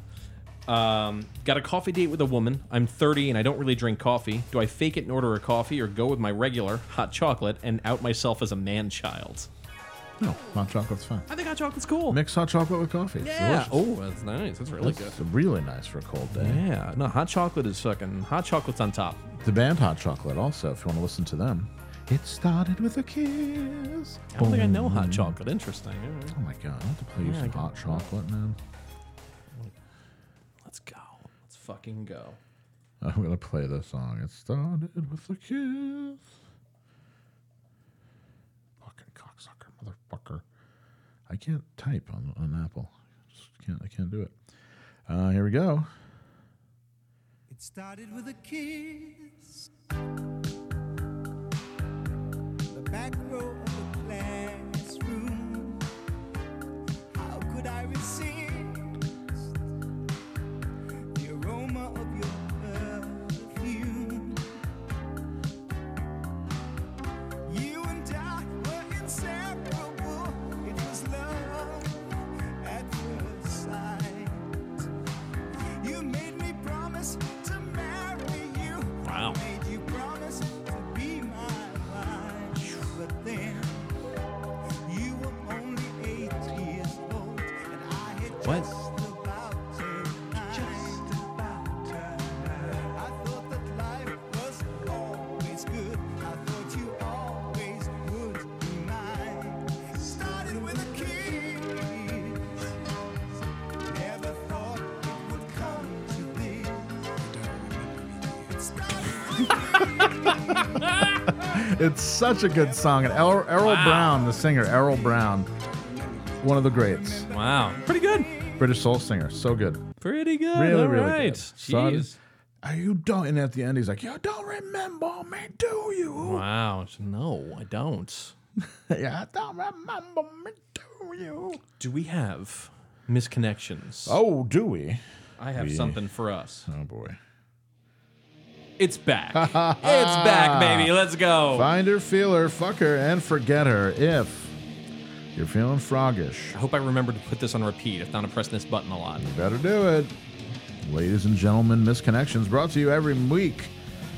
[SPEAKER 4] Um, got a coffee date with a woman. I'm 30 and I don't really drink coffee. Do I fake it and order a coffee, or go with my regular hot chocolate and out myself as a man child?
[SPEAKER 3] No, hot chocolate's fine.
[SPEAKER 4] I think hot chocolate's cool.
[SPEAKER 3] Mix hot chocolate with coffee. It's
[SPEAKER 4] Yeah.
[SPEAKER 3] delicious.
[SPEAKER 4] Oh, that's nice. That's really
[SPEAKER 3] That's
[SPEAKER 4] good.
[SPEAKER 3] Really nice for a cold day.
[SPEAKER 4] Yeah. No, hot chocolate is fucking hot chocolate's on top.
[SPEAKER 3] The band Hot Chocolate also, if you want to listen to them. It started with a kiss. Mm-hmm.
[SPEAKER 4] I don't think I know hot chocolate. Interesting. All right.
[SPEAKER 3] Oh my god, I have to play you
[SPEAKER 4] Yeah, I
[SPEAKER 3] some
[SPEAKER 4] got-
[SPEAKER 3] hot chocolate, man.
[SPEAKER 4] Let's go. Let's fucking go.
[SPEAKER 3] I'm gonna play this song. It started with a kiss. Fucking cocksucker, motherfucker. I can't type on, on Apple. Just can't. I can't do it. Uh, here we go.
[SPEAKER 26] It started with a kiss. The back row of the classroom. How could I resist the aroma of your perfume? You and I were inseparable. It was love at first sight. You made me promise to marry you.
[SPEAKER 4] Wow.
[SPEAKER 26] I made you promise to be my wife. But then you were only eight years old, and I had
[SPEAKER 4] What?
[SPEAKER 26] just about turned nine. I thought that life was always good. I thought you always would be mine. Started with a kiss. Never thought it would come to this. It started with a kiss.
[SPEAKER 3] it's such a good song. And Errol, Errol
[SPEAKER 26] Wow.
[SPEAKER 3] Brown, the singer, Errol Brown, one of the greats.
[SPEAKER 4] Wow, pretty good.
[SPEAKER 3] British soul singer, so good.
[SPEAKER 4] Pretty good.
[SPEAKER 3] Really,
[SPEAKER 4] All
[SPEAKER 3] really
[SPEAKER 4] right.
[SPEAKER 3] good. Son,
[SPEAKER 4] Jeez.
[SPEAKER 3] are you don't? And at the end, he's like, "You don't remember me, do you?
[SPEAKER 4] Wow. No, I don't.
[SPEAKER 3] yeah, I don't remember me, do you?"
[SPEAKER 4] Do we have misconnections?
[SPEAKER 3] Oh, do we?
[SPEAKER 4] I have
[SPEAKER 3] We-
[SPEAKER 4] something for us.
[SPEAKER 3] Oh boy.
[SPEAKER 4] It's back. it's back, baby. Let's go.
[SPEAKER 3] Find her, feel her, fuck her, and forget her if you're feeling froggish.
[SPEAKER 4] I hope I remember to put this on repeat. If not, I'm pressing this button a lot.
[SPEAKER 3] Better do it. Ladies and gentlemen, Misconnections brought to you every week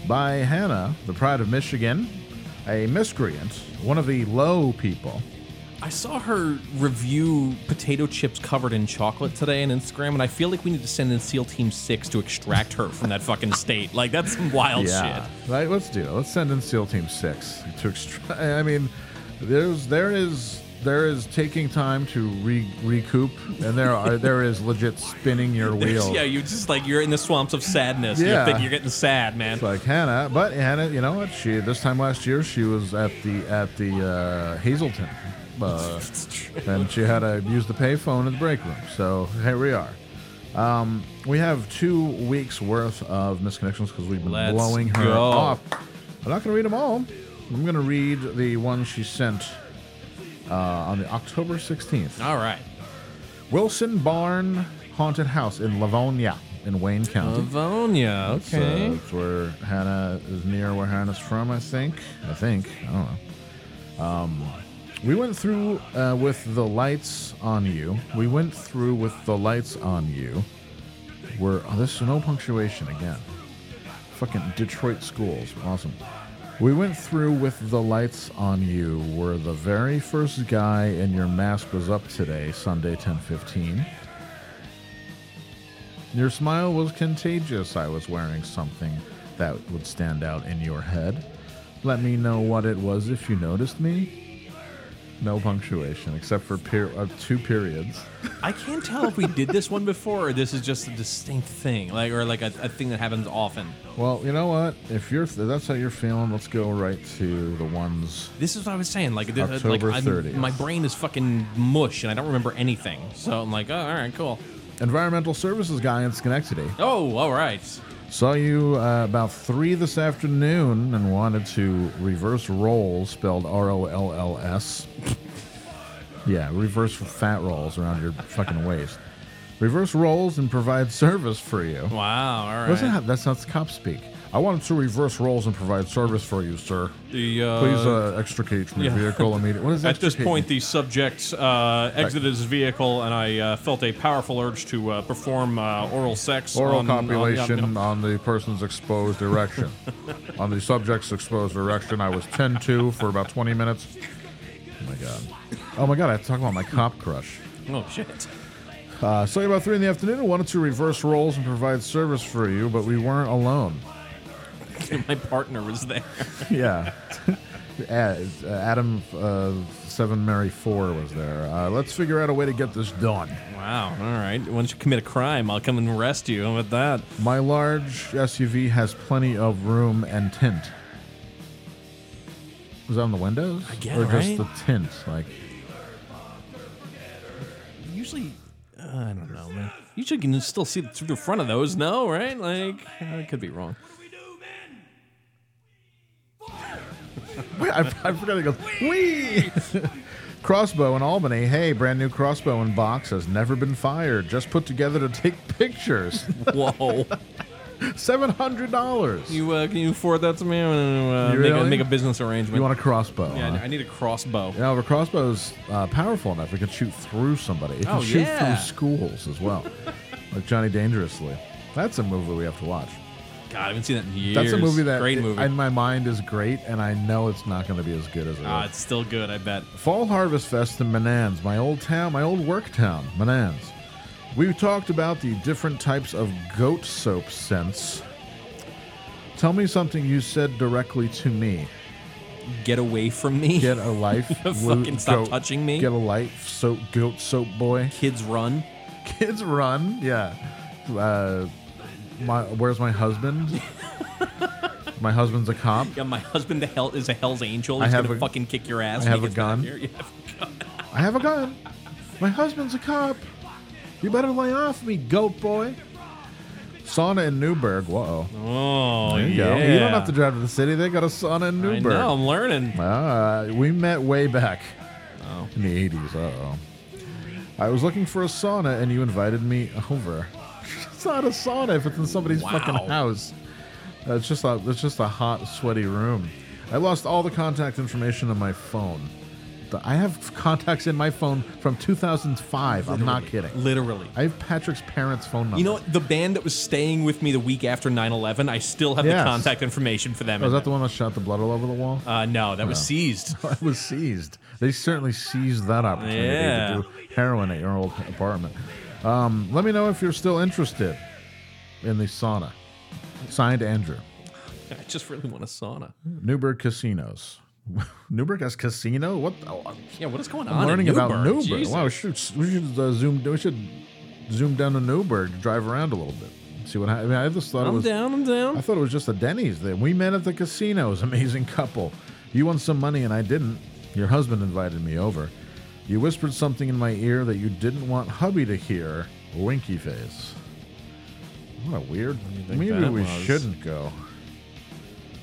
[SPEAKER 3] by Hannah, the pride of Michigan, a miscreant, one of the low people.
[SPEAKER 4] I saw her review potato chips covered in chocolate today on Instagram, and I feel like we need to send in SEAL Team 6 to extract her from that fucking state. Like, that's some wild Oh, shit.
[SPEAKER 3] Right, let's do it. Let's send in SEAL Team Six to extra- I mean, there's there is there is taking time to re- recoup, and there are there is legit spinning your
[SPEAKER 4] There's-
[SPEAKER 3] wheels.
[SPEAKER 4] Yeah, you just like you're in the swamps of sadness.
[SPEAKER 3] Yeah.
[SPEAKER 4] You're, thinking you're getting sad, man.
[SPEAKER 3] It's like Hannah, but Hannah, you know what? She this time last year she was at the at the uh, Hazelton, uh, and she had to use the payphone in the break room. So here we are. Um, we have two weeks worth of misconnections because we've been
[SPEAKER 4] Let's
[SPEAKER 3] blowing her
[SPEAKER 4] go.
[SPEAKER 3] off. I'm not going to read them all. I'm going to read the one she sent uh, on the October 16th.
[SPEAKER 4] All right.
[SPEAKER 3] Wilson Barn Haunted House in Livonia in Wayne County.
[SPEAKER 4] Livonia,
[SPEAKER 3] That's, uh,
[SPEAKER 4] okay.
[SPEAKER 3] that's where Hannah is near where Hannah's from, I think. I think. I don't know. Um, we went through uh, with the lights on you. We went through with the lights on you. We're oh, this no punctuation again. Fucking Detroit schools, awesome. We went through with the lights on you. Were the very first guy, and your mask was up today, Sunday, ten fifteen. Your smile was contagious. I was wearing something that would stand out in your head. Let me know what it was if you noticed me. No punctuation, except for per- uh, two periods.
[SPEAKER 4] I can't tell if we did this one before or this is just a distinct thing, like or like a, a thing that happens often.
[SPEAKER 3] Well, you know what? If you're if that's how you're feeling, let's go right to the ones.
[SPEAKER 4] This is what I was saying. Like, this, like
[SPEAKER 3] October
[SPEAKER 4] I'm-
[SPEAKER 3] 30th.
[SPEAKER 4] my brain is fucking mush and I don't remember anything. So I'm like, oh, all right, cool.
[SPEAKER 3] Environmental services guy in Schenectady.
[SPEAKER 4] Oh, all right.
[SPEAKER 3] Saw you uh, about three this afternoon and wanted to reverse roll, spelled R O L L S. Yeah, reverse fat rolls around your fucking waist. Reverse rolls and provide service for you.
[SPEAKER 4] Wow, all right.
[SPEAKER 3] Doesn't have, that's not cop speak. I wanted to reverse rolls and provide service for you, sir.
[SPEAKER 4] The, uh,
[SPEAKER 3] Please uh, extricate from your
[SPEAKER 4] Yeah.
[SPEAKER 3] vehicle immediately. What is that?
[SPEAKER 4] At this point, the subject uh, exited his vehicle, and I uh, felt a powerful urge to uh, perform uh, oral sex.
[SPEAKER 3] Oral
[SPEAKER 4] on- on-
[SPEAKER 3] copulation
[SPEAKER 4] on-
[SPEAKER 3] on, the person's exposed erection. on the subject's exposed erection, I was 10 2 for about 20 minutes. Oh my God. Oh my God, I have to talk about my cop crush.
[SPEAKER 4] oh shit!
[SPEAKER 3] Uh, so about three in the afternoon, I wanted to reverse roles and provide service for you, but we weren't alone.
[SPEAKER 4] my partner was there.
[SPEAKER 3] yeah. Ad- uh, Adam uh, Seven Mary Four was there. Uh, let's figure out a way to get this done.
[SPEAKER 4] Wow. All right. Once you commit a crime, I'll come and arrest you. with that?
[SPEAKER 3] My large SUV has plenty of room and tint. Was that on the windows? I
[SPEAKER 4] guess,
[SPEAKER 3] or just
[SPEAKER 4] right?
[SPEAKER 3] the tint? Like
[SPEAKER 4] Usually, uh, I don't know, man. Usually, you can still see through the front of those. No, right? Like, I could be wrong.
[SPEAKER 3] Wait, I, I forgot it goes. Wee. crossbow in Albany. Hey, brand new crossbow in box has never been fired. Just put together to take pictures.
[SPEAKER 4] Whoa.
[SPEAKER 3] Seven hundred dollars.
[SPEAKER 4] You uh, can you forward that to me? I'm gonna, uh,
[SPEAKER 3] You
[SPEAKER 4] make, a,
[SPEAKER 3] really?
[SPEAKER 4] make a business arrangement.
[SPEAKER 3] You want a crossbow?
[SPEAKER 4] Yeah,
[SPEAKER 3] huh?
[SPEAKER 4] I need a crossbow.
[SPEAKER 3] You know, if a crossbow is uh, powerful enough, it can shoot through somebody. It can
[SPEAKER 4] Oh,
[SPEAKER 3] shoot
[SPEAKER 4] yeah.
[SPEAKER 3] through schools as well, like Johnny Dangerously. That's a movie we have to watch.
[SPEAKER 4] God, I haven't seen that in years.
[SPEAKER 3] That's a movie that,
[SPEAKER 4] great
[SPEAKER 3] i-
[SPEAKER 4] movie.
[SPEAKER 3] in my mind, is great, and I know it's not going to be as good as it
[SPEAKER 4] Ah,
[SPEAKER 3] is.
[SPEAKER 4] it's still good. I bet.
[SPEAKER 3] Fall Harvest Fest in Menans, my old town, my old work town, Menans. We talked about the different types of goat soap scents. Tell me something you said directly to me.
[SPEAKER 4] Get away from me.
[SPEAKER 3] Get a life.
[SPEAKER 4] Fucking
[SPEAKER 3] goat-
[SPEAKER 4] stop touching me.
[SPEAKER 3] Get a life. Soap goat soap boy.
[SPEAKER 4] Kids run.
[SPEAKER 3] Kids run. Yeah. Uh, my where's my husband? my husband's a cop.
[SPEAKER 4] Yeah, my husband the hell is a Hell's Angel.
[SPEAKER 3] I
[SPEAKER 4] He's
[SPEAKER 3] have
[SPEAKER 4] gonna
[SPEAKER 3] a-
[SPEAKER 4] fucking kick your ass.
[SPEAKER 3] I have
[SPEAKER 4] when
[SPEAKER 3] a
[SPEAKER 4] he gets
[SPEAKER 3] gun.
[SPEAKER 4] down here. Yeah.
[SPEAKER 3] I have a gun. My husband's a cop. You better lay off me, goat boy. Sauna in Newburgh. Whoa.
[SPEAKER 4] Oh,
[SPEAKER 3] There you
[SPEAKER 4] yeah.
[SPEAKER 3] go. You don't have to drive to the city. They got a sauna in
[SPEAKER 4] I
[SPEAKER 3] Newburgh.
[SPEAKER 4] know. I'm learning.
[SPEAKER 3] Uh, we met way back in the 80s. Uh oh. I was looking for a sauna and you invited me over. it's not a sauna if it's in somebody's
[SPEAKER 4] Wow.
[SPEAKER 3] fucking house. Uh, it's just a it's just a hot, sweaty room. I lost all the contact information on my phone. The- I have contacts in my phone from 2005. I'm not
[SPEAKER 4] Literally.
[SPEAKER 3] kidding.
[SPEAKER 4] Literally.
[SPEAKER 3] I have Patrick's parents' phone number.
[SPEAKER 4] You know what? The band that was staying with me the week after 9/11, I still have
[SPEAKER 3] Yes.
[SPEAKER 4] the contact information for them.
[SPEAKER 3] Oh, is that the one that shot the blood all over the wall?
[SPEAKER 4] uh, no, that was
[SPEAKER 3] No.
[SPEAKER 4] seized.
[SPEAKER 3] it was seized. They certainly seized that opportunity
[SPEAKER 4] Yeah.
[SPEAKER 3] to do heroin at your old apartment. Um, let me know if you're still interested in the sauna. Signed, Andrew.
[SPEAKER 4] I just really want a sauna.
[SPEAKER 3] Newburgh Casinos. Newburgh has casino? What? The, oh,
[SPEAKER 4] Yeah, what is going
[SPEAKER 3] I'm
[SPEAKER 4] on? in
[SPEAKER 3] learning about
[SPEAKER 4] Newburgh?
[SPEAKER 3] Newburgh.
[SPEAKER 4] Jesus.
[SPEAKER 3] Wow, we should, we should uh, zoom. We should zoom down to Newburgh, drive around a little bit, see what. hap- I mean, I just thought it
[SPEAKER 4] I'm
[SPEAKER 3] was
[SPEAKER 4] down. I'm down.
[SPEAKER 3] I thought it was just the Denny's. That we met at the casinos. Amazing couple. You won some money and I didn't. Your husband invited me over. You whispered something in my ear that you didn't want hubby to hear. Winky face. What a weird.
[SPEAKER 4] think
[SPEAKER 3] Maybe
[SPEAKER 4] that
[SPEAKER 3] we
[SPEAKER 4] was?
[SPEAKER 3] shouldn't go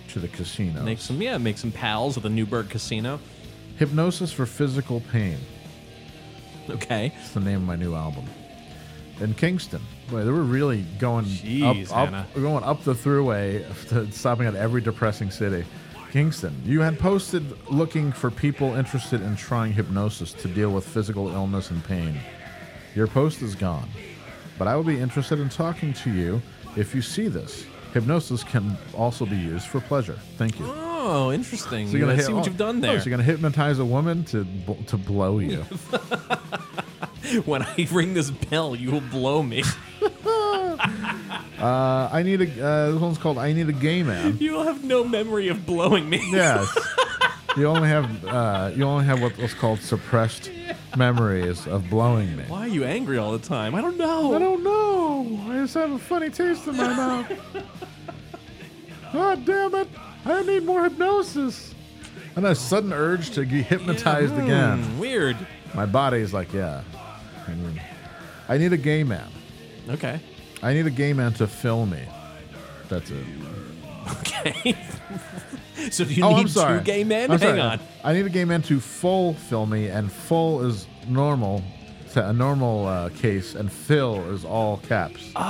[SPEAKER 3] to the casino.
[SPEAKER 4] Make some, yeah, make some pals at the Newburgh Casino.
[SPEAKER 3] Hypnosis for Physical Pain.
[SPEAKER 4] Okay.
[SPEAKER 3] It's the name of my new album. In Kingston. Boy, they were really going
[SPEAKER 4] Jeez,
[SPEAKER 3] up,
[SPEAKER 4] Hannah.
[SPEAKER 3] up going up the throughway to stopping at every depressing city. Kingston, you had posted looking for people interested in trying hypnosis to deal with physical illness and pain. Your post is gone. But I will be interested in talking to you if you see this. Hypnosis can also be used for pleasure. Thank you.
[SPEAKER 4] Oh, interesting.
[SPEAKER 3] you're gonna
[SPEAKER 4] Let's
[SPEAKER 3] hit-
[SPEAKER 4] see what
[SPEAKER 3] oh,
[SPEAKER 4] you've done
[SPEAKER 3] oh,
[SPEAKER 4] there.
[SPEAKER 3] so you're gonna hypnotize a woman to bl- to blow you.
[SPEAKER 4] when I ring this bell, you will blow me.
[SPEAKER 3] uh, I need a. Uh, this one's called "I Need a Gay Man."
[SPEAKER 4] you will have no memory of blowing me.
[SPEAKER 3] Yes. you only have uh, you only have what, what's called suppressed memories of blowing me.
[SPEAKER 4] Why are you angry all the time? I don't know.
[SPEAKER 3] I don't know. I just have a funny taste in my mouth. God damn it! I need more hypnosis. And a sudden urge to get hypnotized
[SPEAKER 4] Yeah,
[SPEAKER 3] again.
[SPEAKER 4] hmm, weird.
[SPEAKER 3] My body is like, yeah. I need- I need a gay man.
[SPEAKER 4] Okay.
[SPEAKER 3] I need a gay man to fill me. That's it.
[SPEAKER 4] Okay. so do you
[SPEAKER 3] oh,
[SPEAKER 4] need
[SPEAKER 3] I'm sorry.
[SPEAKER 4] two gay men?
[SPEAKER 3] I'm
[SPEAKER 4] Hang
[SPEAKER 3] sorry.
[SPEAKER 4] on.
[SPEAKER 3] I need a gay man to full fill me, and full is normal, to a normal uh, case, and fill is all caps. Oh,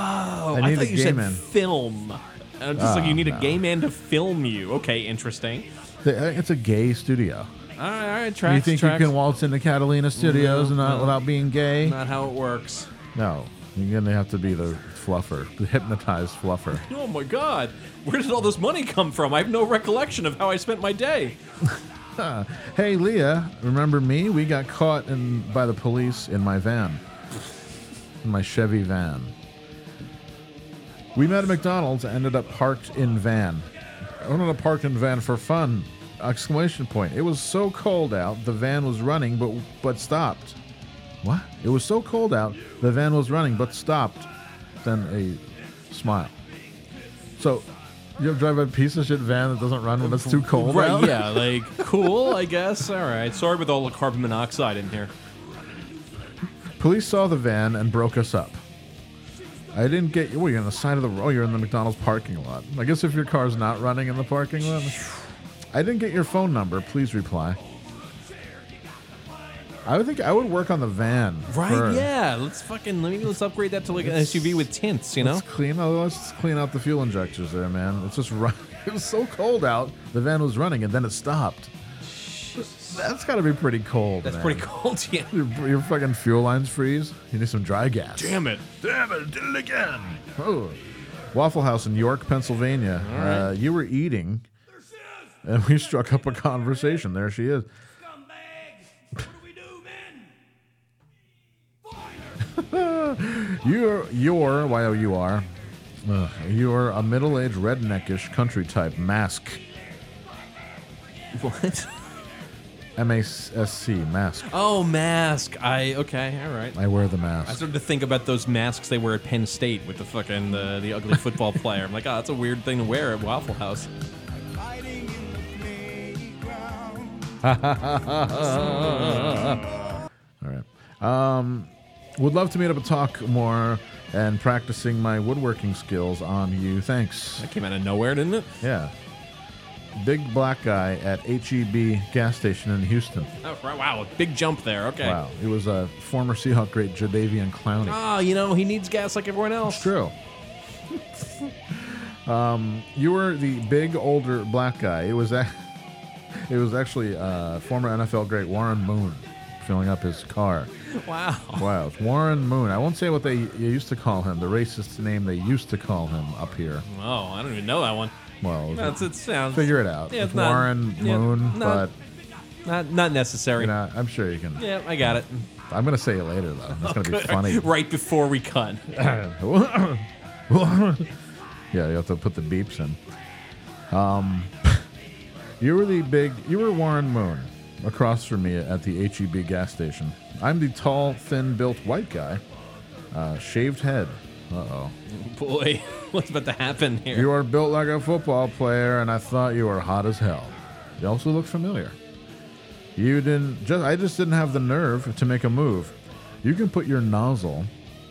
[SPEAKER 4] Oh, I, thought you said film. Uh, just like
[SPEAKER 3] Oh,
[SPEAKER 4] you need
[SPEAKER 3] no.
[SPEAKER 4] a gay man to film you. Okay, interesting.
[SPEAKER 3] They- uh, It's a gay studio.
[SPEAKER 4] All right, all right, tracks,
[SPEAKER 3] you think
[SPEAKER 4] tracks.
[SPEAKER 3] you can waltz into Catalina Studios
[SPEAKER 4] No,
[SPEAKER 3] and not,
[SPEAKER 4] no.
[SPEAKER 3] without being gay?
[SPEAKER 4] Not how it works.
[SPEAKER 3] No, you're gonna have to be the fluffer, the hypnotized fluffer.
[SPEAKER 4] Oh my god, where did all this money come from? I have no recollection of how I spent my day.
[SPEAKER 3] Huh. hey, Leah, remember me? We got caught in, by the police in my van, in my Chevy van. We met at McDonald's and ended up parked in van. I ended up parked in van for fun! Exclamation point! It was so cold out, the van was running, but but stopped. What? It was so cold out, the van was running, but stopped. Then a smile. So, you ever drive a piece of shit van that doesn't run when it's too cold
[SPEAKER 4] right,
[SPEAKER 3] out?
[SPEAKER 4] yeah, like cool, I guess. All right. Sorry with all the carbon monoxide in here.
[SPEAKER 3] Police saw the van and broke us up. I didn't get you. Well, you're on the side of the road. You're in the McDonald's parking lot. I guess if your car's not running in the parking lot. I didn't get your phone number. Please reply. I would think I would work on the van.
[SPEAKER 4] Right,
[SPEAKER 3] first.
[SPEAKER 4] yeah. Let's fucking maybe let's upgrade that to like an
[SPEAKER 3] It's-
[SPEAKER 4] SUV with tints, you know?
[SPEAKER 3] Let's clean. oh, Let's just clean out the fuel injectors there, man. It's just run. It was so cold out. The van was running and then it stopped. That's got to be pretty cold.
[SPEAKER 4] That's
[SPEAKER 3] man.
[SPEAKER 4] pretty cold, yeah.
[SPEAKER 3] Your, your fucking fuel lines freeze. You need some dry gas.
[SPEAKER 4] Damn it.
[SPEAKER 3] Damn it, did it again. Oh. Waffle House in York, Pennsylvania.
[SPEAKER 4] All right.
[SPEAKER 3] Uh, you were eating, and we struck up a conversation. There she is. you're you're y o u r. Ugh, You're a middle-aged redneckish country type mask.
[SPEAKER 4] What?
[SPEAKER 3] M A S C mask.
[SPEAKER 4] Oh, mask. I okay, all right.
[SPEAKER 3] I wear the mask.
[SPEAKER 4] I started to think about those masks they wear at Penn State with the fucking the, the ugly football player. I'm like, oh, that's a weird thing to wear at Waffle House.
[SPEAKER 3] All right. Um, would love to meet up and talk more and practicing my woodworking skills on you. Thanks. That
[SPEAKER 4] came out of nowhere, didn't it?
[SPEAKER 3] Yeah. Big black guy at HEB gas station in Houston.
[SPEAKER 4] Oh, right, wow, big jump there. Okay.
[SPEAKER 3] Wow. It was a former Seahawk great Jadavian Clowney.
[SPEAKER 4] Ah, you know, he needs gas like everyone else.
[SPEAKER 3] True. Um, you were the big older black guy. It was a, it was actually uh, former NFL great Warren Moon filling up his car.
[SPEAKER 4] Wow.
[SPEAKER 3] Wow, it's Warren Moon. I won't say what they you used to call him, the racist name they used to call him up here.
[SPEAKER 4] Oh, I don't even know that one.
[SPEAKER 3] Well,
[SPEAKER 4] That's, it sounds.
[SPEAKER 3] figure it out.
[SPEAKER 4] Yeah,
[SPEAKER 3] It's
[SPEAKER 4] it's not-
[SPEAKER 3] Warren
[SPEAKER 4] yeah,
[SPEAKER 3] Moon,
[SPEAKER 4] not- not not necessary.
[SPEAKER 3] You know, I'm sure you can.
[SPEAKER 4] Yeah, I got it.
[SPEAKER 3] I'm gonna say it later though. It's gonna be
[SPEAKER 4] Good.
[SPEAKER 3] funny.
[SPEAKER 4] Right before we cut.
[SPEAKER 3] yeah, you have to put the beeps in. Um, you were the big, you were Warren Moon across from me at the HEB gas station. I'm the tall, thin built white guy, uh, shaved head. Uh oh.
[SPEAKER 4] Boy, what's about to happen here?
[SPEAKER 3] You are built like a football player, and I thought you were hot as hell. You also look familiar. You didn't just I just didn't have the nerve to make a move. You can put your nozzle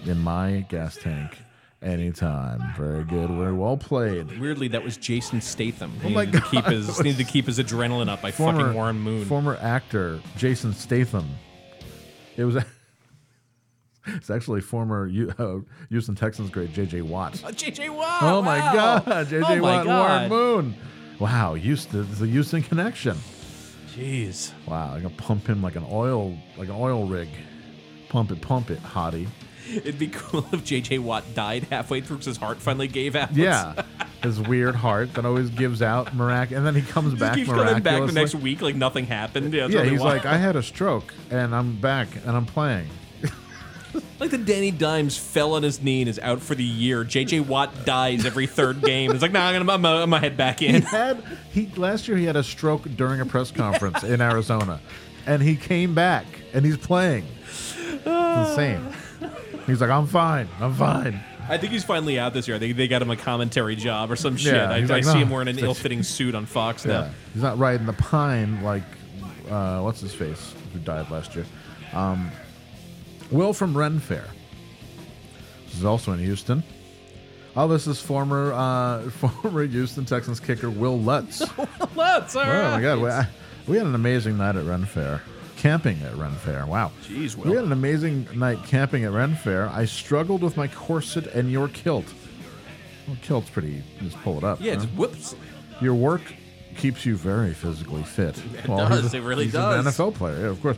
[SPEAKER 3] in my gas tank Anytime. Very good. Very well played.
[SPEAKER 4] Weirdly, that was Jason Statham.
[SPEAKER 3] Oh
[SPEAKER 4] He
[SPEAKER 3] my
[SPEAKER 4] needed to
[SPEAKER 3] God,
[SPEAKER 4] keep his
[SPEAKER 3] that
[SPEAKER 4] needed to keep his adrenaline up by fucking Warren Moon.
[SPEAKER 3] Former actor Jason Statham. It was. a- It's actually former U- uh, Houston Texans great J.J. Watt.
[SPEAKER 4] Oh, J.J. Watt,
[SPEAKER 3] Oh my
[SPEAKER 4] wow.
[SPEAKER 3] God! J.J.
[SPEAKER 4] Oh my
[SPEAKER 3] Watt, Warren
[SPEAKER 4] God.
[SPEAKER 3] Moon. Wow, Houston, the Houston connection.
[SPEAKER 4] Jeez.
[SPEAKER 3] Wow, I can pump him like an oil, like an oil rig. Pump it, pump it, hottie.
[SPEAKER 4] It'd be cool if J.J. Watt died halfway through 'cause his heart finally gave out.
[SPEAKER 3] Yeah, his weird heart that always gives out mirac, and then he comes
[SPEAKER 4] Just
[SPEAKER 3] back
[SPEAKER 4] keeps coming
[SPEAKER 3] miraculously.
[SPEAKER 4] back the next week like nothing happened. Yeah, it's
[SPEAKER 3] yeah,
[SPEAKER 4] really
[SPEAKER 3] he's
[SPEAKER 4] wild.
[SPEAKER 3] like, I had a stroke, and I'm back, and I'm playing.
[SPEAKER 4] Like the Danny Dimes fell on his knee and is out for the year. J.J. Watt dies every third game. It's like, nah, I'm gonna, I'm gonna, I'm gonna head back
[SPEAKER 3] He
[SPEAKER 4] in.
[SPEAKER 3] had he last year he had a stroke during a press conference in Arizona, and he came back and he's playing. It's insane. He's like, I'm fine, I'm fine.
[SPEAKER 4] I think he's finally out this year. I think they got him a commentary job or some shit.
[SPEAKER 3] Yeah,
[SPEAKER 4] I,
[SPEAKER 3] he's
[SPEAKER 4] I
[SPEAKER 3] like,
[SPEAKER 4] see
[SPEAKER 3] "No,
[SPEAKER 4] him wearing an
[SPEAKER 3] it's like-
[SPEAKER 4] ill-fitting suit on Fox now.
[SPEAKER 3] Yeah, he's not riding the pine like uh, what's his face who died last year. Um, Will from Ren Fair. This is also in Houston. Oh, this is former uh, former Houston Texans kicker Will Lutz.
[SPEAKER 4] Let's. all
[SPEAKER 3] Oh my God, we,
[SPEAKER 4] right.
[SPEAKER 3] I, we had an amazing night at Ren Fair. Camping at Ren Fair. Wow.
[SPEAKER 4] Jeez,
[SPEAKER 3] We
[SPEAKER 4] Will.
[SPEAKER 3] had an amazing night camping at Ren Fair. I struggled with my corset and your kilt. Well, kilt's pretty. You just pull it up.
[SPEAKER 4] Yeah,
[SPEAKER 3] huh?
[SPEAKER 4] just whoops.
[SPEAKER 3] Your work keeps you very physically fit.
[SPEAKER 4] It does,
[SPEAKER 3] he's a-
[SPEAKER 4] it really
[SPEAKER 3] he's
[SPEAKER 4] does.
[SPEAKER 3] An NFL player, yeah, of course.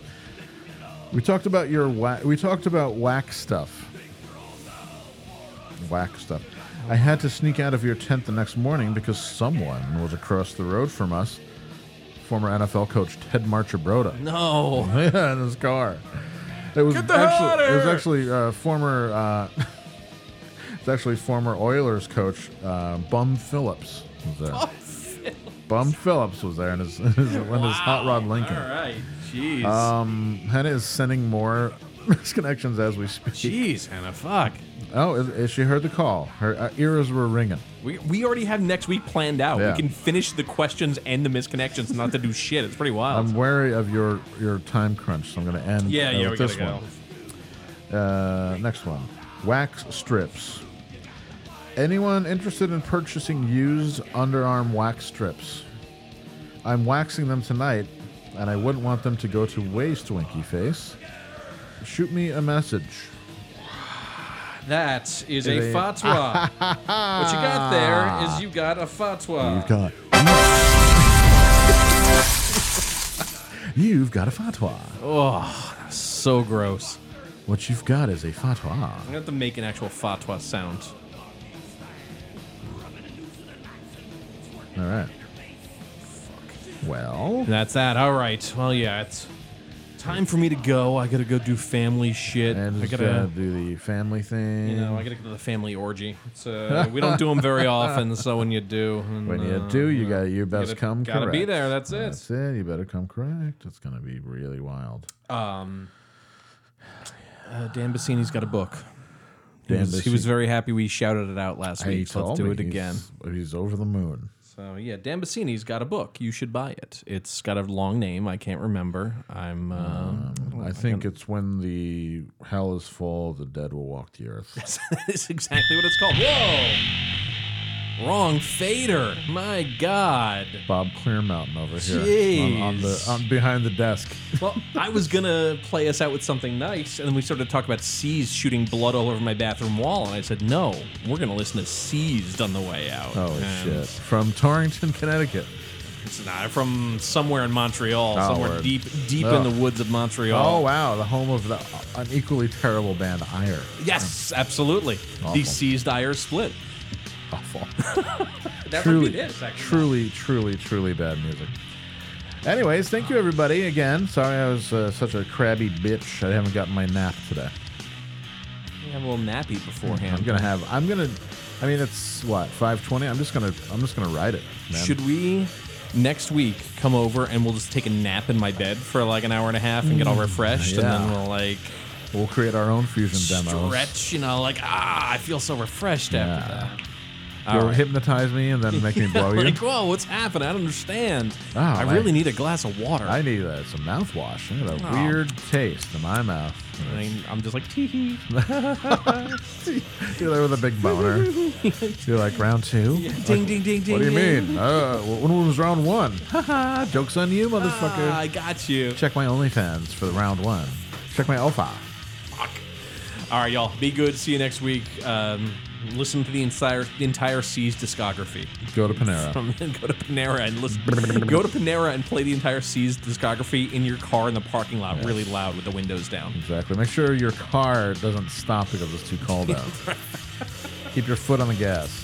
[SPEAKER 3] We talked about your whack. We talked about whack stuff. Whack stuff. I had to sneak out of your tent the next morning because someone was across the road from us. Former NFL coach Ted Marchabroda.
[SPEAKER 4] No.
[SPEAKER 3] yeah, in his car. It was
[SPEAKER 4] Get the hell
[SPEAKER 3] actually
[SPEAKER 4] outta
[SPEAKER 3] it was
[SPEAKER 4] here!
[SPEAKER 3] actually uh, former uh, it's actually former Oilers coach uh, Bum Phillips was there. Bum Phillips was there in his, in his, in his hot rod Lincoln.
[SPEAKER 4] All right. Jeez.
[SPEAKER 3] Um, Hannah is sending more misconnections as we speak.
[SPEAKER 4] Jeez, Hannah, fuck.
[SPEAKER 3] Oh, is, is she heard the call? Her uh, ears were ringing.
[SPEAKER 4] We, we already have next week planned out.
[SPEAKER 3] Yeah.
[SPEAKER 4] We can finish the questions and the misconnections, not to do shit. It's pretty wild.
[SPEAKER 3] I'm wary of your your time crunch, so I'm going to end
[SPEAKER 4] Yeah,
[SPEAKER 3] uh,
[SPEAKER 4] yeah,
[SPEAKER 3] with
[SPEAKER 4] we
[SPEAKER 3] this
[SPEAKER 4] gotta
[SPEAKER 3] one. Uh, next one, wax strips. Anyone interested in purchasing used underarm wax strips? I'm waxing them tonight, and I wouldn't want them to go to waste, Winky Face. Shoot me a message.
[SPEAKER 4] that
[SPEAKER 3] Is
[SPEAKER 4] is a
[SPEAKER 3] a-
[SPEAKER 4] fatwa. what you got there is you got a fatwa.
[SPEAKER 3] You've got. You've got a fatwa.
[SPEAKER 4] Oh, that's so gross.
[SPEAKER 3] What you've got is a fatwa.
[SPEAKER 4] I'm gonna have to make an actual fatwa sound.
[SPEAKER 3] All right. Well,
[SPEAKER 4] That's that. All right. Well, yeah, it's time for me to go. I gotta go do family shit.
[SPEAKER 3] and
[SPEAKER 4] I
[SPEAKER 3] just
[SPEAKER 4] gotta,
[SPEAKER 3] gonna do the family thing.
[SPEAKER 4] you know, I gotta go to the family orgy. It's, uh, we don't do them very often, so when you do,
[SPEAKER 3] When
[SPEAKER 4] uh,
[SPEAKER 3] you do, you got you best
[SPEAKER 4] gotta-
[SPEAKER 3] come
[SPEAKER 4] gotta
[SPEAKER 3] correct.
[SPEAKER 4] be there, that's it.
[SPEAKER 3] That's it. You better come correct. It's gonna be really wild.
[SPEAKER 4] Um, uh, Dan Bassini's got a book. He
[SPEAKER 3] Dan
[SPEAKER 4] was, he was
[SPEAKER 3] Bassini.
[SPEAKER 4] very happy we shouted it out last
[SPEAKER 3] Hey, he
[SPEAKER 4] week. so
[SPEAKER 3] told
[SPEAKER 4] Let's do
[SPEAKER 3] me
[SPEAKER 4] it again.
[SPEAKER 3] He's, he's over the moon.
[SPEAKER 4] So yeah, Dan Bassini's got a book. You should buy it. It's got a long name. I can't remember. I'm. Uh,
[SPEAKER 3] I think it's when the hell is full, the dead will walk the earth.
[SPEAKER 4] That's exactly what it's called. Whoa! Wrong fader. My God.
[SPEAKER 3] Bob Clearmountain over here on, on the
[SPEAKER 4] Jeez.
[SPEAKER 3] on behind the desk.
[SPEAKER 4] Well, I was gonna play us out with something nice, and then we started to talk about C's shooting blood all over my bathroom wall, and I said, "No, we're gonna listen to Seized on the way out."
[SPEAKER 3] Holy
[SPEAKER 4] And
[SPEAKER 3] Oh, shit! From Torrington, Connecticut.
[SPEAKER 4] It's not from somewhere in Montreal,
[SPEAKER 3] Oh,
[SPEAKER 4] somewhere
[SPEAKER 3] word.
[SPEAKER 4] deep, deep
[SPEAKER 3] Oh.
[SPEAKER 4] in the woods of Montreal.
[SPEAKER 3] Oh wow, the home of the an equally terrible band Ire.
[SPEAKER 4] Yes, absolutely. The
[SPEAKER 3] Awful.
[SPEAKER 4] seized ire split.
[SPEAKER 3] Awful.
[SPEAKER 4] that
[SPEAKER 3] truly,
[SPEAKER 4] would be this. Actually.
[SPEAKER 3] truly, truly, truly bad music. Anyways, thank you everybody again. Sorry I was uh, such a crabby bitch. I haven't gotten my nap today.
[SPEAKER 4] We have a little nappy beforehand.
[SPEAKER 3] I'm gonna have. I'm gonna. I mean, it's what 5:20. I'm just gonna. I'm just gonna ride it. Man.
[SPEAKER 4] Should we next week come over and we'll just take a nap in my bed for like an hour and a half and get all
[SPEAKER 3] Mm,
[SPEAKER 4] refreshed, and
[SPEAKER 3] yeah.
[SPEAKER 4] then we'll like
[SPEAKER 3] We'll create our own fusion demos.
[SPEAKER 4] stretch, you know, like ah, I feel so refreshed after that. All
[SPEAKER 3] You'll
[SPEAKER 4] right.
[SPEAKER 3] hypnotize me and then make me blow you.
[SPEAKER 4] like, whoa, what's happening? I don't understand.
[SPEAKER 3] Oh,
[SPEAKER 4] I really
[SPEAKER 3] I-
[SPEAKER 4] need a glass of water.
[SPEAKER 3] I need uh, some mouthwash. I got a
[SPEAKER 4] Oh.
[SPEAKER 3] weird taste in my mouth.
[SPEAKER 4] I mean, I'm just like, tee hee.
[SPEAKER 3] You're there with a big boner. You're like round two.
[SPEAKER 4] Yeah,
[SPEAKER 3] Like,
[SPEAKER 4] ding, ding, ding,
[SPEAKER 3] What
[SPEAKER 4] ding,
[SPEAKER 3] do you
[SPEAKER 4] ding."
[SPEAKER 3] mean? Uh, when was round one?
[SPEAKER 4] Haha,
[SPEAKER 3] Jokes on you, motherfucker.
[SPEAKER 4] Ah, I got you.
[SPEAKER 3] Check my OnlyFans for the round one. Check my OFA.
[SPEAKER 4] All right, y'all. Be good. See you next week. Um, listen to the entire entire C's discography.
[SPEAKER 3] Go to Panera.
[SPEAKER 4] From, go to Panera and listen. go to Panera and play the entire C's discography in your car in the parking lot, really loud with the windows down.
[SPEAKER 3] Exactly. Make sure your car doesn't stop because it's too cold out. Keep your foot on the gas.